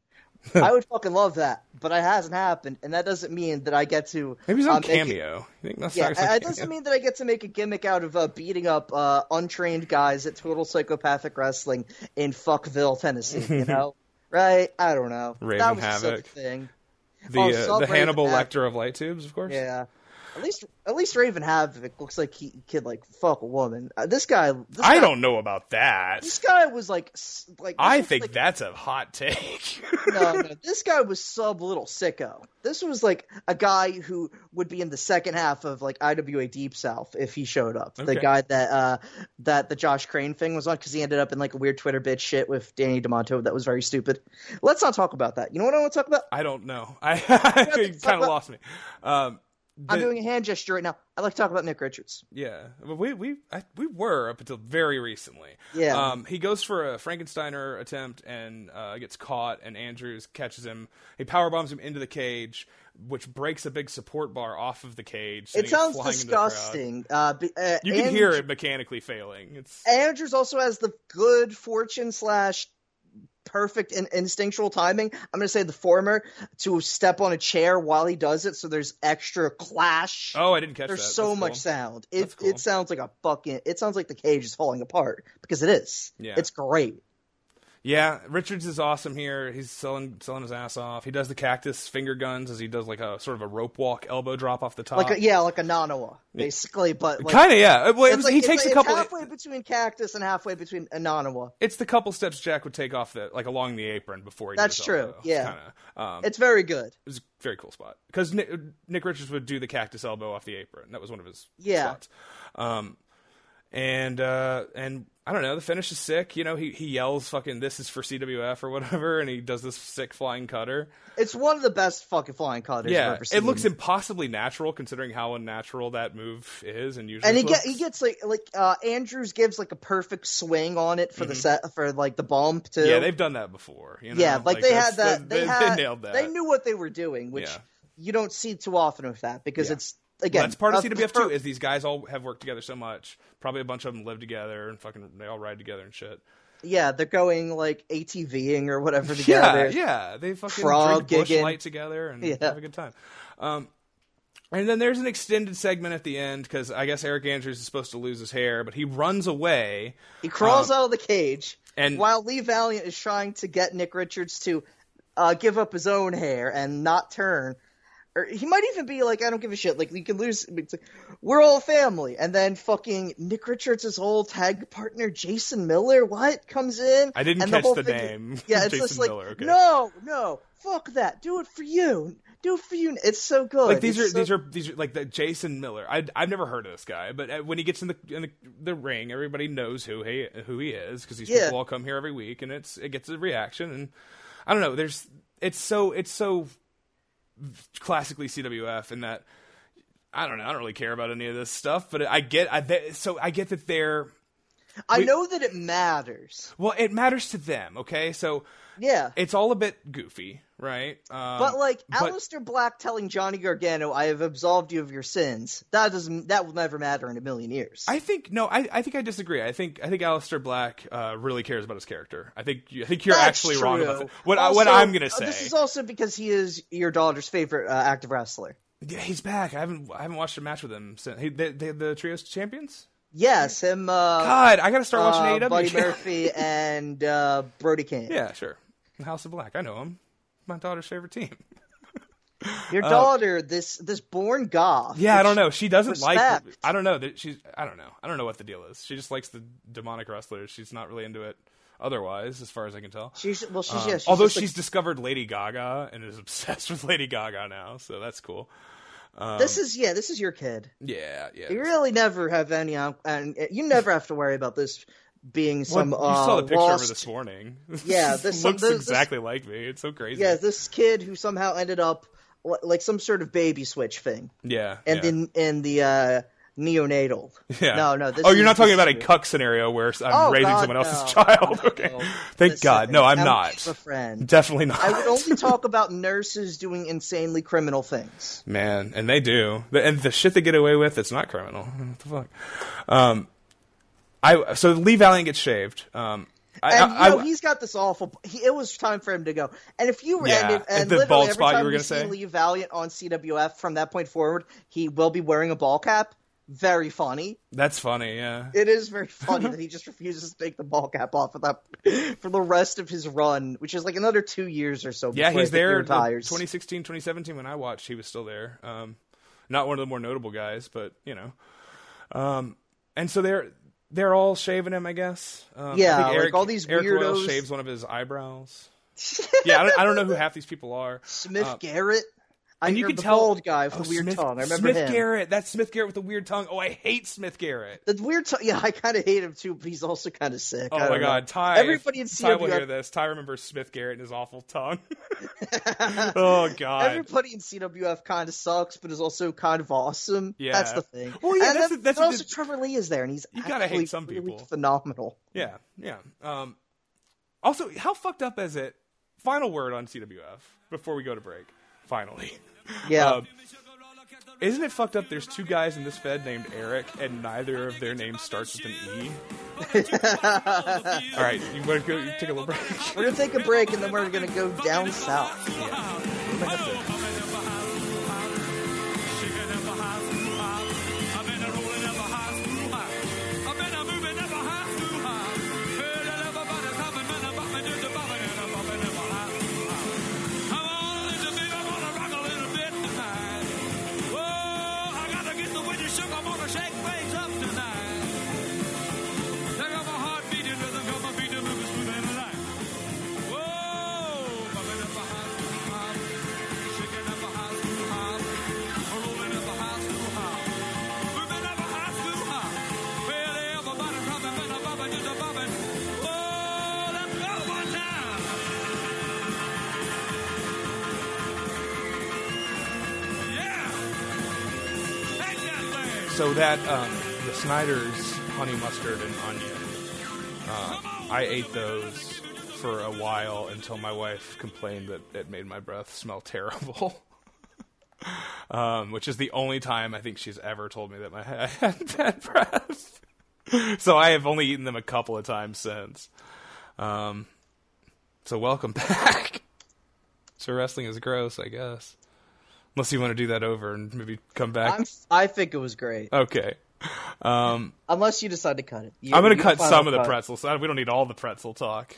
i would fucking love that but it hasn't happened and that doesn't mean that i get to
Maybe he's on
uh, make it-
cameo. You think that's
yeah,
not- it's on
I- it
Cameo?
doesn't mean that I get to make a gimmick out of uh, beating up uh, untrained guys at Total Psychopathic Wrestling in Fuckville, Tennessee. You know, right? I don't know.
Raven
that was just
Havoc.
a thing.
the,
oh,
uh, the
celebrate the
Hannibal
match.
Lecter of light tubes, of course.
Yeah. At least, at least Raven Havoc looks like he could like fuck a woman. Uh, this guy, this
I
guy-
don't know about that.
This guy was like, s- like this
I
was,
think
like,
that's a hot take.
no, no, this guy was sub little sicko. This was like a guy who would be in the second half of like IWA Deep South if he showed up.
Okay.
The guy that uh that the Josh Crane thing was on because he ended up in like a weird Twitter bitch shit with Danny DeMonto that was very stupid. Let's not talk about that. You know what I want to talk about?
I don't know. I, I
talk
kind of
about-
lost me. Um,
I'm
the-
doing a hand gesture right now. I'd like to talk about Nick Richards.
Yeah, But we we I, we were up until very recently.
Yeah.
Um, he goes for a Frankensteiner attempt and uh, gets caught, and Andrews catches him. He power bombs him into the cage, which breaks a big support bar off of the cage.
It
sending
sounds
flying into the crowd.
disgusting. Uh, be- uh,
You can
and-
hear it mechanically failing. It's
Andrews also has the good fortune slash perfect and instinctual timing. I'm gonna say the former to step on a chair while he does it, so there's extra clash.
oh, I didn't catch
there's
that.
so
That's
much
cool.
sound.
That's
It
cool.
it sounds like a fucking. It sounds like the cage is falling apart because it is.
Yeah.
It's great.
yeah, Richards is awesome here. He's selling selling his ass off. He does the cactus finger guns as he does like a sort of a rope walk elbow drop off the top.
Like a, yeah, like a Nanawa, basically. But like,
kind of yeah. Well, Uh, it
it's
was-
like-
he
it's
takes a
like-
couple.
It's halfway between cactus and halfway between a Nanawa.
it's the couple steps Jack would take off the like along the apron before he. did
That's
his
true,
elbow.
yeah.
Kinda. Um,
It's very good.
it was a very cool spot because Nick, Nick Richards would do the cactus elbow off the apron. That was one of his
Yeah.
spots. Um, and uh, and I don't know. The finish is sick. You know, he he yells "fucking this is for CWF" or whatever, and he does this sick flying cutter.
It's one of the best fucking flying cutters I've
Yeah,
ever seen.
it looks impossibly natural considering how unnatural that move is, and usually
and he
looks.
get, he gets like like uh, Andrews gives like a perfect swing on it for the set for like the bump too.
Mm-hmm. yeah, they've done that before. you
Yeah,
know?
like, they
that's-
had that.
They,
They, had,
they nailed that.
They knew what they were doing, which
Yeah.
you don't see too often with that because
Yeah.
it's again uh,
that's part of
a-
CWF too. Is these guys all have worked together so much? Probably a bunch of them live together and fucking they all ride together and shit.
Yeah, they're going like ATVing or whatever
Yeah,
together.
yeah, They fucking
Frog
drink Bush
gigging.
Light together and
Yeah.
have a good time. Um, and then there's an extended segment at the end because I guess Eric Andrews is supposed to lose his hair, but he runs away.
He crawls
Um,
out of the cage,
and-
while Lee Valiant is trying to get Nick Richards to uh, give up his own hair and not turn. Or he might even be like, I don't give a shit. Like, we can lose. it's like, We're all family. And then fucking Nick Richards' old tag partner, Jason Miller, what? Comes in.
I didn't
and
catch
whole
the
thing-
name.
Yeah, it's
Jason
just like,
Miller, okay.
no, no, fuck that. Do it for you. Do it for you. It's so good.
Like these
It's
are
so
these are these are like the Jason Miller. I I've never heard of this guy, but uh, when he gets in the in the, the ring, everybody knows who he who he is because these
Yeah.
people all come here every week, and it's it gets a reaction. And I don't know. There's it's so it's so classically CWF in that I don't know. I don't really care about any of this stuff, but I get I they, so I get that they're
I
we-
know that it matters.
well. It matters to them, okay? So
Yeah.
it's all a bit goofy, right? Um,
But like
but-
Alistair Black telling Johnny Gargano, "I have absolved you of your sins." That doesn't. That will never matter in a million years.
I think no, I, I think I disagree. I think I think Alistair Black uh, really cares about his character. I think you- I think you're
That's
actually wrong about
true.
that. what I, what
Also,
I'm gonna
uh,
say.
This is also because he is your daughter's favorite uh, active wrestler.
Yeah, he's back. I haven't I haven't watched a match with him since he, they, they, the trios champions.
Yes, him. Uh,
God, I gotta start
uh,
watching E AEW.
Buddy Murphy and uh, Brody King.
yeah, sure. House of Black. I know him. My daughter's favorite team.
Your daughter, this this born goth.
uh, Yeah, I
which-
don't know. She doesn't like.
respect.
I don't know. that She's. I don't know. I don't know what the deal is. She just likes the demonic wrestlers. She's not really into it. Otherwise, as far as I can tell,
She's well. She's
Um,
yeah. She's
although
just, like,
she's discovered Lady Gaga and is obsessed with Lady Gaga now, so that's cool.
this is yeah. This is your kid.
Yeah, yeah.
You really never have any, um, and you never have to worry about this being some.
Well,
uh,
you saw the picture of her
lost
this morning.
Yeah, this-
looks
this-
exactly like me. It's so crazy.
Yeah, this kid who somehow ended up li- like some sort of baby switch thing,
yeah,
and
yeah.
then and the uh, neonatal.
Yeah.
No, no. This
oh, you're
is-
not
this
talking about a
is-
cuck scenario where I'm
Oh,
raising
God,
someone else's
no.
child. okay.
No,
Thank
listen,
God. No, I'm
I would
not.
keep a friend.
Definitely not.
I would only talk about nurses doing insanely criminal things.
Man, and they do, The- and the shit they get away with, it's not criminal. What the fuck? Um, I so Lee Valiant gets shaved. Um, I,
And
I-
you know,
I-
he's got this awful. He, it was time for him to go. And if you were
Yeah,
and, if, and
the
literally
bald
every
spot you
time
were
we
gonna
see
say?
Lee Valiant on CWF from that point forward, he will be wearing a ball cap. Very funny.
that's funny. Yeah,
It is very funny that he just refuses to take the ball cap off of that for the rest of his run, which is like another two years or so.
Yeah,
before
he's
I think he
there. the
retires.
2016, 2017, when I watched, he was still there. Um, not one of the more notable guys, but you know. Um, and so they're they're all shaving him, I guess. Um, I
Yeah,
think
like all these
Eric Royal
weirdos.
shaves one of his eyebrows. yeah, I don't, I don't know who half these people are.
Smith Garrett. I
uh, And you
hear
can
the
tell
bald guy with
Oh,
the weird
Smith-
tongue. I remember
Smith
him.
Garrett. That's Smith Garrett with the weird tongue. Oh, I hate Smith Garrett.
The weird tongue. Yeah, I kind of hate him too, but he's also kind of sick.
Oh
I don't
my
know.
God, Ty! if
Everybody in
Ty will hear
CWF.
this. Ty remembers Smith Garrett and his awful tongue. oh God!
Everybody in CWF kind of sucks, but is also kind of awesome.
Yeah.
that's the thing.
Well, yeah,
and
that's
then-
the- that's
but
the-
also Trevor Lee is there, and he's
You gotta hate
actually
some
really
people.
Phenomenal.
Yeah, yeah. Um, also, how fucked up is it? Final word on CWF before we go to break. Finally,
Yeah,
Um, isn't it fucked up? There's two guys in this Fed named Eric, and neither of their names starts with an E. All right, you want to go you take a little break?
we're gonna take a break, and then we're gonna go down south.
I've been a moving ever high, too high. Heard that everybody's hopping, man, I'm hopping, yeah.
so that um, the Snyder's honey mustard and onion, uh, I ate those for a while until my wife complained that it made my breath smell terrible. um, which is the only time I think she's ever told me that my I had bad breath. so I have only eaten them a couple of times since. Um, so welcome back. so wrestling is gross, I guess. Unless you want to do that over and maybe come back.
I'm, I think it was great.
okay. Um,
Unless you decide to cut it. You-
I'm going
you
to cut
final
some of the
cut.
pretzels. I- We don't need all the pretzel talk.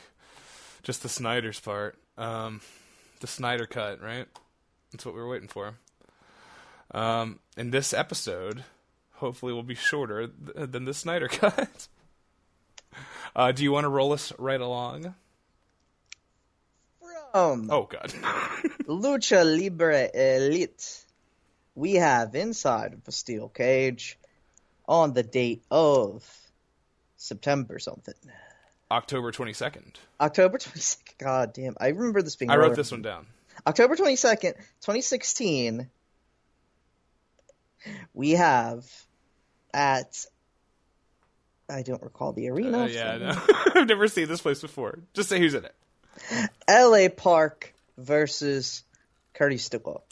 Just the Snyder's part. Um, the Snyder cut, right? That's what we were waiting for. Um, and this episode, hopefully, will be shorter th- than the Snyder cut. Uh, do you want to roll us right along?
From
Oh, God.
Lucha Libre Elite, we have inside of a steel cage on the date of September something.
October 22nd.
October 22nd. God damn. I remember this being
I wrote
earlier.
this one down.
October 22nd, 2016, we have at. I don't recall the arena.
Uh, yeah, I know. I've never seen this place before. Just say who's in it.
LA Park versus Curtis Stickle.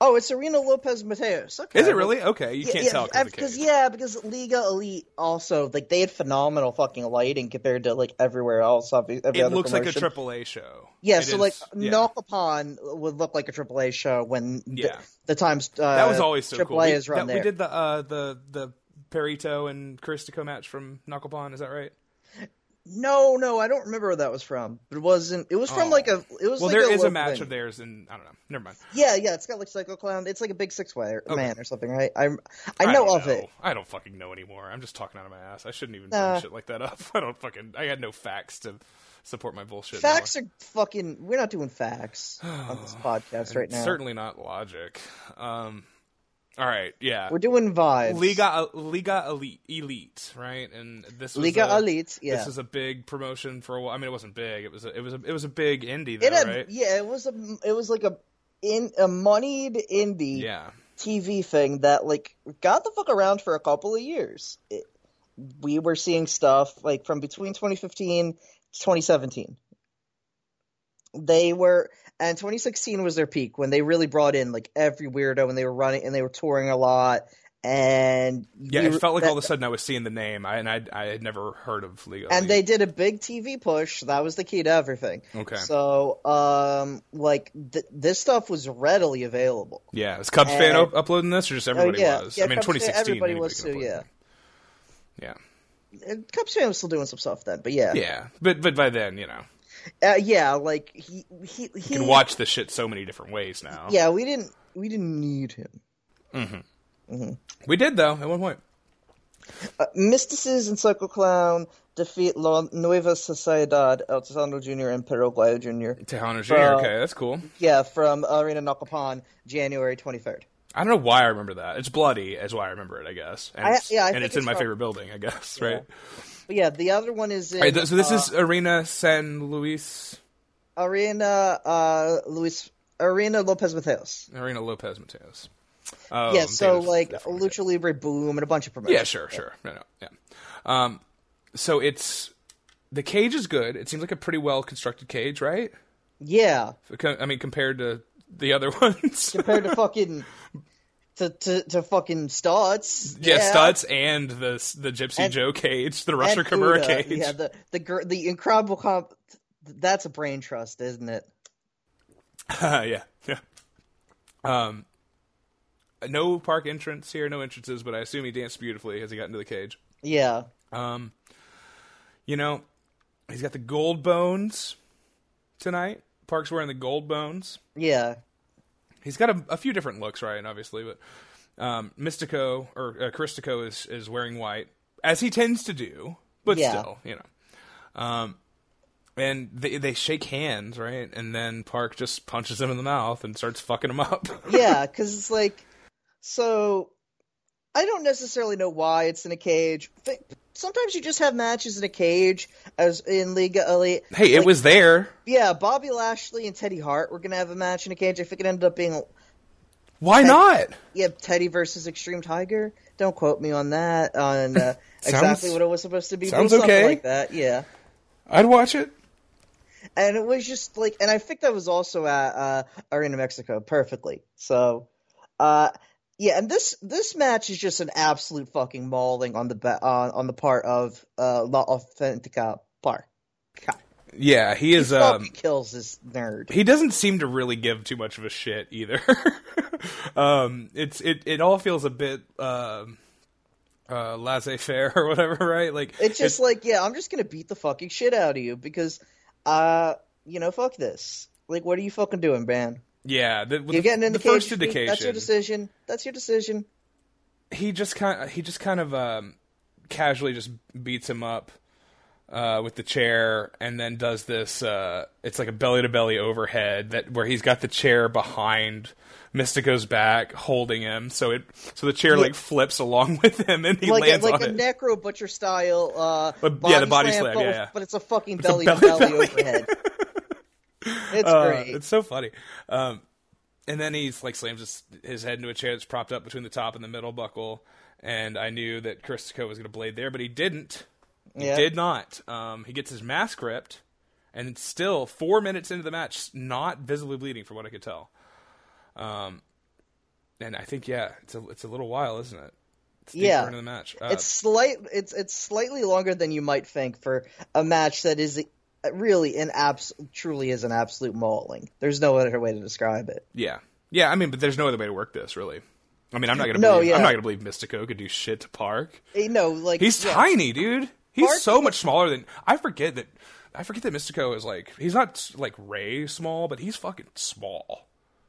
Oh, it's Serena Lopez Mateos. Okay.
Is it really? Okay, you can't
yeah,
tell.
I-
'cause of the
because
cage.
yeah, because Liga Elite also like they had phenomenal fucking lighting compared to like everywhere else. obvi- Every
it
other
looks like a
promotion.
Triple A show.
Yeah,
It
so
is-
like
yeah.
Nokapon would look like a AAA show when the-
Yeah.
the, times uh,
that was always so
AAA
cool. We,
is
that-
run there.
we did the uh, the the Perito and Caristico match from Knuckle Pond. Is that right?
No, no, I don't remember where that was from. It wasn't. It was from
Oh.
like a. It was
Well,
like
there is a
local
match
thing.
of theirs, in I don't know. Never mind.
Yeah, yeah, it's got like Psycho Clown. It's like a big six way man or something, right?
I
I I know
don't
of it. Uh.
I don't fucking know anymore. I'm just talking out of my ass. I shouldn't even
Nah.
bring shit like that up. I don't fucking. I had no facts to support my bullshit.
Facts are fucking. We're not doing facts on this podcast right now.
Certainly not logic. Um, all right, yeah.
We're doing vibes.
Liga uh, Liga Elite, Elite, right? And this was
Liga
a,
Elite. Yeah.
This is a big promotion for a while. I mean, it wasn't big. It was a, it was a, it was a big indie, though,
it had,
right?
yeah, it was a. It was like a in a moneyed indie
Yeah.
TV thing that like got the fuck around for a couple of years. It, we were seeing stuff like from between 2015 to 2017. They were and 2016 was their peak when they really brought in like every weirdo and they were running and they were touring a lot and
Yeah,
we
it
were-
felt like
that-
all of a sudden I was seeing the name, I, and I I had never heard of Liga.
and they
Elite.
did a big TV push. That was the key to everything.
okay,
So, um, like th- this stuff was readily available.
yeah, is Cubs fan
and- Oh,
up- uploading this or just everybody
yeah,
was?
yeah,
I mean,
Cubs fan-
2016,
everybody
anybody
was
can
too,
upload
yeah.
anything. yeah,
And Cubs fan was still doing some stuff then, but yeah,
yeah. But but by then, you know,
Uh, yeah, like he he he.
you can watch this shit so many different ways now.
Yeah, we didn't we didn't need him.
we did though at one point.
Uh, Mystices and Psycho Clown defeat La Nueva Sociedad El Tesano Jr. and Paraguayo Jr.
Tejano Jr.
Bro.
Okay, that's cool.
Yeah, from Arena Nakapan, January twenty third.
I don't know why I remember that. It's bloody, is why I remember it. I guess. And
I-
it's,
yeah, I
and
think
it's in
it's
my
from-
favorite building. I guess. Right.
But yeah, the other one is in
All right, th- so this
uh,
is Arena San Luis
Arena uh, Luis Arena Lopez Mateos.
Arena Lopez Mateos. Oh,
yeah, so
Mateos,
like
definitely.
Lucha Libre Boom and a bunch of promotions.
Yeah, sure, sure. No, no, yeah. Um, so it's the cage is good. It seems like a pretty well constructed cage, right?
Yeah,
Co- I mean, compared to the other ones.
compared to fucking to to, to fucking Stotts.
yeah, Stutz and the the Gypsy
And-
Joe cage, the
And
Rusher Kimura
Uda.
cage.
Yeah, the the gr- the incredible comp. That's a brain trust, isn't it?
yeah, yeah. Um, no park entrance here, no entrances, but I assume he danced beautifully as he got into the cage.
Yeah,
Um, you know, he's got the gold bones tonight. Park's wearing the gold bones.
yeah.
he's got a, a few different looks, Ryan, obviously, but um, Mystico or uh, Christico is is wearing white as he tends to do, but
Yeah.
still, you know. Um, and they they shake hands, right? And then Park just punches him in the mouth and starts fucking him up.
yeah, because it's like, so I don't necessarily know why it's in a cage. Th- Sometimes you just have matches in a cage, as in Liga Elite.
hey, it
Like,
was there.
yeah. Bobby Lashley and Teddy Hart were gonna have a match in a cage. I think it ended up being
Why not?
Yeah, Teddy versus Extreme Tiger. Don't quote me on that. On uh, exactly what it was supposed to be. but
sounds
something
okay.
Like that. Yeah.
I'd watch it.
and it was just like, and I think that was also at uh, Arena Mexico perfectly. So, uh, yeah, and this this match is just an absolute fucking mauling on the ba- on on the part of uh, La Authentica Park.
Yeah, he is. um,
Fucking kills this nerd.
he doesn't seem to really give too much of a shit either. um, it's it it all feels a bit um, uh, laissez faire or whatever, right? Like
It's just like, yeah, I'm just gonna beat the fucking shit out of you because, uh, you know, fuck this. Like, what are you fucking doing, man?
yeah, the,
You're
the,
getting in the,
the first
cage.
indication.
That's your decision. That's your decision.
he just kind of, he just kind of um, casually just beats him up uh, with the chair, and then does this. Uh, it's like a belly to belly overhead that where he's got the chair behind Mystico's back, holding him. So it so the chair like flips along with him, and he
like
lands
a, like
on
a
it.
necro butcher style. Uh,
But- yeah, the body slam,
but,
yeah, yeah.
but it's a fucking
a
belly to
belly
belly
to belly.
overhead. It's
Uh,
great.
It's so funny. Um, and then he's like slams his, his head into a chair that's propped up between the top and the middle buckle. And I knew that Christico was going to blade there, but he didn't. He
Yeah.
did not. Um, he gets his mask ripped, and it's still four minutes into the match, not visibly bleeding, from what I could tell. Um, and I think yeah, it's a it's a little while, isn't it? It's deep
Yeah.
into the match. Uh,
it's slight. It's it's slightly longer than you might think for a match that is really an abs truly is an absolute mauling. There's no other way to describe it.
Yeah, yeah. I mean, but there's no other way to work this, really. I mean, I'm not gonna
No,
believe,
yeah.
I'm not gonna believe Mystico could do shit to Park.
You know, Eh, like
He's
yeah,
tiny, dude. He's
Park-
so much smaller than I forget that. I forget that Mystico is like he's not like Ray small, but he's fucking small.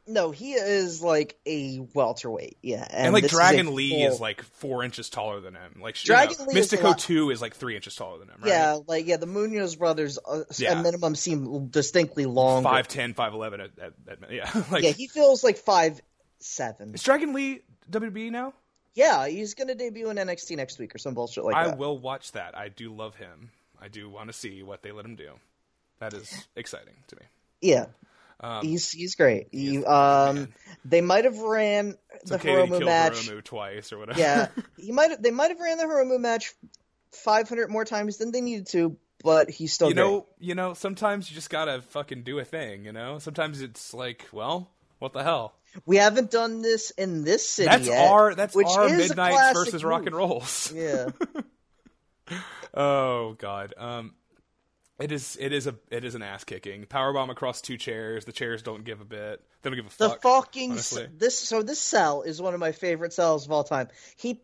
No, he is like a welterweight. Yeah, and,
And like
this is a
Dragon Lee is
full-
like four inches taller than him. Like
Dragon
Dragon you know,
Lee is a
Mystico
lot-
two is like three inches taller than him. Right?
Yeah, like yeah, the Munoz brothers uh,
Yeah.
at minimum seem distinctly long.
five ten, five eleven. At, at, at yeah, like
Yeah, he feels like five seven.
is Dragon Lee WB now?
Yeah, he's gonna debut in NXT next week or some bullshit like
I
that.
will watch that. I do love him. I do want to see what they let him do. That is exciting to me.
Yeah.
Um,
he's he's great. He, um, they might have ran
It's
the
okay that he
Hiromu
killed
match.
Hiromu twice or whatever.
yeah, he might have, they might have ran the Hiromu match 500 more times than they needed to, but he's still
you
great.
know, you know. Sometimes you just gotta fucking do a thing. You know. Sometimes it's like, well, what the hell?
we haven't done this in this city
That's
yet,
our that's
which
our
is a
midnights
classic
versus rock and
move.
rolls.
Yeah,
Oh god. Um it is it is a it is an ass kicking. Powerbomb across two chairs. The chairs don't give a bit. They don't give a
the
fuck.
fucking
honestly.
this. So this cell is one of my favorite cells of all time. He.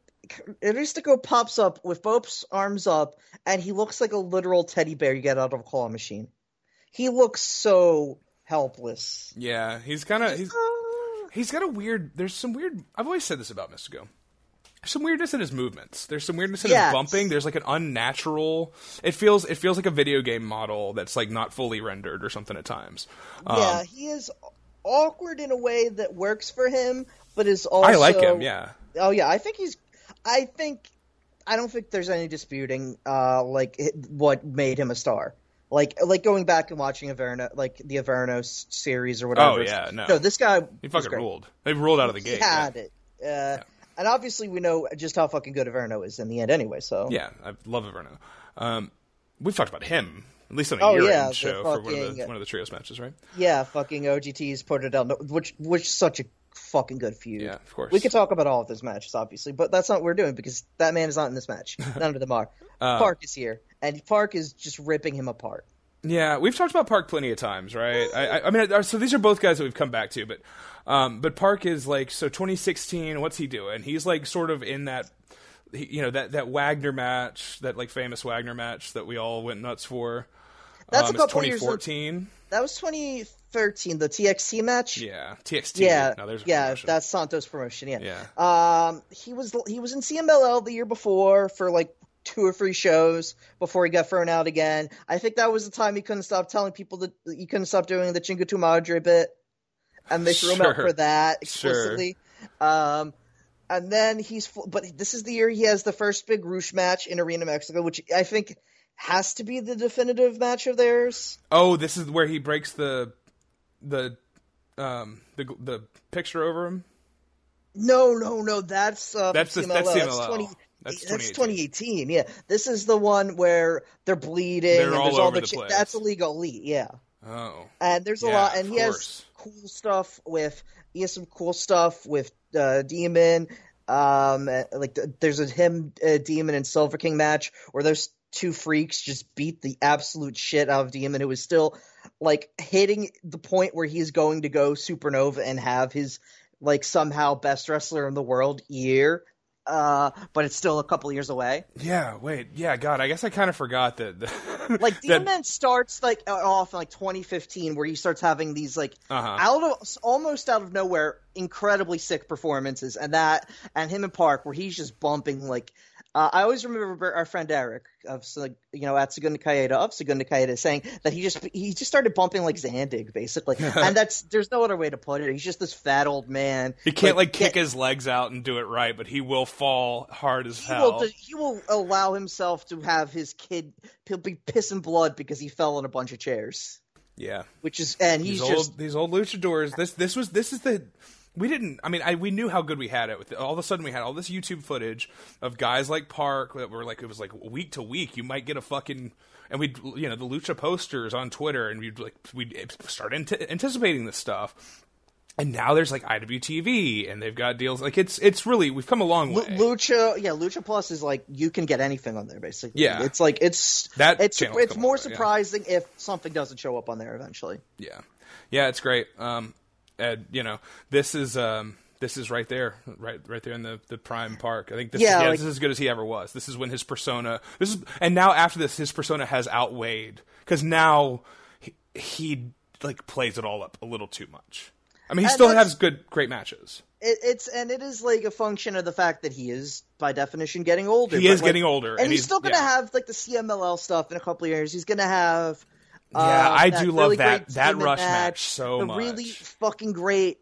Aristico pops up with both arms up, and he looks like a literal teddy bear you get out of a claw machine. He looks so helpless.
Yeah, he's kind of he's
Ah.
he's got a weird there's some weird I've always said this about Mystico. There's some weirdness in his movements. There's some weirdness in
Yes.
his bumping. There's like an unnatural. It feels it feels like a video game model that's like not fully rendered or something at times. Um,
Yeah, he is awkward in a way that works for him, but is also.
I like him. Yeah.
Oh yeah, I think he's. I think. I don't think there's any disputing, uh, like it- what made him a star. Like, like going back and watching Averno, like the Averno s- series or whatever.
Oh, yeah, no.
this guy.
He
was
fucking
great.
ruled. They ruled out of the
He
gate. yeah.
had it, uh, and obviously we know just how fucking good Averno is in the end, anyway. So
Yeah, I love Everno. Um, we've talked about him at least on a
Oh,
year-end
yeah, the
show for one of the
fucking-
one of the trios matches, right?
yeah, fucking OGT's Puerto del Norte, which which such a fucking good feud.
Yeah, of course.
We could talk about all of his matches, obviously, but that's not what we're doing because that man is not in this match. None of them are.
Uh,
Park is here, and Park is just ripping him apart.
yeah, we've talked about Park plenty of times, right? I, I, I mean, I- so these are both guys that we've come back to, but um, but Park is like so 2016. What's he doing? He's like sort of in that. he- You know that that Wagner match, that like famous Wagner match that we all went nuts for.
That's
um,
a
it's
couple years. Ago.
2014.
That was 2013, the TXT match.
Yeah, TXT.
yeah,
Now there's a
yeah,
promotion.
that's Santos promotion. Yeah.
Yeah.
Um, he was he was in CMLL the year before for like two or three shows before he got thrown out again. I think that was the time he couldn't stop telling people that that he couldn't stop doing the Chinga Tu Madre bit, and they threw him out
Sure.
for that
Sure.
explicitly. Um. And then he's, fl- but this is the year he has the first big Roosh match in Arena Mexico, which I think has to be the definitive match of theirs.
Oh, this is where he breaks the the um the the picture over him.
No, no, no. That's uh,
That's the-
CMLL.
that's CMLL.
twenty.
That's
That's
2018.
2018. Yeah, this is the one where they're bleeding.
They're
and
all
there's
over
all the,
the
chi-
place.
That's illegal elite. Yeah,
Oh,
and there's a
Yeah,
lot, and
of
he has
course.
cool stuff with he has some cool stuff with uh, Demon. Um, uh, like th- there's a him uh, Demon and Silver King match where those two freaks just beat the absolute shit out of Demon, who is still like hitting the point where he's going to go supernova and have his like somehow best wrestler in the world year. Uh, but it's still a couple years away.
yeah. Wait, yeah. God, I guess I kind of forgot that. that-
Like
that-
Demon starts like off in like 2015, where he starts having these like
Uh-huh.
out of almost out of nowhere, incredibly sick performances, and that and him and Park, where he's just bumping like. Uh, I always remember our friend Eric of Sa- you know at Segunda Caeta of Segunda Caeta saying that he just he just started bumping like Zandig basically, and that's there's no other way to put it. He's just this fat old man.
He can't like kick his legs out and do it right, but he will fall hard as
He
hell.
will, he will allow himself to have his kid. He'll be pissing blood because he fell on a bunch of chairs.
yeah,
which is and he's
these
just
old these old luchadors. This this was this is the we didn't. I mean, I we knew how good we had it. With all of a sudden, we had all this YouTube footage of guys like Park that were like it was like week to week. You might get a fucking and we would you know the lucha posters on Twitter, and we'd like we'd start ante- anticipating this stuff. And now there's like IWTV, and they've got deals. Like it's it's really we've come a long way.
Lucha. Yeah, Lucha Plus is like you can get anything on there basically.
Yeah.
it's like it's
That
it's
channel's
it's
come
more
over, yeah.
surprising if something doesn't show up on there eventually.
yeah yeah it's great um and you know this is um this is right there right right there in the the prime park i think this
Yeah,
is, yeah,
like-
this is as good as he ever was this is when his persona this is and now after this his persona has outweighed because now he, he like plays it all up a little too much i mean he
And
still
that's-
has good great matches
It, it's and it is like a function of the fact that he is by definition getting older.
He
but,
is
like-
getting older,
and,
and
he's,
he's-
still gonna
yeah.
have like the CMLL stuff in a couple of years. He's gonna have. uh,
Yeah, I do love
really
that-
great
that
Demon
Rush match so
the
much.
Really fucking great,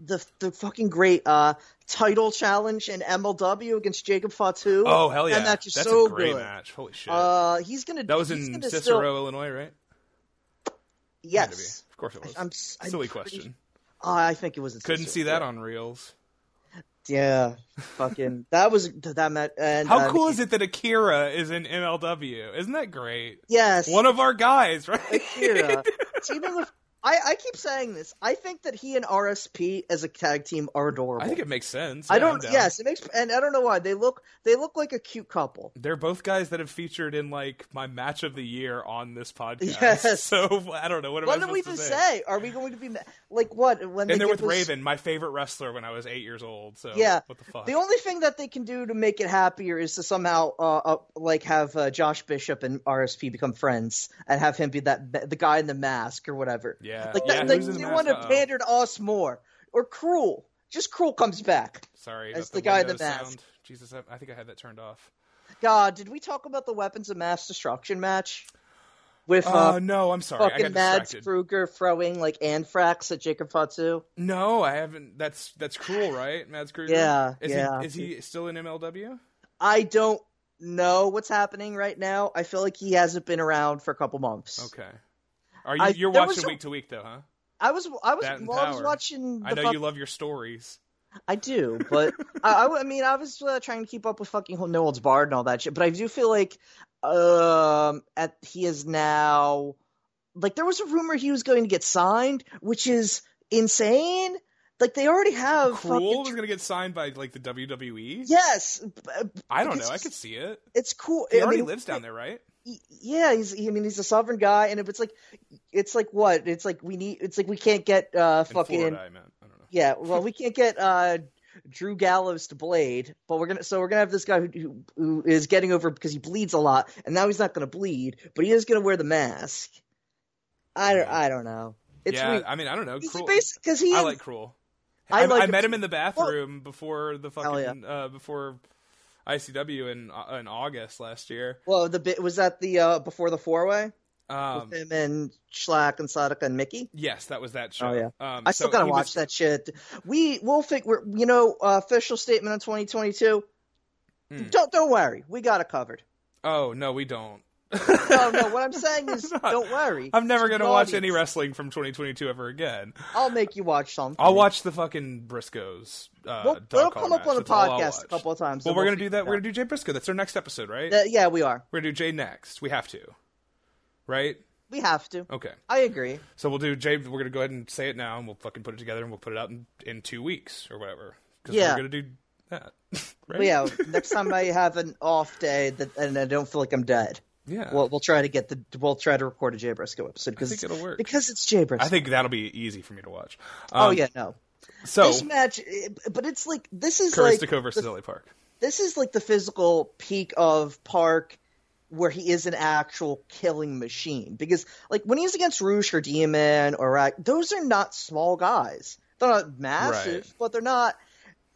the the fucking great uh, title challenge in MLW against Jacob Fatu.
oh hell yeah
And that's just
that's
so
a great
good.
match holy shit
Uh, he's gonna.
that was
he's
in
gonna
cicero
still-
illinois right Had to be.
yes,
of course it was
I'm s- I'm
silly
pretty-
question
Oh, I think it was. In
couldn't
Cicero,
see that
yeah.
on reels
Yeah, fucking. That was that met. And
How
um,
cool is it that Akira is in MLW? Isn't that great?
Yes,
One of our guys, right?
Akira teaming with. I, I keep saying this. I think that he and RSP as a tag team are adorable.
I think it makes sense. um,
I
Yeah, I'm
don't.
down.
Yes, it makes, and I don't know why they look. They look like a cute couple.
They're both guys that have featured in like my match of the year on this podcast.
Yes.
So I don't know what am
What
I
do we
supposed
even
to
say?
say.
Are we going to be ma- like what when
And
they
they're with
give us-
Raven, my favorite wrestler when I was eight years old. So
Yeah.
what the fuck?
The only thing that they can do to make it happier is to somehow, uh, uh, like, have uh, Josh Bishop and RSP become friends and have him be that the guy in the mask or whatever.
Yeah.
like
Yeah,
that, like,
who's in the
they
mask?
want to
Uh-oh.
pander to us more or cruel. Just cruel comes back.
Sorry,
That's
about
the guy in the
window
mask.
sound. Jesus, I, I think I had that turned off.
God, did we talk about the weapons of mass destruction match with
Oh
uh,
no, I'm sorry. I got
fucking Mads
distracted.
Kruger throwing like anthrax at Jacob Fatu?
no, I haven't. That's that's cruel, right, Mads Kruger?
Yeah,
Is
yeah.
He, is he still in MLW?
I don't know what's happening right now. I feel like he hasn't been around for a couple months.
Okay. Are you?
I-
you're
there was
watching
a-
week to week though, huh?
I was I was
That and
well, I was
Power.
watching. The
I know
fuck-
you love your stories.
I do, but I, I, I mean, I was uh, trying to keep up with fucking No Holds Barred and all that shit. But I do feel like, um, at he is now, like there was a rumor he was going to get signed, which is insane. Like they already have
Cruel was
fucking.
gonna get signed by like the WWE.
Yes, b-
I don't know.
because
I
he's-
could see it.
it's cool.
He
I
already
mean,
lives down there, right?
y- yeah, he's. I mean, he's a sovereign guy, and if it's like, it's like what? It's like we need. It's like we can't get uh
In
fucking.
Florida, I meant. I don't know.
Yeah, well, we can't get uh, Drew Gallows to Blade, but we're gonna so we're gonna have this guy who- who who is getting over because he bleeds a lot, and now he's not gonna bleed, but he is gonna wear the mask. I don't, I don't know. It's
yeah,
weird.
I mean, I don't know.
He's
Cruel.
because he
I
is-
like Cruel.
I
I, I,
like him
met him
too.
in the bathroom before the
Hell yeah.
fucking uh, before ICW in uh, in August last year.
well the bit was that the uh, before the four way
Um,
with him and Schlack and Sadaka and Mickey.
yes, that was that show.
Oh, yeah.
um,
I still
so
gotta
he
watch
was-
that shit. We we'll fig- we're You know, uh, official statement on 2022.
Hmm.
Don't don't worry, we got it covered.
Oh no, we don't.
no, no. What I'm saying is, don't worry.
I'm never gonna
an
watch any
audience.
wrestling from 2022 ever again.
I'll make you watch something.
I'll watch the fucking Briscoes. Uh,
Well,
dog
that'll
collar
come up
match.
on the
That's all I'll
podcast a
watch.
couple of times,
Well,
then
we're
we'll
gonna do that. We're
figure
gonna
it
do Jay Briscoe. That's our next episode, right?
Uh, yeah, we are.
we're gonna do Jay next. We have to, right?
We have to.
Okay.
I agree.
So we'll do Jay. We're gonna go ahead and say it now, and we'll fucking put it together, and we'll put it out in, in two weeks or whatever. 'Cause
Yeah.
We're gonna do that. Right?
But yeah, next time I have an off day that, and I don't feel like I'm dead,
Yeah.
we'll we'll try to get the we'll try to record a Jay Briscoe episode because
think it'll work.
because it's Jay Briscoe.
I think that'll be easy for me to watch.
oh
Um,
yeah, no.
So
This match, eh, but it's like this is like
Karistico versus
the-
LA Park.
this is like the physical peak of Park, where he is an actual killing machine. Because like when he's against Roosh or Demon or Rack, those are not small guys. They're not massive,
Right.
but they're not,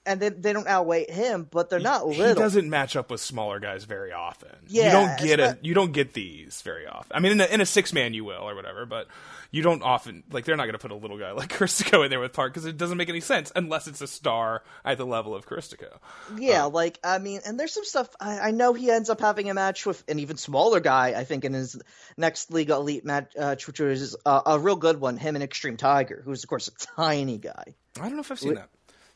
and they they don't outweigh him, but they're not
He
little.
doesn't match up with smaller guys very often. you
Yeah,
don't get a
espe-
you don't get these very often. I mean, in a, in a six man you will or whatever, but you don't often like they're not going to put a little guy like Caristico in there with Park because it doesn't make any sense unless it's a star at the level of Caristico.
Yeah, like I mean, and there's some stuff. I, I know he ends up having a match with an even smaller guy. I think in his next League of Elite match, uh, which was uh, a real good one, him and Extreme Tiger, who's of course a tiny guy.
I don't know if I've seen that.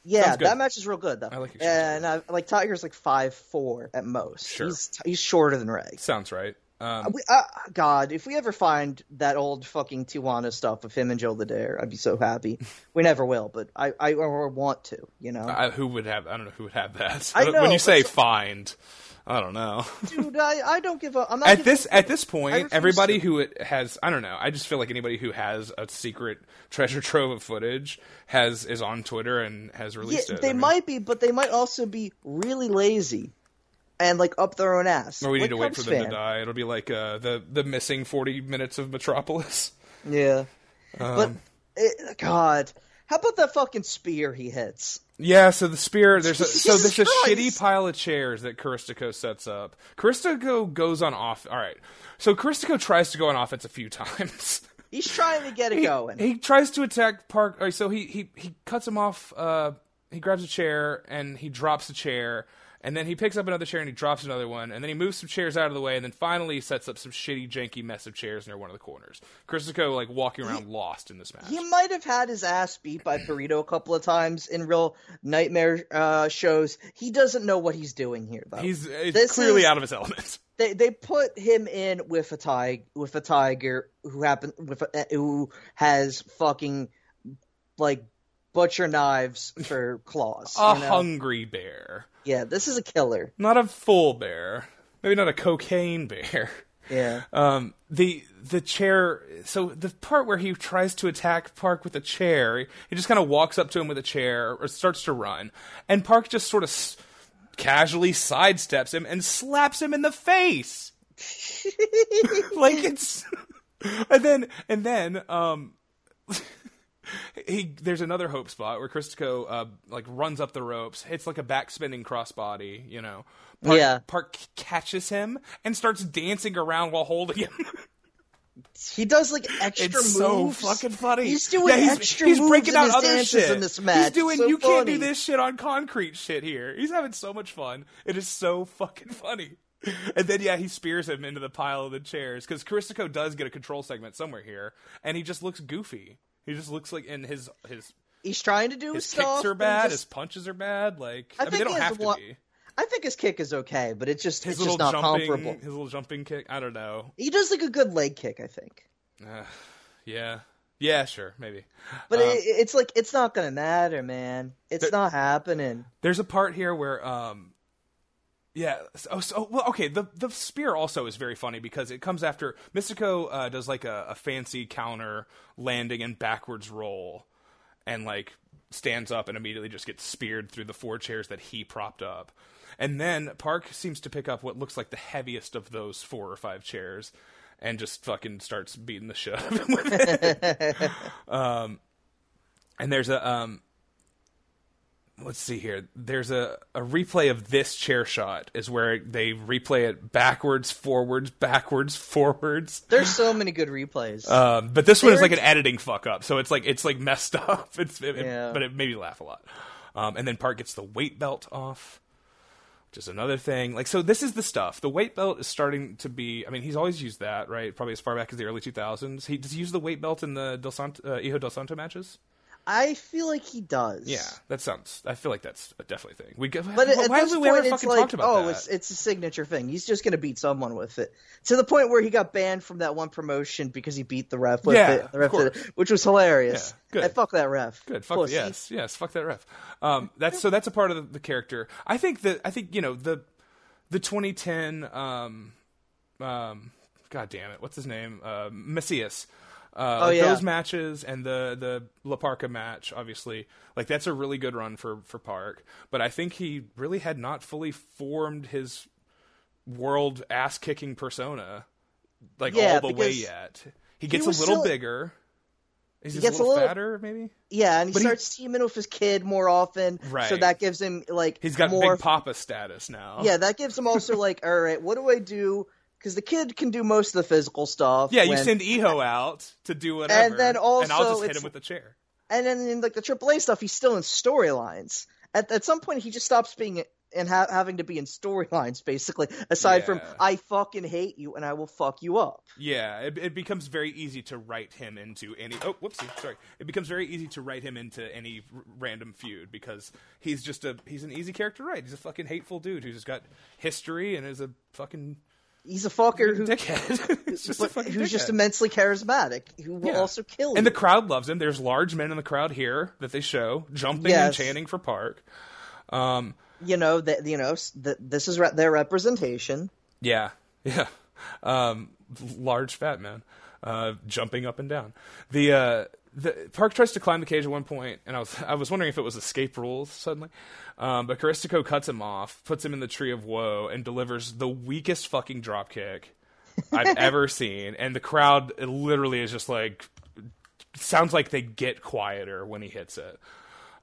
Yeah,
Sounds good.
that match is real good though.
I like Extreme
and uh, like Tiger's like five four at most.
Sure.
he's, he's shorter than Ray.
Sounds right. Um,
We, uh, God, if we ever find that old fucking Tijuana stuff of him and Joe Ladair, I'd be so happy. we never will, but I I or want to, you know.
I, who would have? I don't know who would have that.
I
when
know,
you say
but-
find, I don't know.
Dude, I, I don't give a. I'm not
at
giving
this at this point,
refuse
everybody
to.
who it has I don't know. I just feel like anybody who has a secret treasure trove of footage has is on Twitter and has released
Yeah,
it.
they
I mean,
might be, but they might also be really lazy and like up their own ass.
or we need
like
to wait
Cubs
for them to
fan.
die. It'll be like uh, the the missing forty minutes of Metropolis.
Yeah,
Um,
but it, God, how about that fucking spear he hits?
Yeah, so the spear there's a, so
Jesus
there's a
Christ.
shitty pile of chairs that Caristico sets up. Caristico goes on off. All right, so Caristico tries to go on offense a few times.
He's trying to get it going.
He tries to attack Park. all right, So he he he cuts him off. Uh, he grabs a chair and he drops a chair, and then he picks up another chair and he drops another one, and then he moves some chairs out of the way, and then finally he sets up some shitty, janky mess of chairs near one of the corners. Christico like walking around lost in this match.
he might have had his ass beat by Burrito a couple of times in real nightmare uh, shows. He doesn't know what he's doing here, though.
He's
This
it's clearly
is-
out of his element.
they they put him in with a tiger with a tiger who happened with a, uh, who has fucking like butcher knives for claws.
A
you know?
hungry bear,
Yeah, this is a killer.
not a full bear, maybe not a cocaine bear.
Yeah,
Um, the the chair. So the part where he tries to attack Park with a chair, he- he just kind of walks up to him with a chair or starts to run, and Park just sort of s- casually sidesteps him and slaps him in the face. like it's, and then and then um, he there's another hope spot where Christico uh like runs up the ropes, hits like a back spinning crossbody, you know. Park,
Yeah.
Park catches him and starts dancing around while holding him.
he does like extra
it's
moves.
so fucking funny.
He's doing
Yeah, he's,
extra
he's
moves
breaking
in
out
his
other
dances
shit.
in this match.
He's
It's
doing
so
you can't do
funny.
this shit on concrete shit here. He's having so much fun. It is so fucking funny. And then yeah, he spears him into the pile of the chairs because Caristico does get a control segment somewhere here, and he just looks goofy. He just looks like in his his
He's trying to do
his
stuff.
kicks are
and
bad.
just-
His punches are bad. Like I,
I
mean, they
think
don't
he has
have to
one-
be.
I think his kick is okay, but it's just
His
it's
little
just not
jumping,
comparable.
his little jumping kick. I don't know.
He does like a good leg kick, I think,
Yeah, yeah, sure, maybe.
but
Uh,
it, it's like it's not gonna matter, man. It's not happening.
There's a part here where, um, yeah. So, so well, okay. The the spear also is very funny because it comes after Mystico uh, does like a, a fancy counter landing and backwards roll, and like stands up and immediately just gets speared through the four chairs that he propped up. And then Park seems to pick up what looks like the heaviest of those four or five chairs, and just fucking starts beating the shit out of him with it. Um, And there's a um let's see here. There's a, a replay of this chair shot is where they replay it backwards, forwards, backwards, forwards.
There's so many good replays.
Um, but this one is
They're-
like an editing fuck up, so it's like it's like messed up. It's it, it-
Yeah.
but it made me laugh a lot. Um, and then Park gets the weight belt off. just another thing. Like, so this is the stuff. The weight belt is starting to be. I mean, he's always used that, right? Probably as far back as the early 2000s. He does he use the weight belt in the Del Santo, uh, Hijo Del Santo matches.
I feel like he does.
Yeah, that sounds. I feel like that's a definitely thing. We go.
But at,
why
at
haven't
this
we ever
point, it's
fucking
like,
talked about
oh,
that?
it's it's a signature thing. He's just gonna beat someone with it to the point where he got banned from that one promotion because he beat the ref with
Yeah,
it. The
of
ref did
course.
it, which was hilarious.
Yeah, good.
And fuck that ref.
Good. Fuck
Pussy.
yes, yes. Fuck that ref. Um, that's so. That's a part of the, the character. I think that I think you know the the 2010. Um, um, God damn it! What's his name? Uh, Messias. Uh,
Oh,
like
yeah.
Those matches and the the La Parca match, obviously, like that's a really good run for for Park. But I think he really had not fully formed his world ass kicking persona, like
Yeah,
all the way
because
yet. He gets a
was
little
still-
bigger. He's just
gets
a
a
little
little-
fatter, maybe.
Yeah, and he
But he-
starts teaming with his kid more often. So
Right.
that gives him like
He's got
more
big papa status now.
Yeah, that gives him also like, all right, what do I do? Because the kid can do most of the physical stuff.
Yeah, you
when-
send Eho out to do whatever,
then
and I'll
also
just hit
it's-
him with the chair.
and then in like the AAA stuff, he's still in storylines. At at some point, he just stops being and ha- having to be in storylines basically. Aside from
Yeah.
I fucking hate you and I will fuck you up.
Yeah, it, it becomes very easy to write him into any. Oh, whoopsie, sorry. It becomes very easy to write him into any r- random feud because he's just a he's an easy character to write. He's a fucking hateful dude who's just got history and is a fucking
He's a fucker who,
dickhead. He's just a
but-
fucking
who's just
dickhead.
immensely charismatic, who will
Yeah.
also kill
And
you.
the crowd loves him. There's large men in the crowd here that they show jumping
Yes.
and chanting for Park. Um,
you know that you know s- that this is re- their representation.
Yeah, yeah. Um, large fat man, uh, jumping up and down. The uh, the Park tries to climb the cage at one point, and I was I was wondering if it was escape rules suddenly, um, but Caristico cuts him off, puts him in the tree of woe, and delivers the weakest fucking drop kick I've ever seen, and the crowd literally is just like sounds like they get quieter when he hits it.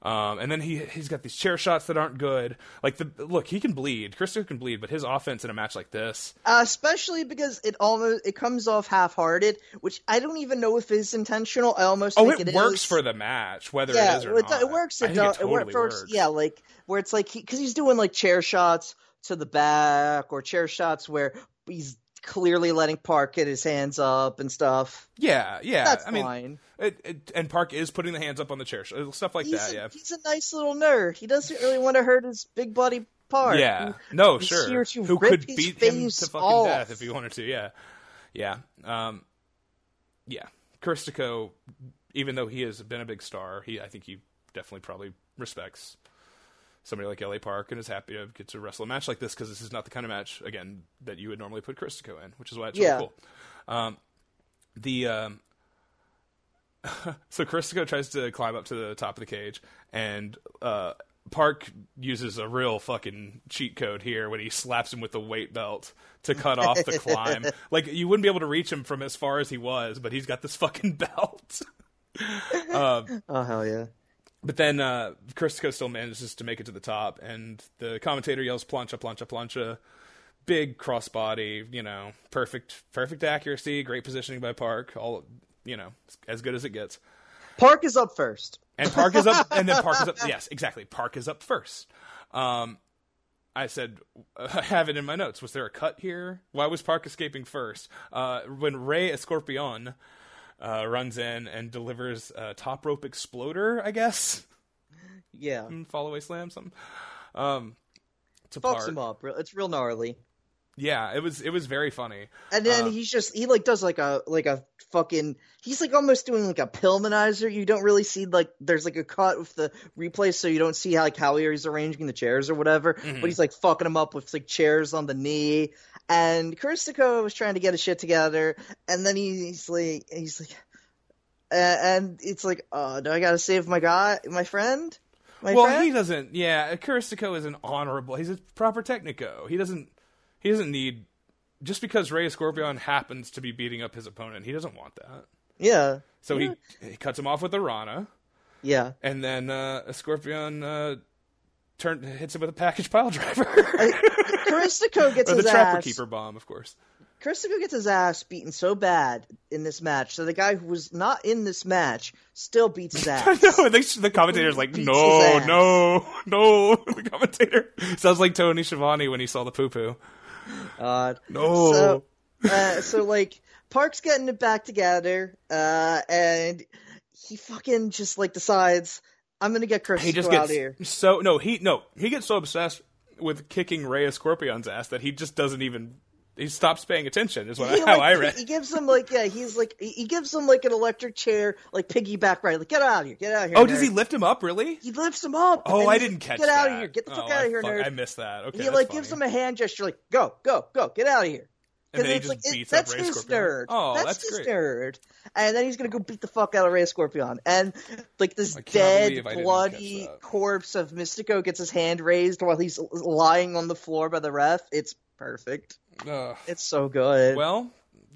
Um, and then he he's got these chair shots that aren't good. Like the look, he can bleed. Christo can bleed, but his offense in a match like this,
Uh, especially because it almost it comes off half-hearted, which I don't even know if is intentional. I almost
oh,
think
it,
it
works
is.
for the match, whether
yeah,
it is or
it, do-
not.
it works.
I
It,
think
does,
it totally
it works.
works.
Yeah, like where it's like because he's doing like chair shots to the back or chair shots where he's clearly letting Park get his hands up and stuff.
yeah, yeah.
That's
I mean,
fine.
It, it, and Park is putting the hands up on the chair, sh- stuff like
He's
that.
a,
yeah,
he's a nice little nerd. He doesn't really want to hurt his big buddy Park.
Yeah. No,
he's
sure.
here to
Who
rip
could
his
beat him
face
to fucking
off.
death if he wanted to? Yeah. Yeah. Um, yeah. Caristico, even though he has been a big star, he I think he definitely probably respects somebody like LA Park and is happy to get to wrestle a match like this because this is not the kind of match again that you would normally put Caristico in, which is why it's
Yeah.
really cool. Um, the um, so Caristico tries to climb up to the top of the cage, and uh, Park uses a real fucking cheat code here when he slaps him with the weight belt to cut off the climb. Like you wouldn't be able to reach him from as far as he was, but he's got this fucking belt.
Oh hell yeah.
But then uh, Caristico still manages to make it to the top, and the commentator yells "plancha, plancha, plancha." Big crossbody, you know, perfect, perfect accuracy, great positioning by Park. All you know, as good as it gets.
Park is up first.
And Park is up, and then Park is up. Yes, exactly. Park is up first. Um, I said, I have it in my notes. Was there a cut here? Why was Park escaping first? Uh, when Ray Escorpion uh, runs in and delivers a top rope exploder, I guess,
Yeah,
fall away slam something. Um, to
fucks
Park.
him up. Real- It's real gnarly.
Yeah, it was it was very funny.
And then
Uh,
he's just he like does like a like a fucking he's like almost doing like a pilmanizer. You don't really see like there's like a cut with the replay, so you don't see how like how he's arranging the chairs or whatever.
Mm-hmm.
But he's like fucking him up with like chairs on the knee. And Caristico was trying to get his shit together, and then he's like he's like, uh, and it's like, oh, do I gotta save my guy, my friend, my
well,
friend?
he doesn't. Yeah, Curistico is an honorable. He's a proper technico. He doesn't. He doesn't need. Just because Rey Scorpion happens to be beating up his opponent, he doesn't want that.
yeah,
So he, he cuts him off with a Rana,
yeah.
and then uh, Scorpion uh, turn, hits him with a package pile driver.
Caristico gets
or the
his
Trapper
ass.
Keeper bomb, of course.
Christopher gets his ass beaten so bad in this match that the guy who was not in this match still beats his
I
ass.
know. The, the commentator's like,
Beats
no,
his ass."
no, no. The commentator sounds like Tony Schiavone when he saw the poo poo.
God.
No.
So, uh, so like Park's getting it back together, uh, and he fucking just like decides I'm gonna get Chris
he just
to go out
gets
of here.
so no he no he gets so obsessed with kicking Rey Scorpion's ass that he just doesn't even he stops paying attention. Is what
He,
I, how
like,
I
he-
read.
He gives him like yeah, he's like he- he gives him like an electric chair, like piggyback ride, like get out of here, get out of here.
Oh, does
nerd."
he lift him up really?
He lifts him up. and
Oh,
then
I
he's
didn't
like,
catch.
Get
that.
out of here! Get the fuck
Oh,
out
I-
of here,
fuck,
nerd!
I missed that. Okay,
he
that's
like
funny.
gives him a hand gesture, like go, go, go, get out of here.
and then he
it's
just
like, it-
beats
that's
up Rey
his
Scorpion.
nerd.
Oh,
that's,
that's
his
great.
nerd. And then he's gonna go beat the fuck out of Rey Scorpion. And like this
I cannot
dead,
believe I didn't
bloody
catch that.
corpse of Mystico gets his hand raised while he's lying on the floor by the ref. It's perfect.
Ugh.
It's so good.
well,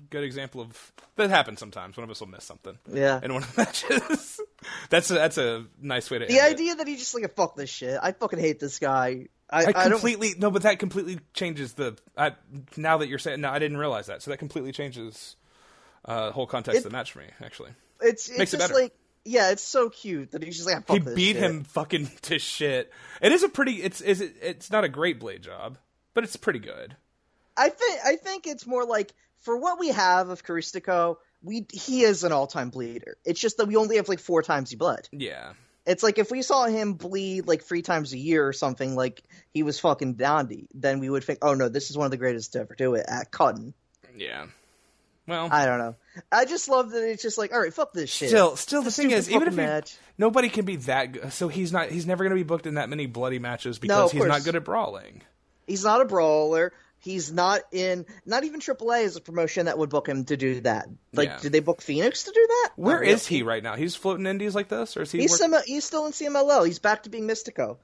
good example of that happens sometimes. One of us will miss something
yeah.
in one of the matches. that's a, that's a nice way to
The
end it.
idea that he just like fuck this shit. I fucking hate this guy. I,
I
I don't
completely no, but that completely changes the. I, now that you're saying, no, I didn't realize that. So that completely changes uh, the whole context of the match for me. Actually,
It's, it's
Makes it
just
better.
like yeah, it's so cute that he's just like I fuck
he
this
beat
shit.
him fucking to shit. It is a pretty. It's is it, It's not a great blade job, but it's pretty good.
I think I think it's more like for what we have of Caristico, we he is an all time bleeder. It's just that we only have like four times he bled.
Yeah,
It's like if we saw him bleed like three times a year or something, like he was fucking dandy, then we would think, oh no, this is one of the greatest to ever do it at Cotton.
yeah. Well,
I don't know. I just love that it's just like, all right, fuck this Ah, shit.
still, still, the thing
Stupid
is, even
fucking
if he,
match.
nobody can be that. good. So he's not. He's never going to be booked in that many bloody matches
No,
because
of
he's not
course.
good at brawling.
He's not a brawler. He's not in. Not even AAA is a promotion that would book him to do that. Like,
Yeah.
did they book Phoenix to do that?
Where is
Not really.
he right now? He's floating indies like this, or is he?
He's
work-
some, he's still in CMLL. He's back to being Mystico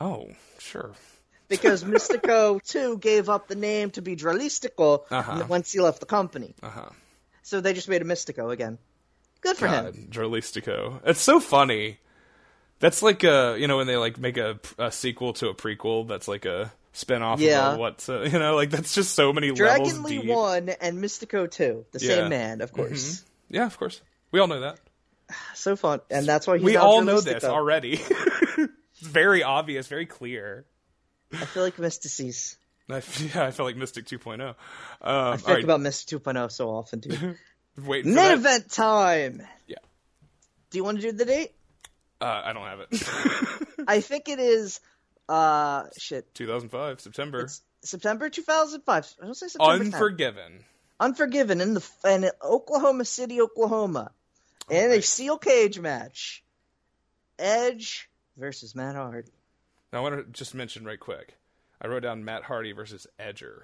oh, sure.
because Mystico too gave up the name to be Dralistico
Uh-huh.
once he left the company.
Uh-huh.
So they just made him Mystico again. Good for
God,
him.
Drolistico. It's so funny. That's like a you know when they like make a, a sequel to a prequel that's like a spin-off
Yeah.
of a what's uh, you know like that's just so many levels
Dragon Lee
deep.
one and Mystico two, the
Yeah. Mm-hmm.
same man, of course.
Yeah, of course. We all know that.
So fun, and that's why he's
we
on
all know
Dralistico.
this already. it's very obvious, very clear.
I feel like Mystices.
I, f- yeah, I felt like Mystic 2.0. Um,
I
all
think
right,
about Mystic 2.0 so often, dude.
waiting for
Main
that.
event time.
Yeah.
Do you want to do the date?
Uh, I don't have it.
I think it is. Uh, shit.
2005 September.
It's September 2005. I don't say September. 10th.
Unforgiven.
Unforgiven in the in Oklahoma City, Oklahoma,
Oh,
in a steel cage match. Edge versus Matt Hardy.
Now, I want to just mention right quick. I wrote down Matt Hardy versus Edger,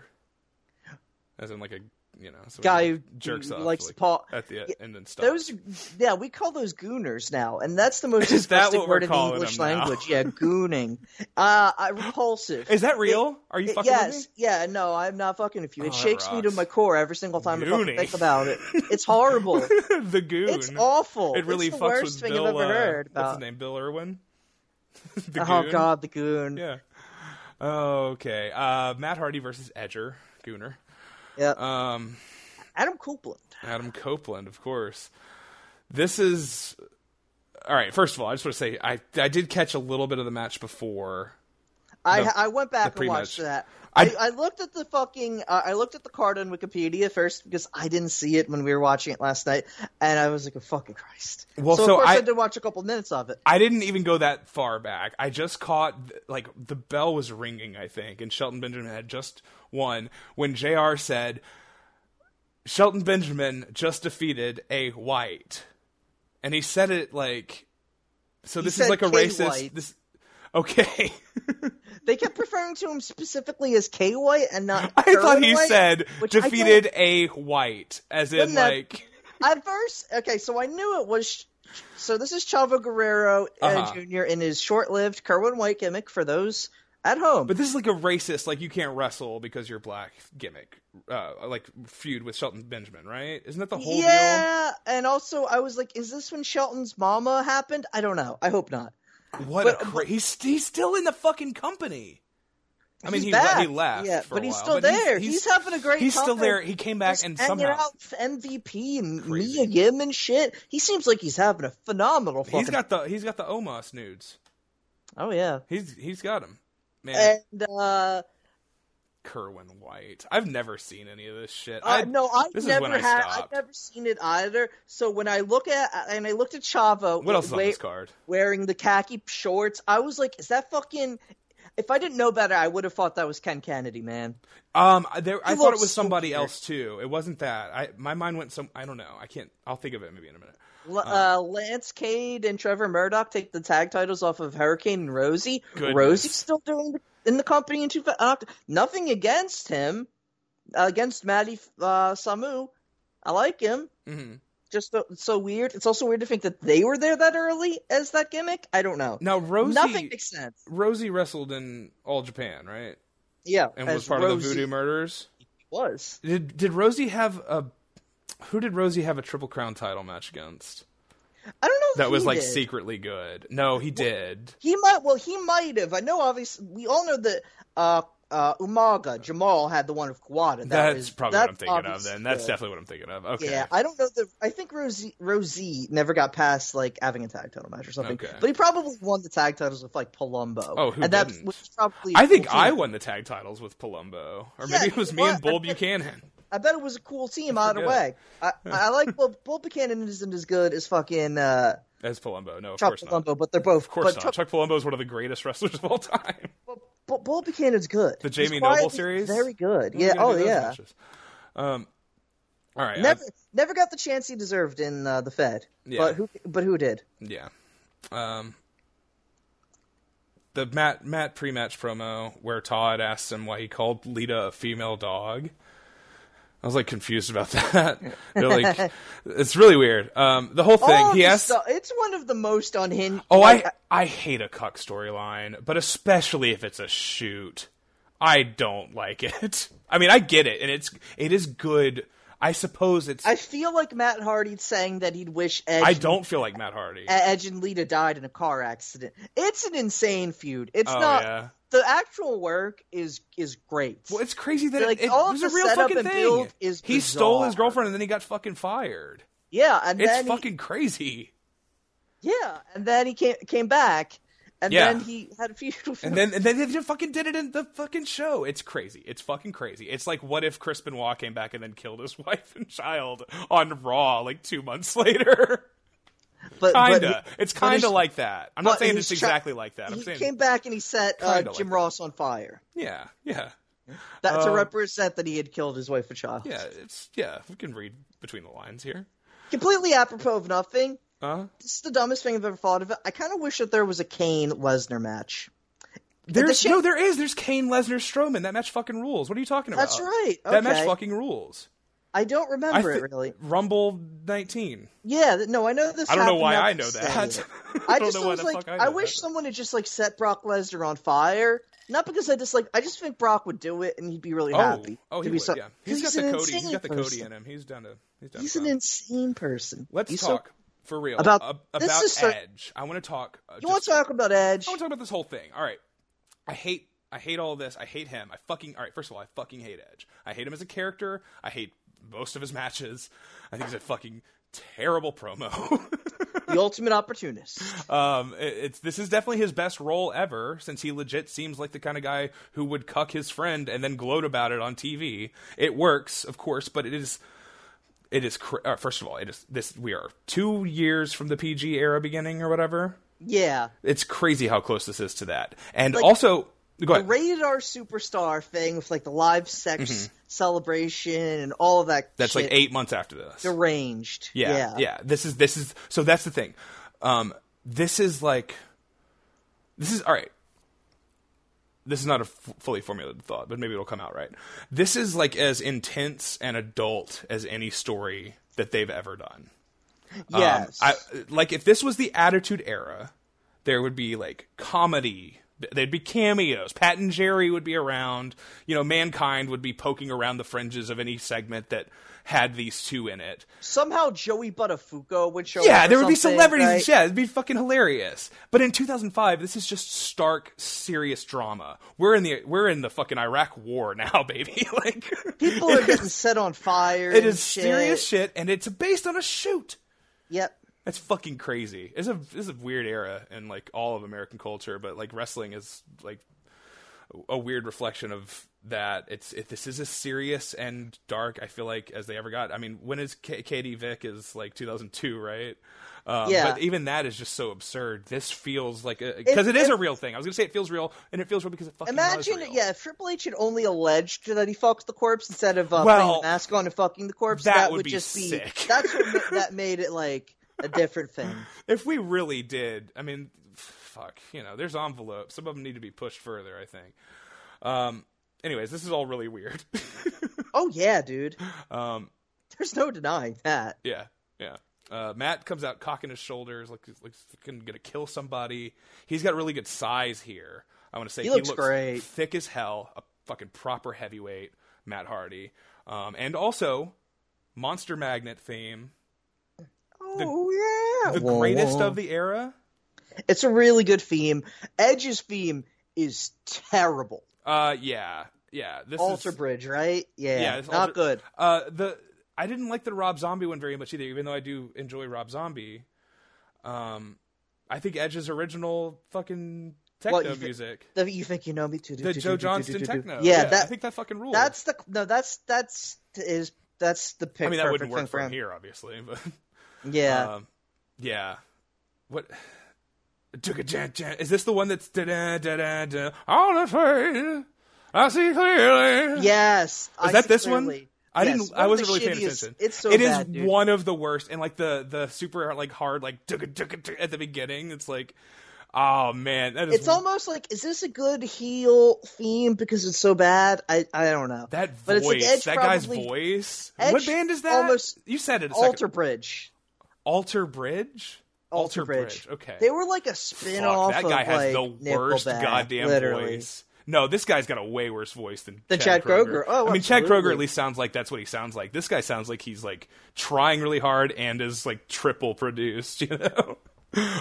as in like a you know someone
Guy who
jerks off
likes to
like,
paw-
at the e-, and then stops.
Those, yeah, we call those gooners now, and that's the most
Is that
disgusting
what we're
word in the
calling
English
them now?
language. Yeah, gooning. Uh, I, repulsive.
Is that real? Are you
It-
fucking
yes,
with
yeah, no, I'm not fucking with you. It
Oh, that
shakes me to
rocks.
my core every single time I fucking
Gooning.
think about it. It's horrible.
me? the goon.
it's awful.
It really
it's
fucks
the worst
with
thing
Bill.
I've ever
uh,
heard
What's
about.
his name? Bill Irwin. the
Oh
goon?
god, the goon. Yeah.
Yeah. Okay. Uh, Matt Hardy versus Edger, gooner. Um,
Adam Copeland.
Adam Copeland, of course. This is all right. First of all, I just want to say I I did catch a little bit of the match before.
I
The-
I went back
the
and watched
pre-match.
that.
I-
I, I looked at the fucking uh, I looked at the card on Wikipedia first because I didn't see it when we were watching it last night, and I was like, oh, "Fucking Christ!"
Well,
so,
so
of course I,
I-
did watch a couple minutes of it.
I didn't even go that far back. I just caught th- like the bell was ringing, I think, and Shelton Benjamin had just won when JR said Shelton Benjamin just defeated a white. And he said it like so this is
said
like a
K.
racist
White.
this Okay.
They kept referring to him specifically as K White and not.
I thought
Karen
he
White,
said
which I don't-
defeated a white as in
Wouldn't that-
like
At first, okay, so I knew it was. So this is Chavo Guerrero uh,
Uh-huh.
Jr. in his short-lived Kerwin White gimmick for those at home.
But this is like a racist, like you can't wrestle because you're black gimmick, uh, like feud with Shelton Benjamin, right? Isn't that the whole deal?
yeah, and also I was like, is this when Shelton's mama happened? I don't know. I hope not.
What
But- um,
a cra- he's he's still in the fucking company. I mean,
He's
he,
back.
he left.
Yeah,
for
but
a
he's
while,
still there. He's having a great
He's still
time.
there. He came back
Just
and
hanging
somehow
out with MVP and
Crazy.
Mia Yim and shit. He seems like he's having a phenomenal fucking.
he's got the he's got the Omos nudes.
oh yeah,
He's he's got him. Man,
and uh,
Kerwin White. I've never seen any of this shit.
I, Uh, no, I
this is
never
when I
had. I've
stopped.
never seen it either. So when I look at and I looked at Chavo,
What else is on
wait-
this card?
wearing the khaki shorts, I was like, is that fucking? If I didn't know better, I would have thought that was Ken Kennedy, man.
Um, I- there, I
He
thought it
looks
was
so
somebody
weird.
else too. It wasn't that. I my mind went some. I don't know. I can't. I'll think of it maybe in a minute.
L- uh, Lance Cade and Trevor Murdoch take the tag titles off of Hurricane and Rosie.
Goodness.
Rosie's still doing the, in the company in two. Uh, nothing against him, uh, against Matty uh, Samu. I like him.
Mhm.
Just so, so weird. It's also weird to think that they were there that early as that gimmick. I don't know.
Now Rosie
Nothing makes sense.
Rosie wrestled in All Japan, right?
Yeah,
And
as
was part of the
Rosie
Voodoo Murders.
was.
Did did Rosie have a? Who did Rosie have a Triple Crown title match against?
I don't know. if
That was
he
like
did.
secretly good. No, he did.
He might. Well, he might have. I know. Obviously, we all know that uh, uh, Umaga Jamal had the one of Kawada. That
That's
was-
probably what I'm
that's
thinking of.
obvious-
Then that's
yeah.
definitely what I'm thinking of. Okay.
Yeah, I don't know. The I think Rosie Rosie never got past like having a tag title match or something.
Okay.
But he probably won the tag titles with like Palumbo.
Oh, who
and that
didn't?
was probably.
I think
a cool
I
team.
won the tag titles with Palumbo, or
Yeah,
maybe it was
you
me
know
and
what?
Bull
I think-
Buchanan.
I bet it was a cool team either
forget.
way. I, I like Bull, Bull Buchanan isn't as good as fucking uh,
As Palumbo, no, of
Chuck
course not.
Palumbo, but they're both.
Of course
but
not.
Chuck-
Chuck Palumbo is one of the greatest wrestlers of all time.
Bull, Bull Buchanan's good.
The
He's
Jamie Noble
quietly
series?
very good.
We
Yeah.
gotta do
Oh
those
yeah.
matches. Um, all right. I-
Never, never got the chance he deserved in uh, the Fed.
Yeah.
But who? But who did?
yeah. Um, the Matt Matt pre-match promo where Todd asks him why he called Lita a female dog. I was like confused about that. They're like, it's really weird. Um, the whole thing.
All of
he
Oh, the
asks.
stu- it's one of the most unhinged.
Oh,
like, uh,
I I hate a cuck storyline, but especially if it's a shoot. I don't like it. I mean, I get it, and it's it is good. I suppose it's.
I feel like Matt Hardy saying that he'd wish Edge,
I don't feel like Matt Hardy.
Edge and Lita died in a car accident. It's an insane feud. It's
Oh,
not
yeah.
the actual work is is great.
Well, it's crazy that
Like,
it, it
all
was
of
a
the
real
setup
fucking
and
thing.
build is
he stole his
bizarre.
girlfriend and then he got fucking fired.
yeah, and
It's
then he-
fucking crazy.
yeah, and then he came came back, and
Yeah.
then he had a feud. With
And then and then they just fucking did it in the fucking show. It's crazy. It's fucking crazy. It's like what if Chris Benoit came back and then killed his wife and child on Raw like two months later.
but, but
Kinda.
he-
it's
but his-
kinda like that. I'm not
but
saying
his
it's
chi-
exactly like that. I'm
he
saying
came back and he set uh,
Kinda like
Jim
that.
Ross on fire.
yeah, yeah,
That to
Um,
represent that he had killed his wife and child.
yeah. It's yeah. We can read between the lines here.
Completely apropos of nothing.
Uh,
This is the dumbest thing I've ever thought of. I kind of wish that there was a Kane Lesnar match.
there's
cha-
no, there is. There's Kane Lesnar Strowman. That match fucking rules. What are you talking about?
That's right.
That match
Okay.
fucking rules.
I don't remember
thi-
it really.
Rumble 19.
Yeah, th- no, I know this.
I don't know
happened
why
after
I know
the
that.
Stadium. I,
don't
just
know why
was
the
like,
fuck
I,
I know
wish
that.
someone had just like set Brock Lesnar on fire. Not because I dislike. I just think Brock would do it, and he'd be really
Oh,
happy.
oh,
to
he
be
would,
so-
yeah.
'cause
He's got
an
the Cody. He's
insane
got the Cody
person.
in him. He's done to. He's done.
He's
to
an insane person.
Let's
He's so-
talk for real
About-
ab-
this
about
is so-
Edge. I want to talk. Uh,
you want
just-
to talk about Edge?
I want to talk about this whole thing. All right. I hate I hate all this. I hate him. I fucking all right. First of all, I fucking hate Edge. I hate him as a character. I hate most of his matches. I think he's a fucking terrible promo.
the ultimate opportunist.
um, it- it's this is definitely his best role ever since he legit seems like the kind of guy who would cuck his friend and then gloat about it on TV. It works, of course, but it is it is cr- uh, first of all, it is this we are 2 years from the PG era beginning or whatever.
Yeah,
It's crazy how close this is to that. And also, go
the
ahead.
rated R superstar thing with like the live sex celebration and all of that.
Mm-hmm. That's like
shit.
eight months after this.
deranged.
yeah,
yeah,
This is this is so that's the thing. Um, this is like this is all right. This is not a f- fully formulated thought, but maybe it'll come out right. This is like as intense and adult as any story that they've ever done. Um,
Yes.
I, like if this was the Attitude Era, there would be like comedy They'd be cameos. Pat and Jerry would be around. You know, mankind would be poking around the fringes of any segment that had these two in it.
Somehow Joey Buttafuoco would show up.
Yeah,
or
there would be
something,
celebrities.
right?
Yeah, it'd be fucking hilarious. But in 2005, this is just stark, serious drama. We're in the we're in the fucking Iraq War now, baby. like
People are getting set on fire.
it
and
is
shit.
serious shit, and it's based on a shoot.
Yep.
That's fucking crazy. It's a it's a weird era in like all of American culture, but like wrestling is like a weird reflection of that. It's it, this is as serious and dark. I feel like as they ever got. I mean, when is K- Katie Vick is like 2002, right? Um,
Yeah.
But even that is just so absurd. This feels like because it is a real thing. I was gonna say it feels real, and it feels real because it fucking was
Imagine,
real.
yeah, if Triple H had only alleged that he fucked the corpse instead of uh,
Well,
putting the mask on and fucking the corpse,
that
that,
would be
just be.
sick.
That's what ma- that made it like a different thing.
If we really did, I mean, f- fuck, you know, there's envelopes. Some of them need to be pushed further. I think. Um. Anyways, this is all really weird.
Oh yeah, dude.
um.
There's no denying that.
Yeah, yeah. Uh, Matt comes out cocking his shoulders, like he's- like he's fucking gonna kill somebody. He's got really good size here. I want to say
He looks great.
thick as hell, a fucking proper heavyweight, Matt Hardy, um, and also Monster Magnet theme,
Oh yeah,
the
Whoa,
greatest
whoa.
of the era.
It's a really good theme. Edge's theme is terrible.
Uh, yeah, yeah. This
Alter
is,
Bridge, right? Yeah,
Yeah, it's
not
Alter-
good.
Uh, the I didn't like the Rob Zombie one very much either, even though I do enjoy Rob Zombie. Um, I think Edge's original fucking techno
Well, you thi-
music.
The, you think you know me too?
the Joe Johnston techno.
Yeah,
I
that
think that fucking rules.
that's the no. That's that's is that's the pick.
I mean, that wouldn't
perfect
work
thing for
from
him.
here, obviously, but
Yeah.
um, yeah. What? Took a jan- jan- Is this the one that's da da da da da on the face? I see clearly.
Yes.
Is
I
that
see
this one?
clearly.
I
Yes,
didn't.
one
I
of
wasn't
the
really paying
shittiest-
attention.
It's so
It is
bad, dude.
one of the worst, and like the the super like hard like tugga, tugga, tugga at the beginning. It's like, oh man, that is
It's almost like is this a good heel theme because it's so bad? I I don't know.
that
but it's like
voice.
Edge
that guy's
probably-
voice.
Edge
what band is that?
almost
you said it. A second.
Alter Bridge.
Alter Bridge?
Alter, Bridge.
Okay.
They were like a
Fuck,
spin-off
that guy
of
has
like
the worst
Nickelback,
goddamn
literally.
voice. No, this guy's got a way worse voice than
Than Chad Kroeger. Oh,
I mean, Chad Kroger
absolutely.
at least sounds like that's what he sounds like. This guy sounds like he's like trying really hard and is like triple produced. You know.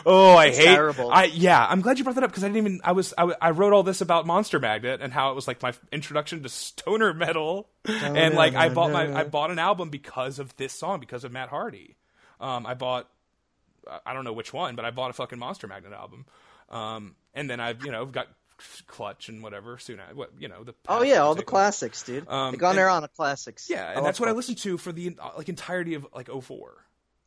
Oh, I hate.
terrible.
I yeah. I'm glad you brought that up because I didn't even. I was. I, I wrote all this about Monster Magnet and how it was like my introduction to stoner metal, and like I bought my I bought an album because of this song because of Matt Hardy. Um, I bought I- I don't know which one, but I bought a fucking Monster Magnet album. Um, and then I've you know got Clutch and whatever soon. I what you know the
Oh yeah, all the
class.
classics, dude.
Um,
they gone
and-
there on the classics.
Yeah, and
love
that's what I
them.
listened to for the uh, like entirety of like 04. It was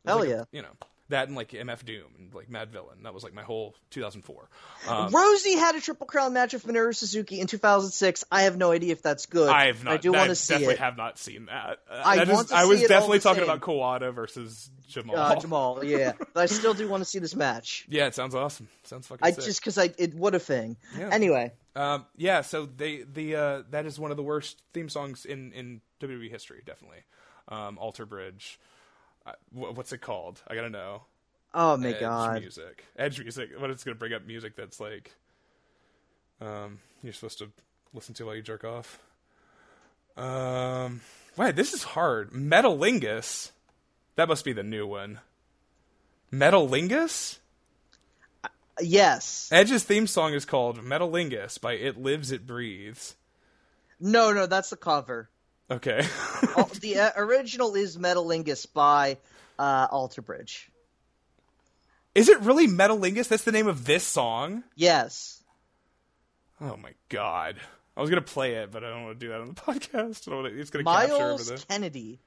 Hell
like a-
yeah.
you know that and like MF Doom and like Mad Villain. That was like my whole 2004. Um,
Rosie had a triple crown match with Minoru Suzuki in 2006. I have no idea if that's good.
I have not.
I do
I
want to see
definitely
it.
have not seen that. Uh,
I
that is-
want to
I
see
was
it all
definitely
the
talking
same.
about Kawada versus Jamal.
uh, Jamal, yeah, but I still do want to see this match.
Yeah, it sounds awesome. Sounds fucking.
I
sick.
just because I it what a thing.
Yeah.
Anyway,
Um, yeah, so they the uh, that is one of the worst theme songs in in WWE history, definitely. Um, Alter Bridge, uh, wh- what's it called? I gotta know.
oh my
Edge
god,
music, edge music. What it's gonna bring up music that's like, um, you're supposed to listen to while you jerk off. Um, wow, this is hard. Metalingus, that must be the new one. Metalingus.
yes,
Edge's theme song is called Metalingus by It Lives, It Breathes.
no, no, that's the cover.
Okay.
Oh, the uh, original is Metalingus by uh, Alter Bridge.
Is it really Metalingus? That's the name of this song?
Yes,
Oh my god. I was gonna play it, but I don't want to do that on the podcast. I don't wanna, it's gonna capture over
Miles
the.
Kennedy.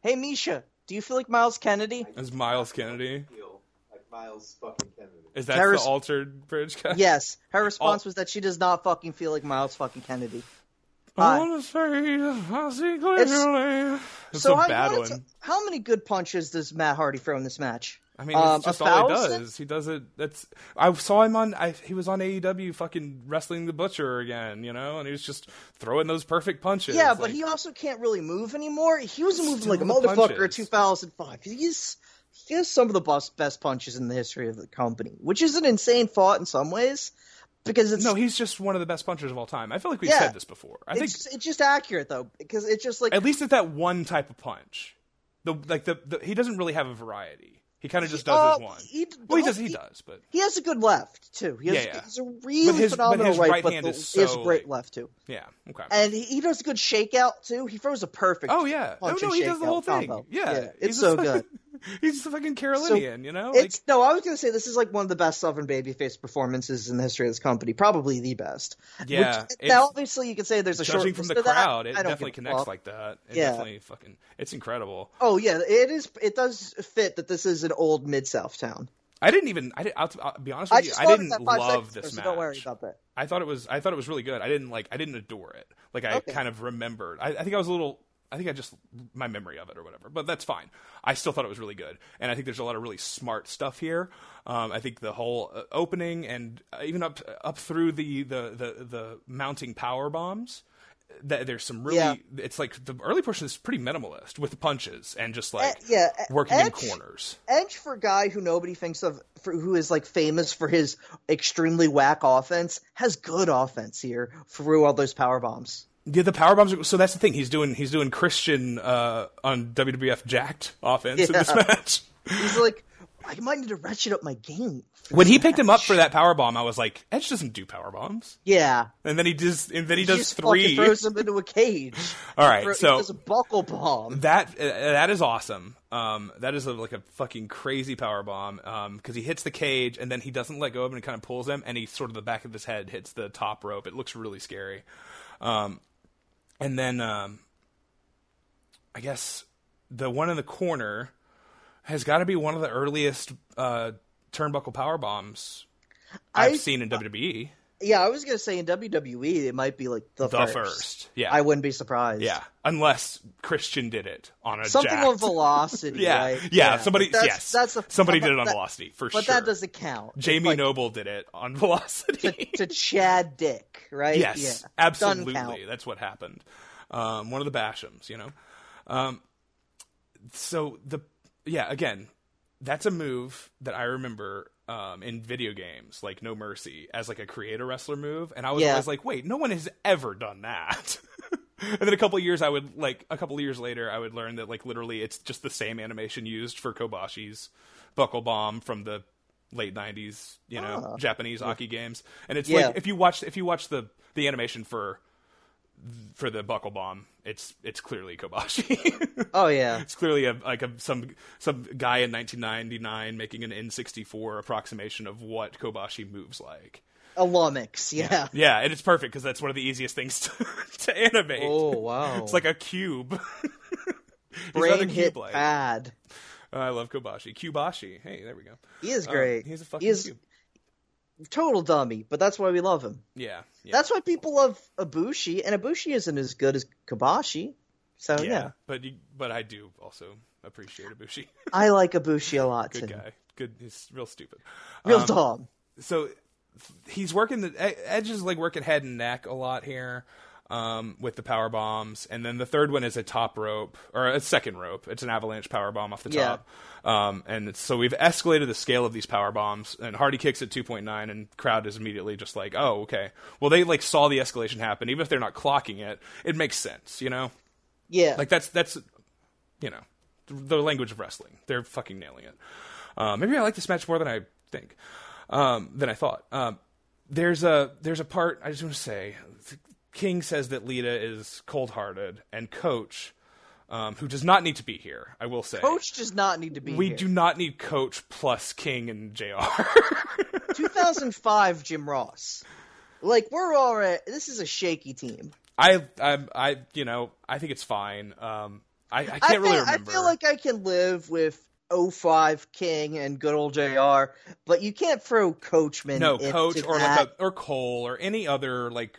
Hey Misha, do you feel like Miles Kennedy?
Is Miles Kennedy?
heel, like Miles fucking Kennedy.
Is that
Harris-
the altered bridge guy?
Yes.
Oh.
Her response was that she does not fucking feel like Miles fucking Kennedy.
I
Hi.
want to say I see clearly. It's
so
a
how,
bad
how-
one.
how many good punches does Matt Hardy throw in this match?
I mean,
Um,
that's
a
just all he
thousand?
does. He does it. That's I saw him on. I, he was on AEW, fucking wrestling the butcher again, you know, and he was just throwing those perfect punches.
Yeah, but
like-
he also can't really move anymore. He was moving
Still
like a
the
motherfucker in
punches.
2005. He's he has some of the best best punches in the history of the company, which is an insane thought in some ways. because it's
No, he's just one of the best punchers of all time. I feel like we've
Yeah.
said this before. I
it's,
think
just, it's just accurate though because it's just like
at least at that one type of punch, the like the, the he doesn't really have a variety. He kind of just does
uh,
his one.
he-
well, he does. He,
he-
does, but
he has a good left too. He has,
Yeah, yeah.
he's a really
But his- but
phenomenal
his
right,
right
but
hand
the,
is
he has
so,
a great
like-
left too.
yeah, okay.
And he, he does a good shakeout too. He throws a perfect.
oh yeah, no,
punch
no,
and
he does the
shakeout
whole thing.
combo.
Yeah,
it's
he's
so
a
good.
fucking- He's a fucking Carolinian, you know. Like,
it's no, I was gonna say this is like one of the best Southern Babyface performances in the history of this company, probably the best.
Yeah,
Which,
it's-
now obviously you can say there's a
judging
short
from
list
the
of that.
crowd, it
I don't give
definitely
a
connects
fuck.
like that. It
Yeah.
definitely fucking, it's incredible.
Oh yeah, it is. It does fit that this is an old mid South town.
I didn't even. I did, I'll, I'll be honest with
I
you.
just
I
thought
didn't
it was at five
love
seconds,
this
so
match.
Don't worry about that.
I thought it was. I thought it was really good. I didn't like. I didn't adore it. Like I
Okay.
kind of remembered. I, I think I was a little. I think I just my memory of it or whatever. But that's fine. I still thought it was really good, and I think there's a lot of really smart stuff here. Um, I think the whole uh, opening and uh, even up up through the the the, the mounting power bombs. That there's some really.
Yeah.
It's like the early portion is pretty minimalist with the punches and just like
yeah, uh,
working in
Edge-
corners.
Edge for a guy who nobody thinks of, for, who is like famous for his extremely whack offense, has good offense here through all those power bombs.
Yeah, the power bombs. Are, so that's the thing. He's doing he's doing Christian uh, on WWF jacked offense in this
Yeah.
match.
He's like, I might need to ratchet up my game.
When he picked him up for that power bomb, I was like, Edge doesn't do power bombs.
Yeah,
And then he does, and then he
He
does
just
three.
fucking throws him into a cage.
All right,
Throw- he
so-
does a buckle bomb.
That uh, that is awesome. Um, that is a, like a fucking crazy power bomb. Um, because he hits the cage and then he doesn't let go of it and kind of pulls him, and he sort of the back of his head hits the top rope. It looks really scary. Um, and then um, I guess the one in the corner has got to be one of the earliest uh turnbuckle power bombs I've
I-
seen in WWE.
Yeah, I was gonna say in WWE it might be like the,
The first, yeah,
I wouldn't be surprised.
yeah, unless Christian did it on a
something
jacked-
on velocity.
Yeah,
right?
yeah, Somebody,
But that's,
yes,
That's a,
somebody
but
did it on
that-
Velocity for
but
sure.
that doesn't count. It's
Jamie
like
Noble did it on Velocity.
to Chad Dick, right?
yes,
yeah. Doesn't count.
absolutely. That's what happened. Um, one of the Bashams, you know. Um, so the yeah, again, that's a move that I remember um, in video games, like No Mercy, as like a creator wrestler move, and I was
Yeah.
always like, wait, no one has ever done that. and then a couple of years, I would like a couple of years later, I would learn that like literally it's just the same animation used for Kobashi's buckle bomb from the late '90s, you know, Japanese hockey games, and it's
Ah. Yeah.
like if you watch if you watch the the animation for for the buckle bomb, it's it's clearly Kobashi.
Oh yeah.
it's clearly a like a some some guy in 1999 making an N64 approximation of what Kobashi moves like.
A Lummox, yeah.
Yeah, and it's perfect because that's one of the easiest things to, to animate.
Oh wow.
It's like a cube. He's not a
brain hit
cube-like.
pad.
I love Kobashi. Kubashi. Hey, there we go.
He is
Um,
great.
he's a fucking
he is
cube.
total dummy, but that's why we love him.
Yeah, yeah.
That's why people love Ibushi, and Ibushi isn't as good as Kabashi. So Oh, yeah,
yeah. But you, but I do also appreciate Ibushi.
I like Ibushi a lot
Good
too.
guy. Um, Good. He's real stupid.
Real dumb.
so he's working the Ed- Edge is like working head and neck a lot here um, with the power bombs, and then the third one is a top rope or a second rope. It's an avalanche power bomb off the
Yeah.
top, um, and it's, so we've escalated the scale of these power bombs. And Hardy kicks at two point nine, and crowd is immediately just like, "Oh, okay." Well, they like saw the escalation happen, even if they're not clocking it. It makes sense, you know.
Yeah,
Like that's that's you know the language of wrestling. They're fucking nailing it. Uh, maybe I like this match more than I think um, than I thought. Um, there's a there's a part I just want to say. King says that Lita is cold hearted, and Coach, um, who does not need to be here, I will say.
Coach does not need to be.
we
here.
do not need Coach plus King and Jr.
2005 Jim Ross. Like we're all right. This is a shaky team.
I, I, I, you know, I think it's fine. Um, I, I can't
I
really
feel, I
remember.
feel like I can live with 05 King and good old Jr. But you can't throw Coachman.
no
into
coach or
that.
like a, or cole or any other like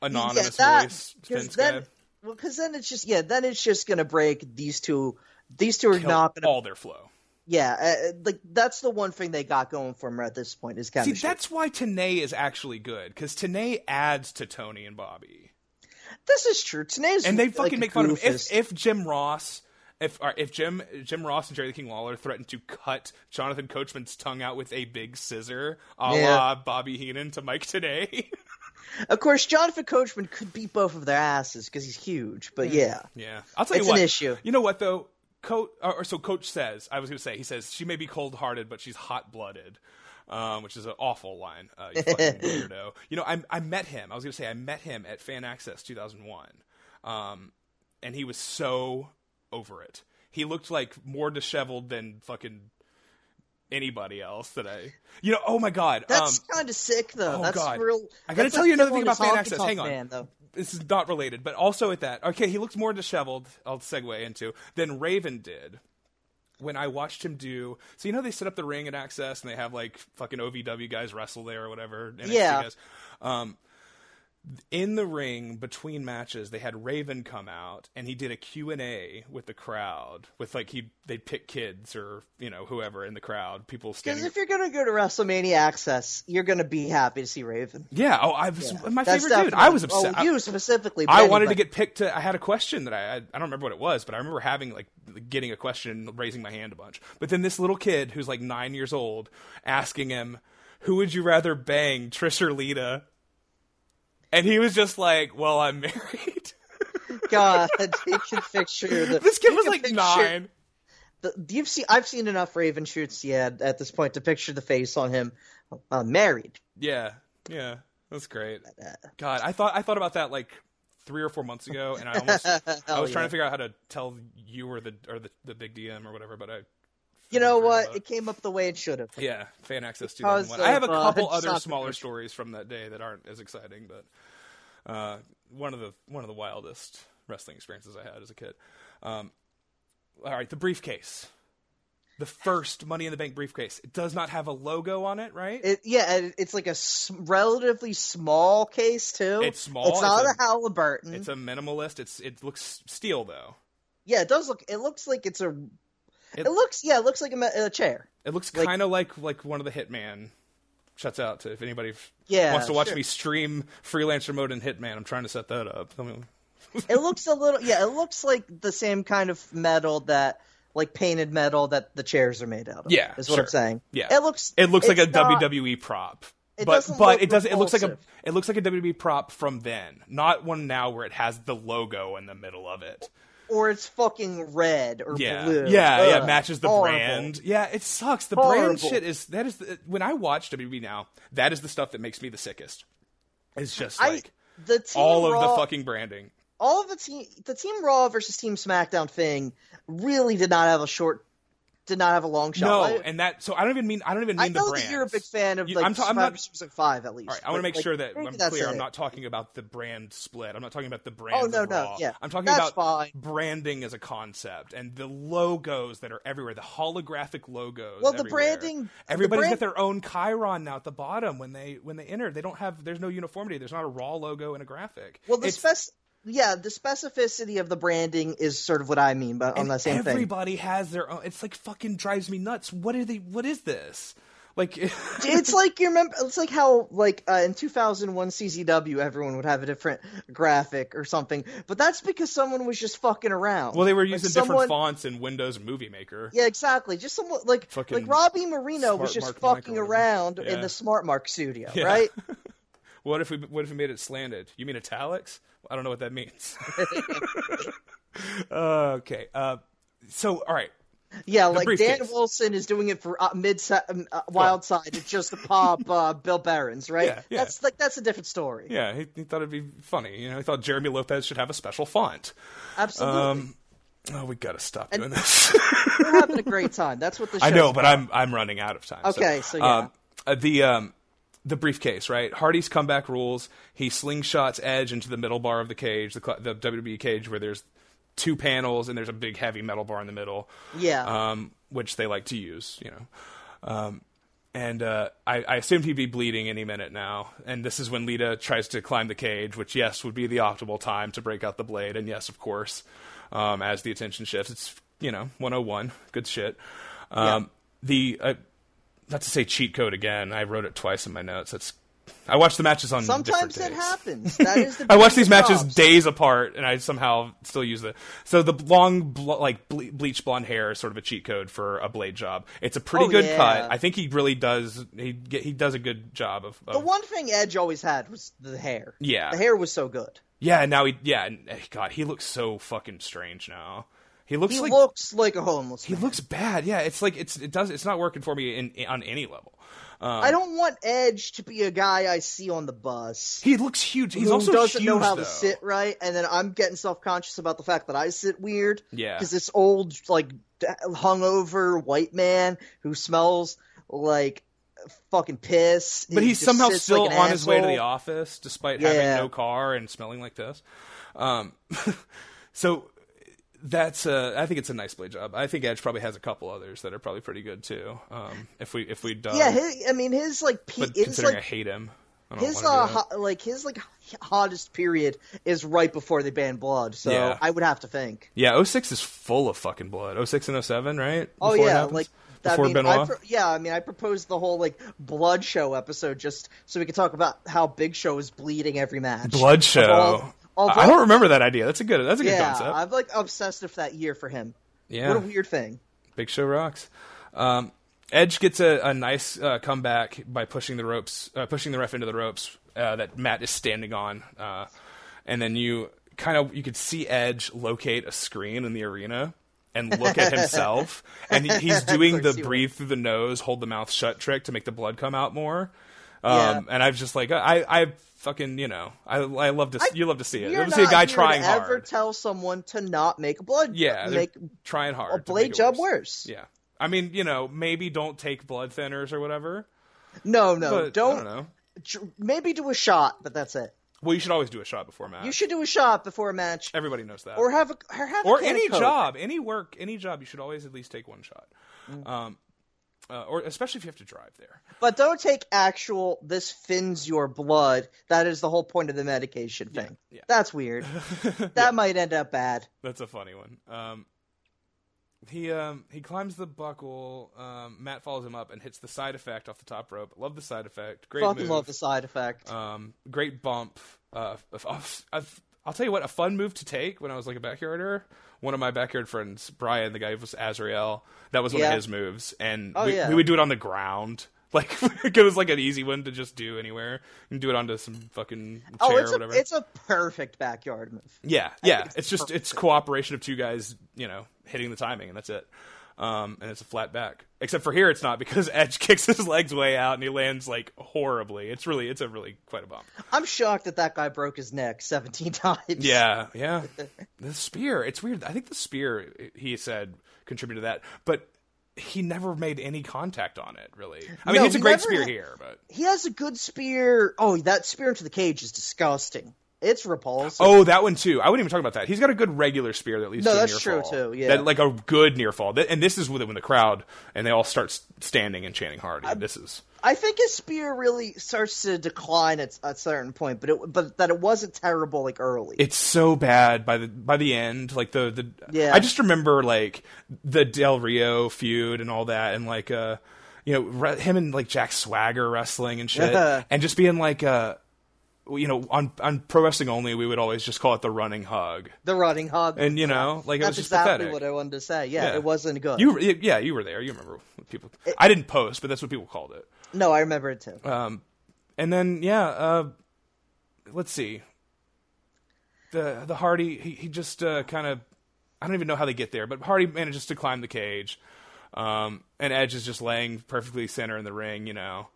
anonymous
yeah, that,
voice
Because
Spence
then,
guy.
well, 'cause then it's just yeah, then it's just gonna break these two. These two are
Kill
not gonna.
all their flow
Yeah, uh, like that's the one thing they got going for them at this point is
see
chemistry.
that's why Tanay is actually good because Tanay adds to tony and bobby
this is true. Today's
and they fucking
like,
make
a
fun of him
goofus.
if, if jim ross if all right, if Jim Jim Ross and Jerry the King Lawler threatened to cut Jonathan Coachman's tongue out with a big scissor, a
Yeah.
la Bobby Heenan to Mike today.
Of course, Jonathan Coachman could beat both of their asses because he's huge.
Hmm.
But yeah,
Yeah, I'll tell
It's
you
an
what.
issue.
You know what though? Coach or, or so coach says. I was going to say he says she may be cold hearted, but she's hot blooded, um, which is an awful line. Uh, you fucking weirdo. You know, I I met him. I was going to say I met him at Fan Access 2001, um, and he was so over it. He looked like more disheveled than fucking anybody else that I. You know, oh my god.
that's
um,
kind of sick though.
oh,
that's
God.
real.
I gotta
that's
tell
like
you another
him
thing
on his
about Fan
Honky
Access.
Tonk
Hang on.
Man, though.
this is not related, but also at that. Okay, he looks more disheveled. I'll segue into than Raven did when I watched him do. So you know they set up the ring at Access and they have like fucking OVW guys wrestle there or whatever. NXT
Yeah.
Guys. Um, in the ring between matches, they had Raven come out and he did a Q and A with the crowd. With like he they'd pick kids or you know whoever in the crowd, people
Because
standing.
if you're gonna go to WrestleMania Access, you're gonna be happy to see Raven.
yeah, oh, I was my
That's
favorite dude.
definitely-
I was upset.
Well, oh, you specifically. but
I wanted to
anybody.
get picked. To, I had a question that I, I I don't remember what it was, but I remember having like getting a question, and raising my hand a bunch. But then this little kid who's like nine years old asking him, "Who would you rather bang, Trish or Lita?" And he was just like, "Well, I'm married."
God, you can picture the,
this kid
you
was
can
like
picture
nine.
the- you've seen, I've seen enough Raven shoots yet at this point to picture the face on him, uh, married.
Yeah, yeah, that's great. God, I thought I thought about that like three or four months ago, and I almost I was trying to figure out how to tell you or the or the, the big DM or whatever, but I
You know
figured it
what?
out.
It came up the way it should have.
Yeah, fan access
Because
2001. I have a
of, uh,
couple other
soccer
smaller
coach.
stories from that day that aren't as exciting, but uh, one of the one of the wildest wrestling experiences I had as a kid. Um, all right, the briefcase, the first Money in the Bank briefcase. It does not have a logo on it, right?
It, yeah, it, it's like a s- relatively small case too.
It's small,
It's not
it's
a, Halliburton.
it's a minimalist. It's it looks steel though.
yeah, it does look. It looks like it's a.
It-
It, looks yeah, it looks like a, ma- a chair.
It looks
Like-
kind of like like one of the Hitman. Shuts out to if anybody f-
Yeah,
wants to watch
sure.
me stream freelancer mode in Hitman. I'm trying to set that up. I mean,
It looks a little yeah, it looks like the same kind of metal that like painted metal that the chairs are made out of.
Yeah,
is what
sure.
I'm saying.
Yeah.
it looks
It looks like a
it's not-
WWE prop.
It
but
doesn't
but
look
it doesn't it looks like a
repulsive.
it looks like a WWE prop from then, not one now where it has the logo in the middle of it.
or it's fucking red or
Yeah.
blue.
yeah, yeah,
Ugh,
matches the
horrible.
brand. Yeah, it sucks. The brand
Horrible.
shit is that is the, when I watch WWE now, that is the stuff that makes me the sickest. It's just
I
like
the team
all of
Raw-
the fucking branding.
all of the team the team Raw versus Team SmackDown thing really did not have a short did not have a long shot.
No,
I,
and that so I don't even mean I don't even mean
I know
the brand.
that you're a big fan of
You-
like
I'm ta- I'm not-
Survivor Series of five at least.
All right, I want to
but,
make
like,
sure that
maybe
I'm
that's
clear. I'm
it.
not talking about the brand split. I'm not talking about the brand.
Oh, no,
of
no,
Raw.
yeah.
I'm talking
That's
about
fine.
branding as a concept and the logos that are everywhere, the holographic logos.
Well, the
everywhere.
branding- the
Everybody's
brand-
got their own Chiron now at the bottom when they when they enter. They don't have. There's no uniformity. There's not a raw logo and a graphic.
Well, the
It's-
spec yeah, the specificity of the branding is sort of what I mean, but on
and
the same thing.
everybody has their own. It's like fucking drives me nuts. What are they? What is this? Like
it's like you remember. It's like how like uh, in 2001 CZW, everyone would have a different graphic or something, but that's because someone was just fucking around.
Well, they were
Like,
using
someone-
different fonts in Windows Movie Maker.
Yeah, exactly. Just someone like
Fucking
like Robbie Marino was
Smart
just
Mark
fucking
Microwave.
around
Yeah.
in the Smart Mark studio,
Yeah.
right?
What if we what if we made it slanted? You mean italics? I don't know what that means. Uh, okay. Uh, so all right.
Yeah, like Dan
briefcase.
Wilson is doing it for uh, mid um, uh, Wild Side, it's just to pop uh, Bill Barons, right?
Yeah, yeah.
That's like that's a different story.
Yeah, he, he thought it'd be funny. You know, he thought Jeremy Lopez should have a special font.
Absolutely,
Um, oh, we gotta stop doing this.
we're having a great time. That's what the show.
I know, but I'm I'm running out of time.
Okay, so yeah.
um, uh, the um, the briefcase, right? Hardy's comeback rules. He slingshots Edge into the middle bar of the cage, the, cl- the WWE cage, where there's two panels and there's a big heavy metal bar in the middle.
yeah.
um, which they like to use, you know. Um, and uh, I, I assumed he'd be bleeding any minute now. And this is when Lita tries to climb the cage, which, yes, would be the optimal time to break out the blade. And yes, of course, um, as the attention shifts, it's, you know, 101. Good shit. Um, The, uh, not to say cheat code again, I wrote it twice in my notes. That's I watch the matches on.
Sometimes
different
it
days.
happens. That is the
I watch these
beauty of
matches
props.
days apart, and I somehow still use the so the long bl- like ble- bleach blonde hair is sort of a cheat code for a blade job. It's a pretty
Oh,
good
yeah.
cut. I think he really does. He get, he does a good job of. of
The one thing Edge always had was the hair.
Yeah.
the hair was so good.
yeah, and now he yeah. And, eh, God, he looks so fucking strange now. He looks
He
like
looks like a homeless.
he
man.
looks bad. Yeah, it's like it's it does it's not working for me in, in- on any level. Um,
I don't want Edge to be a guy I see on the bus.
He looks huge. He's
who
also
doesn't
huge,
know how
though.
to sit right, and then I'm getting self conscious about the fact that I sit weird.
Yeah.
because this old like d- hungover white man who smells like fucking piss.
But
he
he's
just
somehow
sits
still
like an
on his way to the
asshole.
office, despite
Yeah.
having no car and smelling like this. Um, so that's uh, I think it's a nice blade job. I think Edge probably has a couple others that are probably pretty good too. Um, if we if we done,
Yeah, his, I mean his like pe-
Um, but
it's
considering I
like
hate him, I don't
his
wanna do
uh,
that.
ho- like his like h- hottest period is right before they ban blood, so
Yeah.
I would have to think.
yeah, 06 is full of fucking blood. 06 and 07, right?
Oh
Before it
yeah,
happens?
like I
before
mean,
Benoit.
I pro- yeah, I mean, I proposed the whole like blood show episode just so we could talk about how Big Show is bleeding every match.
Blood
Of all-
show.
although-
I don't remember that idea. That's a good. That's a good
Yeah,
concept.
I'm like obsessed with that year for him.
yeah.
What a weird thing.
Big Show rocks. Um, Edge gets a, a nice uh, comeback by pushing the ropes, uh, pushing the ref into the ropes uh, that Matt is standing on, uh, and then you kind of you could see Edge locate a screen in the arena and look at himself, and he, he's doing
course
the
he would.
breathe through the nose, hold the mouth shut trick to make the blood come out more. Um,
Yeah.
And I was just like, I, I fucking, you know, I, I love to, you love to see it. You
You're
love to see a
not
guy
here
trying
to
hard.
Ever tell someone to not make a blood?
Yeah, they're
make
trying hard.
a
to
blade
make it
job worse.
Yeah, I mean, you know, maybe don't take blood thinners or whatever.
No, no,
But I
don't.
don't know.
Tr- Maybe do a shot, but that's it.
Well, you should always do a shot before a match.
You should do a shot before a match,
Everybody knows that.
or have a or have a
Or
can of
any
Coke.
job, any work, any job, you should always at least take one shot.
Mm.
Um, uh, or especially if you have to drive there.
But don't take actual this thins your blood. That is the whole point of the medication thing.
yeah.
That's weird. that might end up bad.
That's a funny one. Um, he um, he climbs the buckle. Um, Matt follows him up and hits the side effect off the top rope. Love the side effect. Great
Fucking
move.
love the side effect.
Um, great bump. Uh, f- f- f- I'll tell you what, a fun move to take when I was like a backyarder. One of my backyard friends, Brian, the guy who was Azrael, that was one of
Yeah.
his moves, and
Oh,
we,
yeah.
we would do it on the ground. Like it was like an easy one to just do anywhere and do it onto some fucking chair
oh, it's
or
a,
whatever.
it's a perfect backyard move.
yeah, yeah.
it's
It's just it's cooperation of two guys, you know, hitting the timing, and that's it. Um, and it's a flat back. Except for here, it's not because Edge kicks his legs way out and he lands like horribly. It's really it's a really quite a bump.
I'm shocked that that guy broke his neck 17 times.
Yeah, yeah. The spear. It's weird. I think the spear he said contributed to that, but he never made any contact on it. Really. I mean,
No,
it's a
he
great
never
spear
had-
here, but
He has a good spear. Oh, that spear into the cage is disgusting. It's repulsive.
oh, that one too. I wouldn't even talk about that. He's got a good regular spear that leads
No,
to a
that's
near
true,
fall.
too, yeah.
That- like a good near fall. Th- And this is with when the crowd and they all start s- standing and chanting hard. and this is
I think his spear really starts to decline at a certain point, but it, but that it wasn't terrible like early.
it's so bad by the by the end like the the
Yeah.
i just remember like the del rio feud and all that and like uh you know re- him and like jack swagger wrestling and shit and just being like uh you know on on pro wrestling only we would always just call it the running hug
the running hog.
and you know like it was
that's
just
exactly
pathetic
what I wanted to say. Yeah,
Yeah.
it wasn't good.
you were- yeah you were there you remember what people i didn't post but that's what people called it
No, I remember it too.
and then yeah, uh, let's see. The the Hardy he he just uh, kind of I don't even know how they get there, but Hardy manages to climb the cage, um, and Edge is just laying perfectly center in the ring, you know.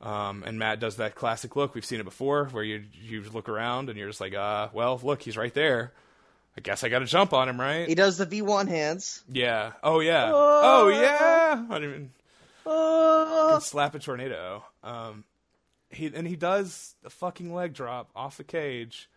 Um, and Matt does that classic look we've seen it before, where you you look around and you're just like, uh, well, look, he's right there. I guess I got to jump on him, right?
he does the V1 hands.
yeah. Oh yeah. Oh yeah. I didn't even
Oh,
can slap a tornado. Um, he and he does a fucking leg drop off the cage,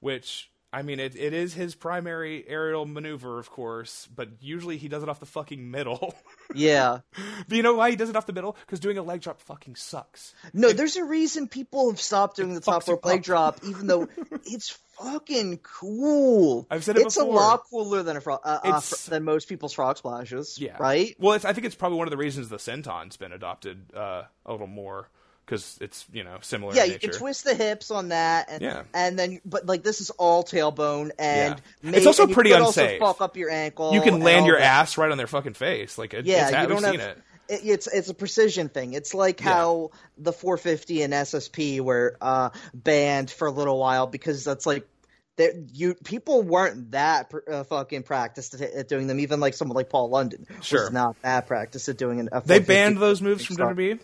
which I mean it, it is his primary aerial maneuver, of course, but usually he does it off the fucking middle.
yeah.
but you know why he does it off the middle? Because doing a leg drop fucking sucks.
No, there's a reason people have stopped doing the top
fucks you
rope leg
up.
drop, even though it's fucking cool.
I've said it
It's
before.
a lot cooler than a fro- uh, uh,
It's-
fro- than most people's frog splashes.
Yeah.
Right.
Well, it's, I think it's probably one of the reasons the senton's been adopted uh, a little more because it's you know similar.
yeah,
in
you can
nature.
twist the hips on that, and
Yeah.
and then but like this is all tailbone, and
Yeah.
may-
It's also
and you
pretty
could
unsafe.
Also fuck up your ankle.
You can
and
land
all
your
that.
ass right on their fucking face. Like it,
Yeah,
it's,
you
we've
don't
seen it.
have. it- It's it's a precision thing. It's like
Yeah.
how the 450 and SSP were uh, banned for a little while because that's like there you people weren't that pr- uh, fucking practiced at, at doing them. Even like someone like Paul London
Sure.
was not that practiced at doing an. a
They
450.
banned those moves from
Stop.
WWE.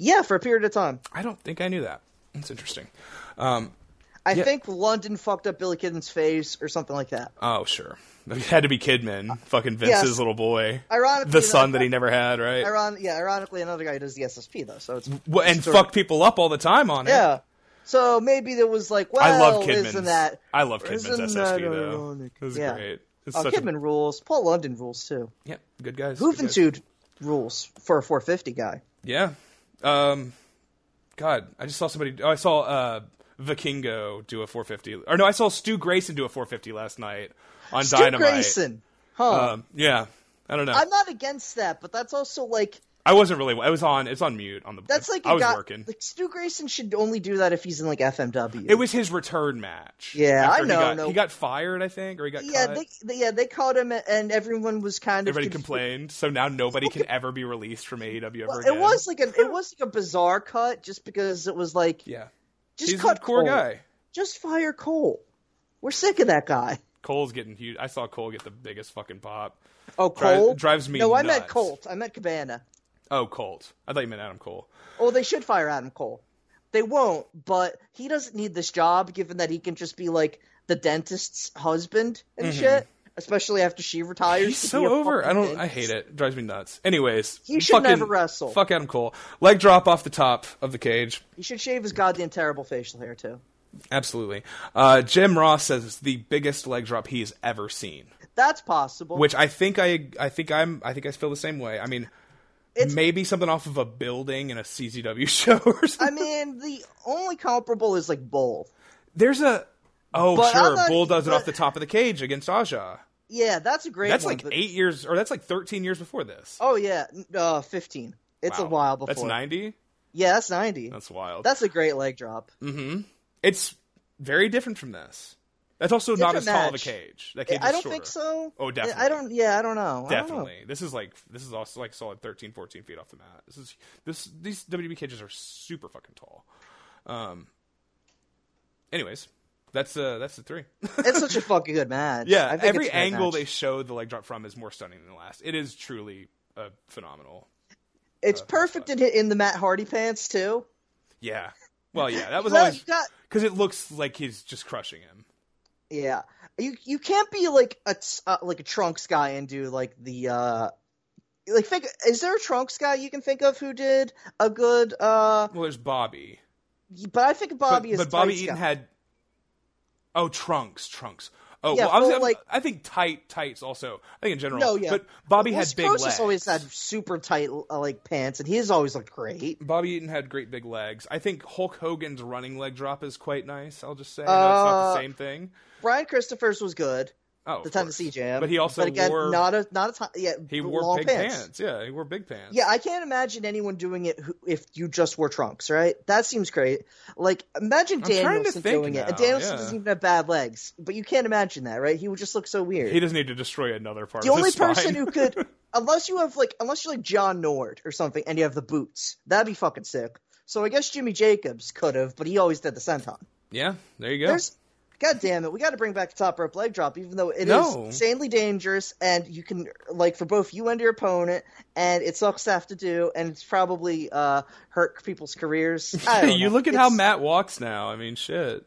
Yeah, for a period of time.
I don't think I knew that. That's interesting.
I think London fucked up Billy Kidman's face or something like that.
Oh sure, it had to be Kidman, fucking Vince's
yes.
little boy,
Ironically,
the son that he never had, right?
Iron, yeah, ironically, another guy does the SSP though, so it's
Well, and
sort of-
fucked people up all the time on it.
Yeah. So maybe there was like, well,
I love Kidman's.
isn't that?
I love Kidman's
isn't
SSP
that
though.
ironic?
It was
Yeah.
great. It's
Oh,
such
Kidman rules. Paul London rules too.
A, yeah, good guys. good guys.
Hooventude rules for a 450 guy.
Yeah. Um, God, I just saw somebody. Oh, I saw uh, Vikingo do a 450. Or no, I saw Stu Grayson do a 450 last night on
Stu
Dynamite.
Grayson, huh?
Um, yeah. I don't know.
I'm not against that, but that's also like
I wasn't really. I was on. It's on mute on the.
that's like
I
a
was
guy-
working.
Like Stu Grayson should only do that if he's in like FMW.
it was his return match.
Yeah, I
after
know,
He got,
no.
he got fired, I think, or he got
yeah,
cut.
they, they, yeah, they called him, and everyone was kind of
Everybody
confused.
complained, so now nobody can ever be released from AEW ever
Well,
again.
it was like an it was like a bizarre cut, just because it was like
yeah.
just
He's
cut
a core
Cole.
guy.
Just fire Cole. We're sick of that guy.
Cole's getting huge. I saw Cole get the biggest fucking pop.
Oh,
Dri-
Cole
drives me
No, I meant
nuts.
Colt. I meant Cabana.
Oh, Colt. I thought you meant Adam Cole.
Oh, they should fire Adam Cole. They won't, but he doesn't need this job, given that he can just be like the dentist's husband and shit. Especially after she retires.
Mm-hmm. He's
to
so
be a
over. I
fucking
don't. I hate
dentist.
it. Drives me nuts. Anyways,
He should
fucking-
never wrestle.
Fuck Adam Cole. Leg drop off the top of the cage.
He should shave his goddamn terrible facial hair too.
Absolutely. Uh, Jim Ross says it's the biggest leg drop he's ever seen,
That's possible.
which I think I I think I'm I think I feel the same way. I mean,
It's-
maybe something off of a building in a CZW show or
I
something.
mean, the only comparable is like Bull.
There's a oh
But I'm
sure
not-
Bull does it
but-
off the top of the cage against Aja.
Yeah, that's a great.
That's
one,
like
but-
eight years or that's like thirteen years before this.
Oh yeah, n- uh, fifteen. It's a
Wow.
while before.
That's ninety.
Yeah, that's ninety.
That's wild.
That's a great leg drop.
Mm-hmm. It's very different from this. That's also not as
Different
tall of a
match.
cage. That cage
I
is
don't
shorter.
think so.
Oh,
I-
definitely.
I don't. Yeah, I don't know. I don't know.
Definitely. This is like this is also like solid 13, 14 feet off the mat. This is this these WB cages are super fucking tall. Um. Anyways, that's uh that's the three.
It's such a fucking good match. I
yeah,
think
every
it's a great
angle
match.
they show the leg drop from is more stunning than the last. It is truly uh, phenomenal.
It's perfect in in the Matt Hardy pants too.
Yeah. Well, yeah, that was
That-
always
that-
because it looks like he's just crushing him.
Yeah, you you can't be like a t- uh, like a trunks guy and do like the uh like think. Is there a trunks guy you can think of who did a good? uh
Well, there's Bobby.
But I think
but,
Bobby is
but Bobby
tights
Eaton
guy.
had oh trunks trunks. Oh
Yeah,
well, I, was,
well,
I'm-
like-
I think tight tights also. I think in general.
No, yeah.
But Bobby
Well,
had big
Scrosis
legs.
always had super tight uh, like pants, and he's always looked great.
Bobby Eaton had great big legs. I think Hulk Hogan's running leg drop is quite nice. I'll just say I know it's not the
Uh,
same thing.
Brian Christopher's was good.
Oh,
the
of
Tennessee
course.
Jam,
But he also
but again,
wore
not a not a ti- yeah
he
long
wore big pants. Yeah, he wore big pants.
Yeah, I can't imagine anyone doing it who, if you just wore trunks, right? That seems great. Like imagine
trying to
Danielson
think
doing it. And
now,
Danielson
yeah.
doesn't even have bad legs, but you can't imagine that, right? He would just look so weird.
He doesn't need to destroy another part.
the
of
only
his spine.
person who could, unless you have like, unless you're like John Nord or something, and you have the boots, that'd be fucking sick. So I guess Jimmy Jacobs could have, but he always did the senton.
yeah, there you go.
There's, God damn it, we got to bring back the top rope leg drop, even though it is
No.
insanely dangerous, and you can like for both you and your opponent, and it sucks to have to do, and it's probably uh, hurt people's careers. I don't
you
know.
look at how
It's-
Matt walks now. I mean, shit.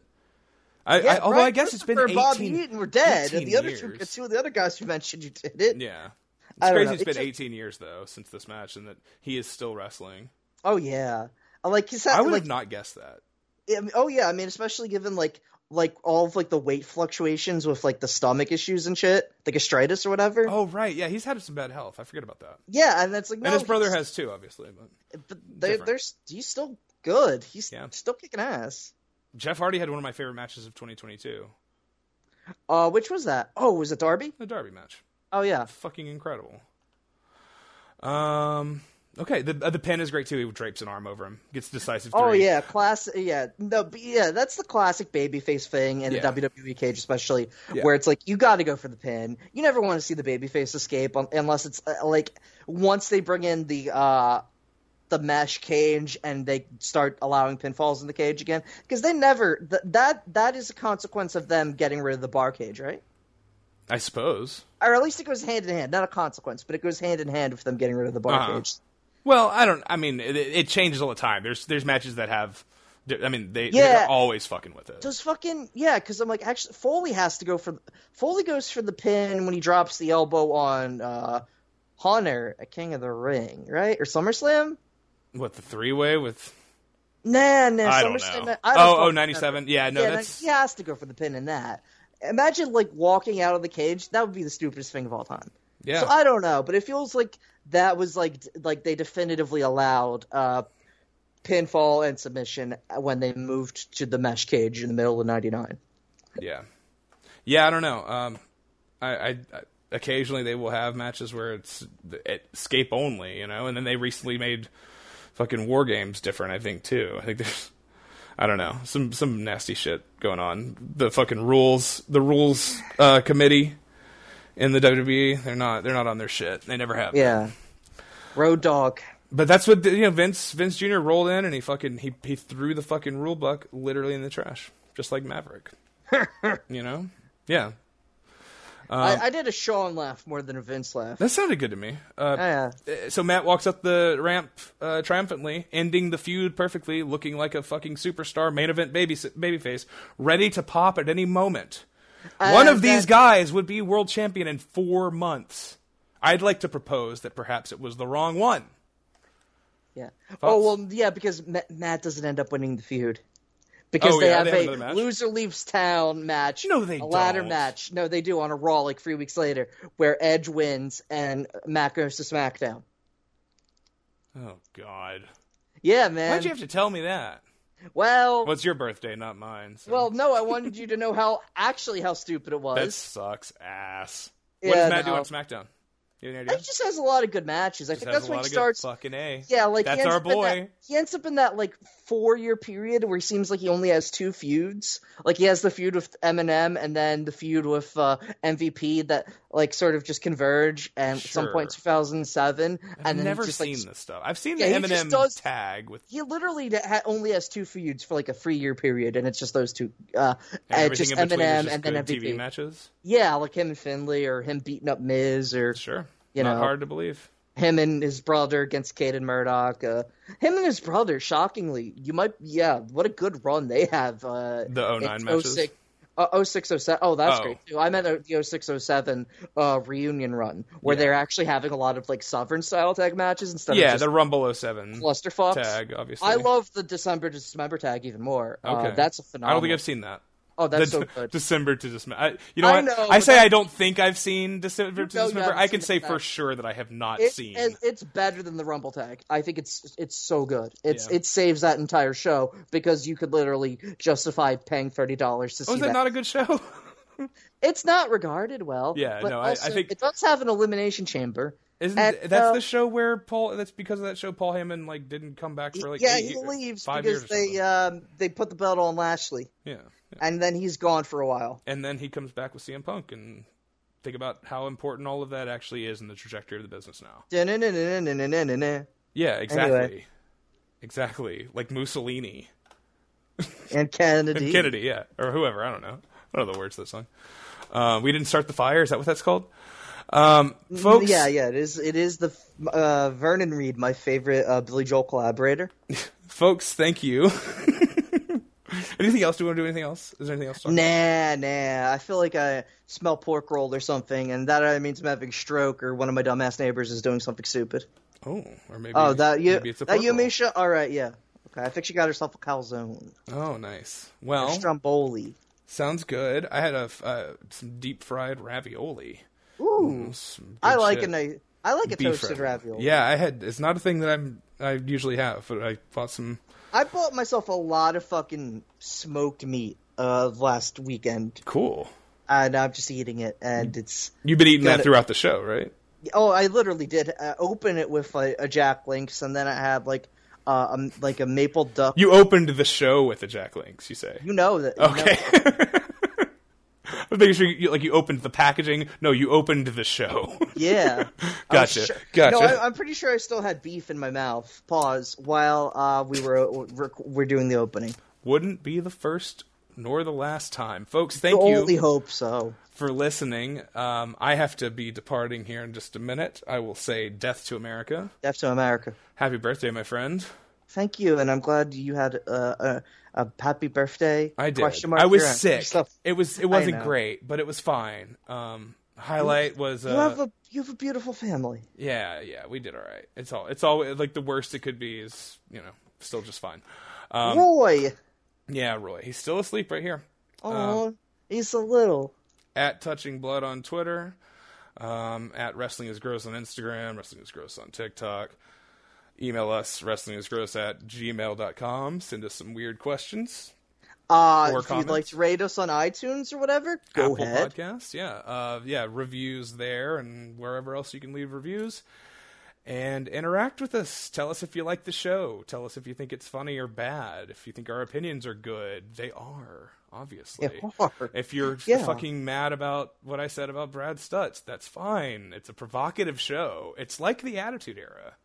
I,
Yeah,
I, although
Brian
I guess it's been
Christopher
eighteen.
and Bobby Eaton were dead,
18
and the other two,
years.
two of the other guys you mentioned, you did it.
Yeah. It's
I don't
crazy
know.
it's
It
been
just-
18 years, though, since this match, and that he is still wrestling.
Oh yeah, I like his.
I would
like,
have not guessed that.
I mean, oh yeah, I mean, especially given like like all of like the weight fluctuations with like the stomach issues and shit, like gastritis or whatever.
Oh, right. Yeah, he's had some bad health. I forget about that.
Yeah, and that's like no,
and his brother
he's-
has, too, obviously. But
but they're,
Different.
they're s- he's still good. He's
Yeah.
still kicking ass.
Jeff Hardy had one of my favorite matches of 2022
Uh, which was that? Oh, was it Darby?
the Derby match.
Oh yeah,
Fucking incredible. Um, Okay, the uh, the pin is great too. He drapes an arm over him, gets decisive.
Oh
three.
yeah, class. Yeah, no, but yeah, that's the classic babyface thing in
Yeah.
the WWE cage, especially
Yeah.
where it's like you got to go for the pin. You never want to see the babyface escape un- unless it's uh, like once they bring in the uh, the mesh cage and they start allowing pinfalls in the cage again because they never th- that that is a consequence of them getting rid of the bar cage, right?
I suppose.
Or at least it goes hand in hand, not a consequence, but it goes hand in hand with them getting rid of the bar
Uh-huh.
cage.
Well, I don't. I mean, it, it changes all the time. There's there's matches that have. I mean, they
Yeah.
they're always fucking with it.
Does fucking yeah? Because I'm like, actually, Foley has to go for Foley goes for the pin when he drops the elbow on uh, Hunter at King of the Ring, right? Or SummerSlam?
What the three way with?
Nah, nah.
I don't
SummerSlam.
know.
I don't
Oh,
fucking
oh,
remember.
97? Yeah, no,
yeah,
that's-
he has to go for the pin in that. Imagine like walking out of the cage. That would be the stupidest thing of all time.
Yeah.
So I don't know, but it feels like that was like d- like they definitively allowed uh, pinfall and submission when they moved to the mesh cage in the middle of '99.
Yeah, yeah. I don't know. Um, I, I, I occasionally they will have matches where it's it- escape only, you know. And then they recently made fucking war games different. I think too. I think there's, I don't know, some some nasty shit going on. The fucking rules, the rules uh, committee in the WWE, they're not they're not on their shit. They never have. been.
Yeah. Road Dog.
But that's what you know. Vince Vince Jr. rolled in and he fucking he he threw the fucking rule book literally in the trash, just like Maverick. you know? Yeah.
I, I did a Sean laugh more than a Vince laugh.
Um, That sounded good to me. Uh,
Yeah.
so Matt walks up the ramp uh, triumphantly, ending the feud perfectly, looking like a fucking superstar main event baby babyface, ready to pop at any moment. One
And
of these
that-
guys would be world champion in four months. I'd like to propose that perhaps it was the wrong one.
Yeah.
Thoughts?
Oh well, yeah, because Ma- Matt doesn't end up winning the feud because
Oh,
they
yeah,
have
they have
a
another match?
loser leaves town match.
No, they
a ladder
don't.
match. No, they do on a Raw like three weeks later, where Edge wins and Matt goes to SmackDown.
Oh God!
Yeah, man.
Why'd you have to tell me that?
well,
Well, it's your birthday, not mine. so
well, no, I wanted you to know how actually how stupid it was.
that sucks ass. What
Yeah,
does Matt
no.
do on SmackDown? You have any idea?
He just has a lot of good matches. I
Just
think
has
that's
a
when
lot
he
of good
starts
Fucking a.
Yeah, like
that's
he ends
our
up in
boy.
that- he ends up in that like four year period where he seems like he only has two feuds. Like he has the feud with Eminem and then the feud with uh, MVP that like sort of just converge and at some point
Sure.
2007.
I've
and then he
never
just, like,
seen this stuff. I've seen
Yeah,
the
he just
Eminem
does-
tag with
He literally da- ha- only has two feuds for like a three year period, and it's just those two. Uh, uh,
everything
just
in between
Eminem
is just
and then
good
MVP.
TV matches.
Yeah, like him and Finley, or him beating up Miz, or
Sure,
You
not
know.
hard to believe.
him and his brother against Caden Murdoch. Uh, him and his brother, shockingly, you might, yeah, what a good run they have. Uh,
The 09
it's
matches?
06 uh, 0607. Oh, that's
Oh.
great too. I meant uh, the 0607 uh, reunion run where they're actually having a lot of like sovereign style tag matches instead
Yeah,
of
the
just
Rumble 07
clusterfucks.
tag, obviously.
I love the December to December tag even more. Okay.
Okay.
Uh, that's a
I
phenomenal.
don't think I've seen that.
Oh,
The
that's so
d-
good.
December to December. I, you know
I
what?
know,
I
but
say
that-
I don't think I've seen December to
No, you
December.
haven't
I can
seen
say
that.
for sure that I have not
It-
seen.
it- it's better than the Rumble tag. I think it's it's so good. It's
Yeah.
it saves that entire show because you could literally justify paying thirty dollars to
oh,
see
is that
that.
not a good show?
it's not regarded well.
Yeah,
but
no, I- I
also,
think-
it does have an elimination chamber.
Isn't
And,
th- that's
uh,
the show where Paul? That's because of that show Paul Heyman like didn't come back for like
yeah,
eight
he
years-
leaves
five
because
years or
they
something.
um, they put the belt on Lashley,
yeah.
and then he's gone for a while.
and then he comes back with CM Punk and think about how important all of that actually is in the trajectory of the business now.
Da-na-na-na-na-na-na-na.
Yeah, exactly.
Anyway.
Exactly. Like Mussolini.
And Kennedy.
And Kennedy, yeah. Or whoever, I don't know. I don't know the words to that song. Uh, we didn't start the fire, is that what that's called? Um, folks
Mm, Yeah, yeah, it is. It is the uh, Vernon Reed, my favorite uh, Billy Joel collaborator.
folks, thank you. anything else? Do we want to do anything else? Is there anything else to talk
Nah, nah. I feel like I smell pork roll or something, and that either means I'm having a stroke or one of my dumbass neighbors is doing something stupid.
Oh, or maybe
Oh, that you,
maybe it's a
that you,
pork roll.
Misha? All right, yeah. Okay, I think she got herself a calzone,
Oh, nice. Well,
stromboli.
sounds good. I had a f- uh, some deep fried ravioli. Mm,
Ooh,
Some
I
good
like
shit.
a nice. I like a
beef
toasted
ravioli.
ravioli.
Yeah, I had. It's not a thing that I'm. I usually have, but I bought some.
I bought myself a lot of fucking smoked meat uh, last weekend,
Cool.
and I'm just eating it, and it's
You've been eating
Got
that
it.
throughout the show, right?
oh, I literally did uh, open it with a, a Jack Links, and then I had like uh, um, like a maple duck.
You opened the show with the Jack Links, you say?
You know that. you know-
Okay. I was making sure you, like you opened the packaging. No, you opened the show.
yeah. I was
Gotcha,
sure-
gotcha.
No, I, I'm pretty sure I still had beef in my mouth. Pause. While uh, we were rec- we're doing the opening.
Wouldn't be the first nor the last time, folks.
The
Thank you.
only hope so.
for listening. Um, I have to be departing here in just a minute. I will say death to America.
Death to America.
Happy birthday, my friend.
Thank you, and I'm glad you had uh, a, a happy birthday.
I did.
Question mark
I was
You're-
sick.
yourself.
It was. It wasn't
know.
great, but it was fine. Um, highlight was. Uh,
You have a you have a beautiful family.
yeah, yeah. We did all right. It's all. It's all like the worst it could be is you know still just fine. Um,
Roy.
yeah, Roy. He's still asleep right here
Oh, he's a little.
at Touching Blood on Twitter. Um, at Wrestling is Gross on Instagram, Wrestling is Gross on TikTok. Email us, wrestlingisgross at gmail.com. Send us some weird questions.
Uh,
Or
if you'd like
comments.
to rate us on iTunes or whatever, go
Apple
ahead.
Podcasts, yeah, uh, yeah, reviews there and wherever else you can leave reviews, and interact with us. Tell us if you like the show. Tell us if you think it's funny or bad. If you think our opinions are good, they are obviously.
They are.
If you're f-
Yeah.
fucking mad about what I said about Brad Stutz, that's fine. It's a provocative show. It's like the Attitude Era.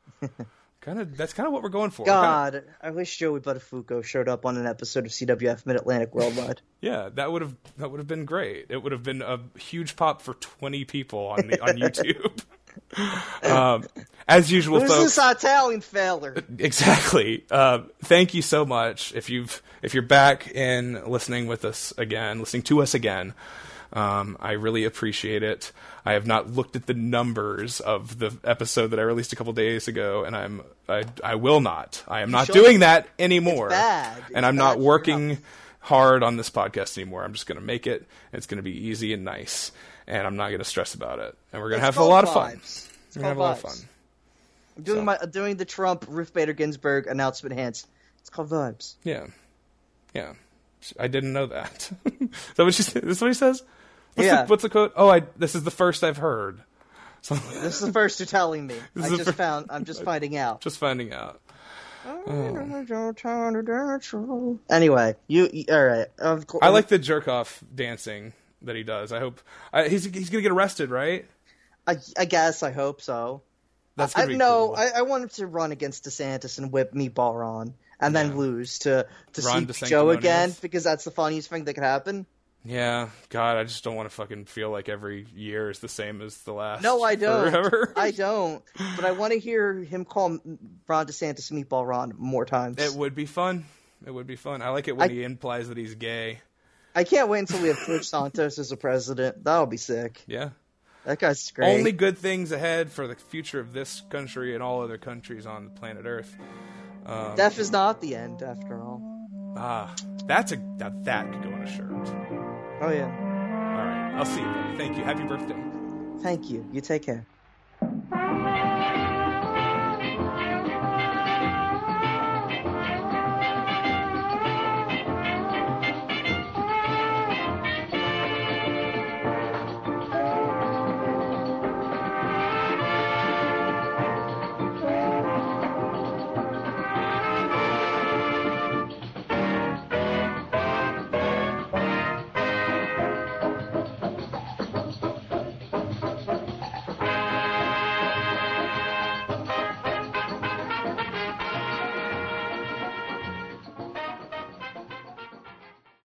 kind of. That's kind of what we're going for. We're kinda-
God, I wish Joey Buttafuoco showed up on an episode of CWF Mid Atlantic Worldwide.
Yeah, that would have that would have been great. It would have been a huge pop for twenty people on the on YouTube. um, as usual,
Who's
folks.
this Italian feller?
exactly. Uh, thank you so much. If you've if you're back in listening with us again, listening to us again, um, I really appreciate it. I have not looked at the numbers of the episode that I released a couple days ago, and I'm I I will not. I am not
should.
doing that anymore.
bad. It's
and I'm
bad
not
for
working hard on this podcast anymore. I'm just going to make it. It's going to be easy and nice, and I'm not going to stress about it. And we're going to have a lot of fun.
It's
We're going to have a
called
lot of
vibes.
fun.
I'm doing
So.
my I'm doing the Trump Ruth Bader Ginsburg announcement hands. It's called vibes.
Yeah. Yeah. I didn't know that. is that what she said? Is that what he says? What's
Yeah.
The, what's the quote? Oh, I, this is the first I've heard. So
This is the first you're telling me. I
is the
just
first-
found. I'm just finding out.
just finding out. Oh.
Anyway, you, you all right? Of course,
I like the jerk off dancing that he does. I hope I, he's he's gonna get arrested, right?
I, I guess. I hope so.
That's
I
gonna be
know.
cool.
I, I want him to run against DeSantis and whip Meatball Ron, and then lose to to
Ron
see Joe
DeSanctimonious.
again because that's the funniest thing that could happen.
yeah. God, I just don't want to fucking feel like every year is the same as the last.
No, I don't.
Forever.
I don't. But I want to hear him call Ron DeSantis Meatball Ron more times.
It would be fun. It would be fun. I like it when
I-
he implies that he's gay.
I can't wait until we have George Santos as a president. That'll be sick.
Yeah.
That guy's great.
Only good things ahead for the future of this country and all other countries on the planet Earth.
Death is not the end, after all.
Ah, that's a now that could go on a shirt.
Oh yeah.
All right, I'll see you. buddy. Thank you. Happy birthday.
Thank you. You take care.
Thank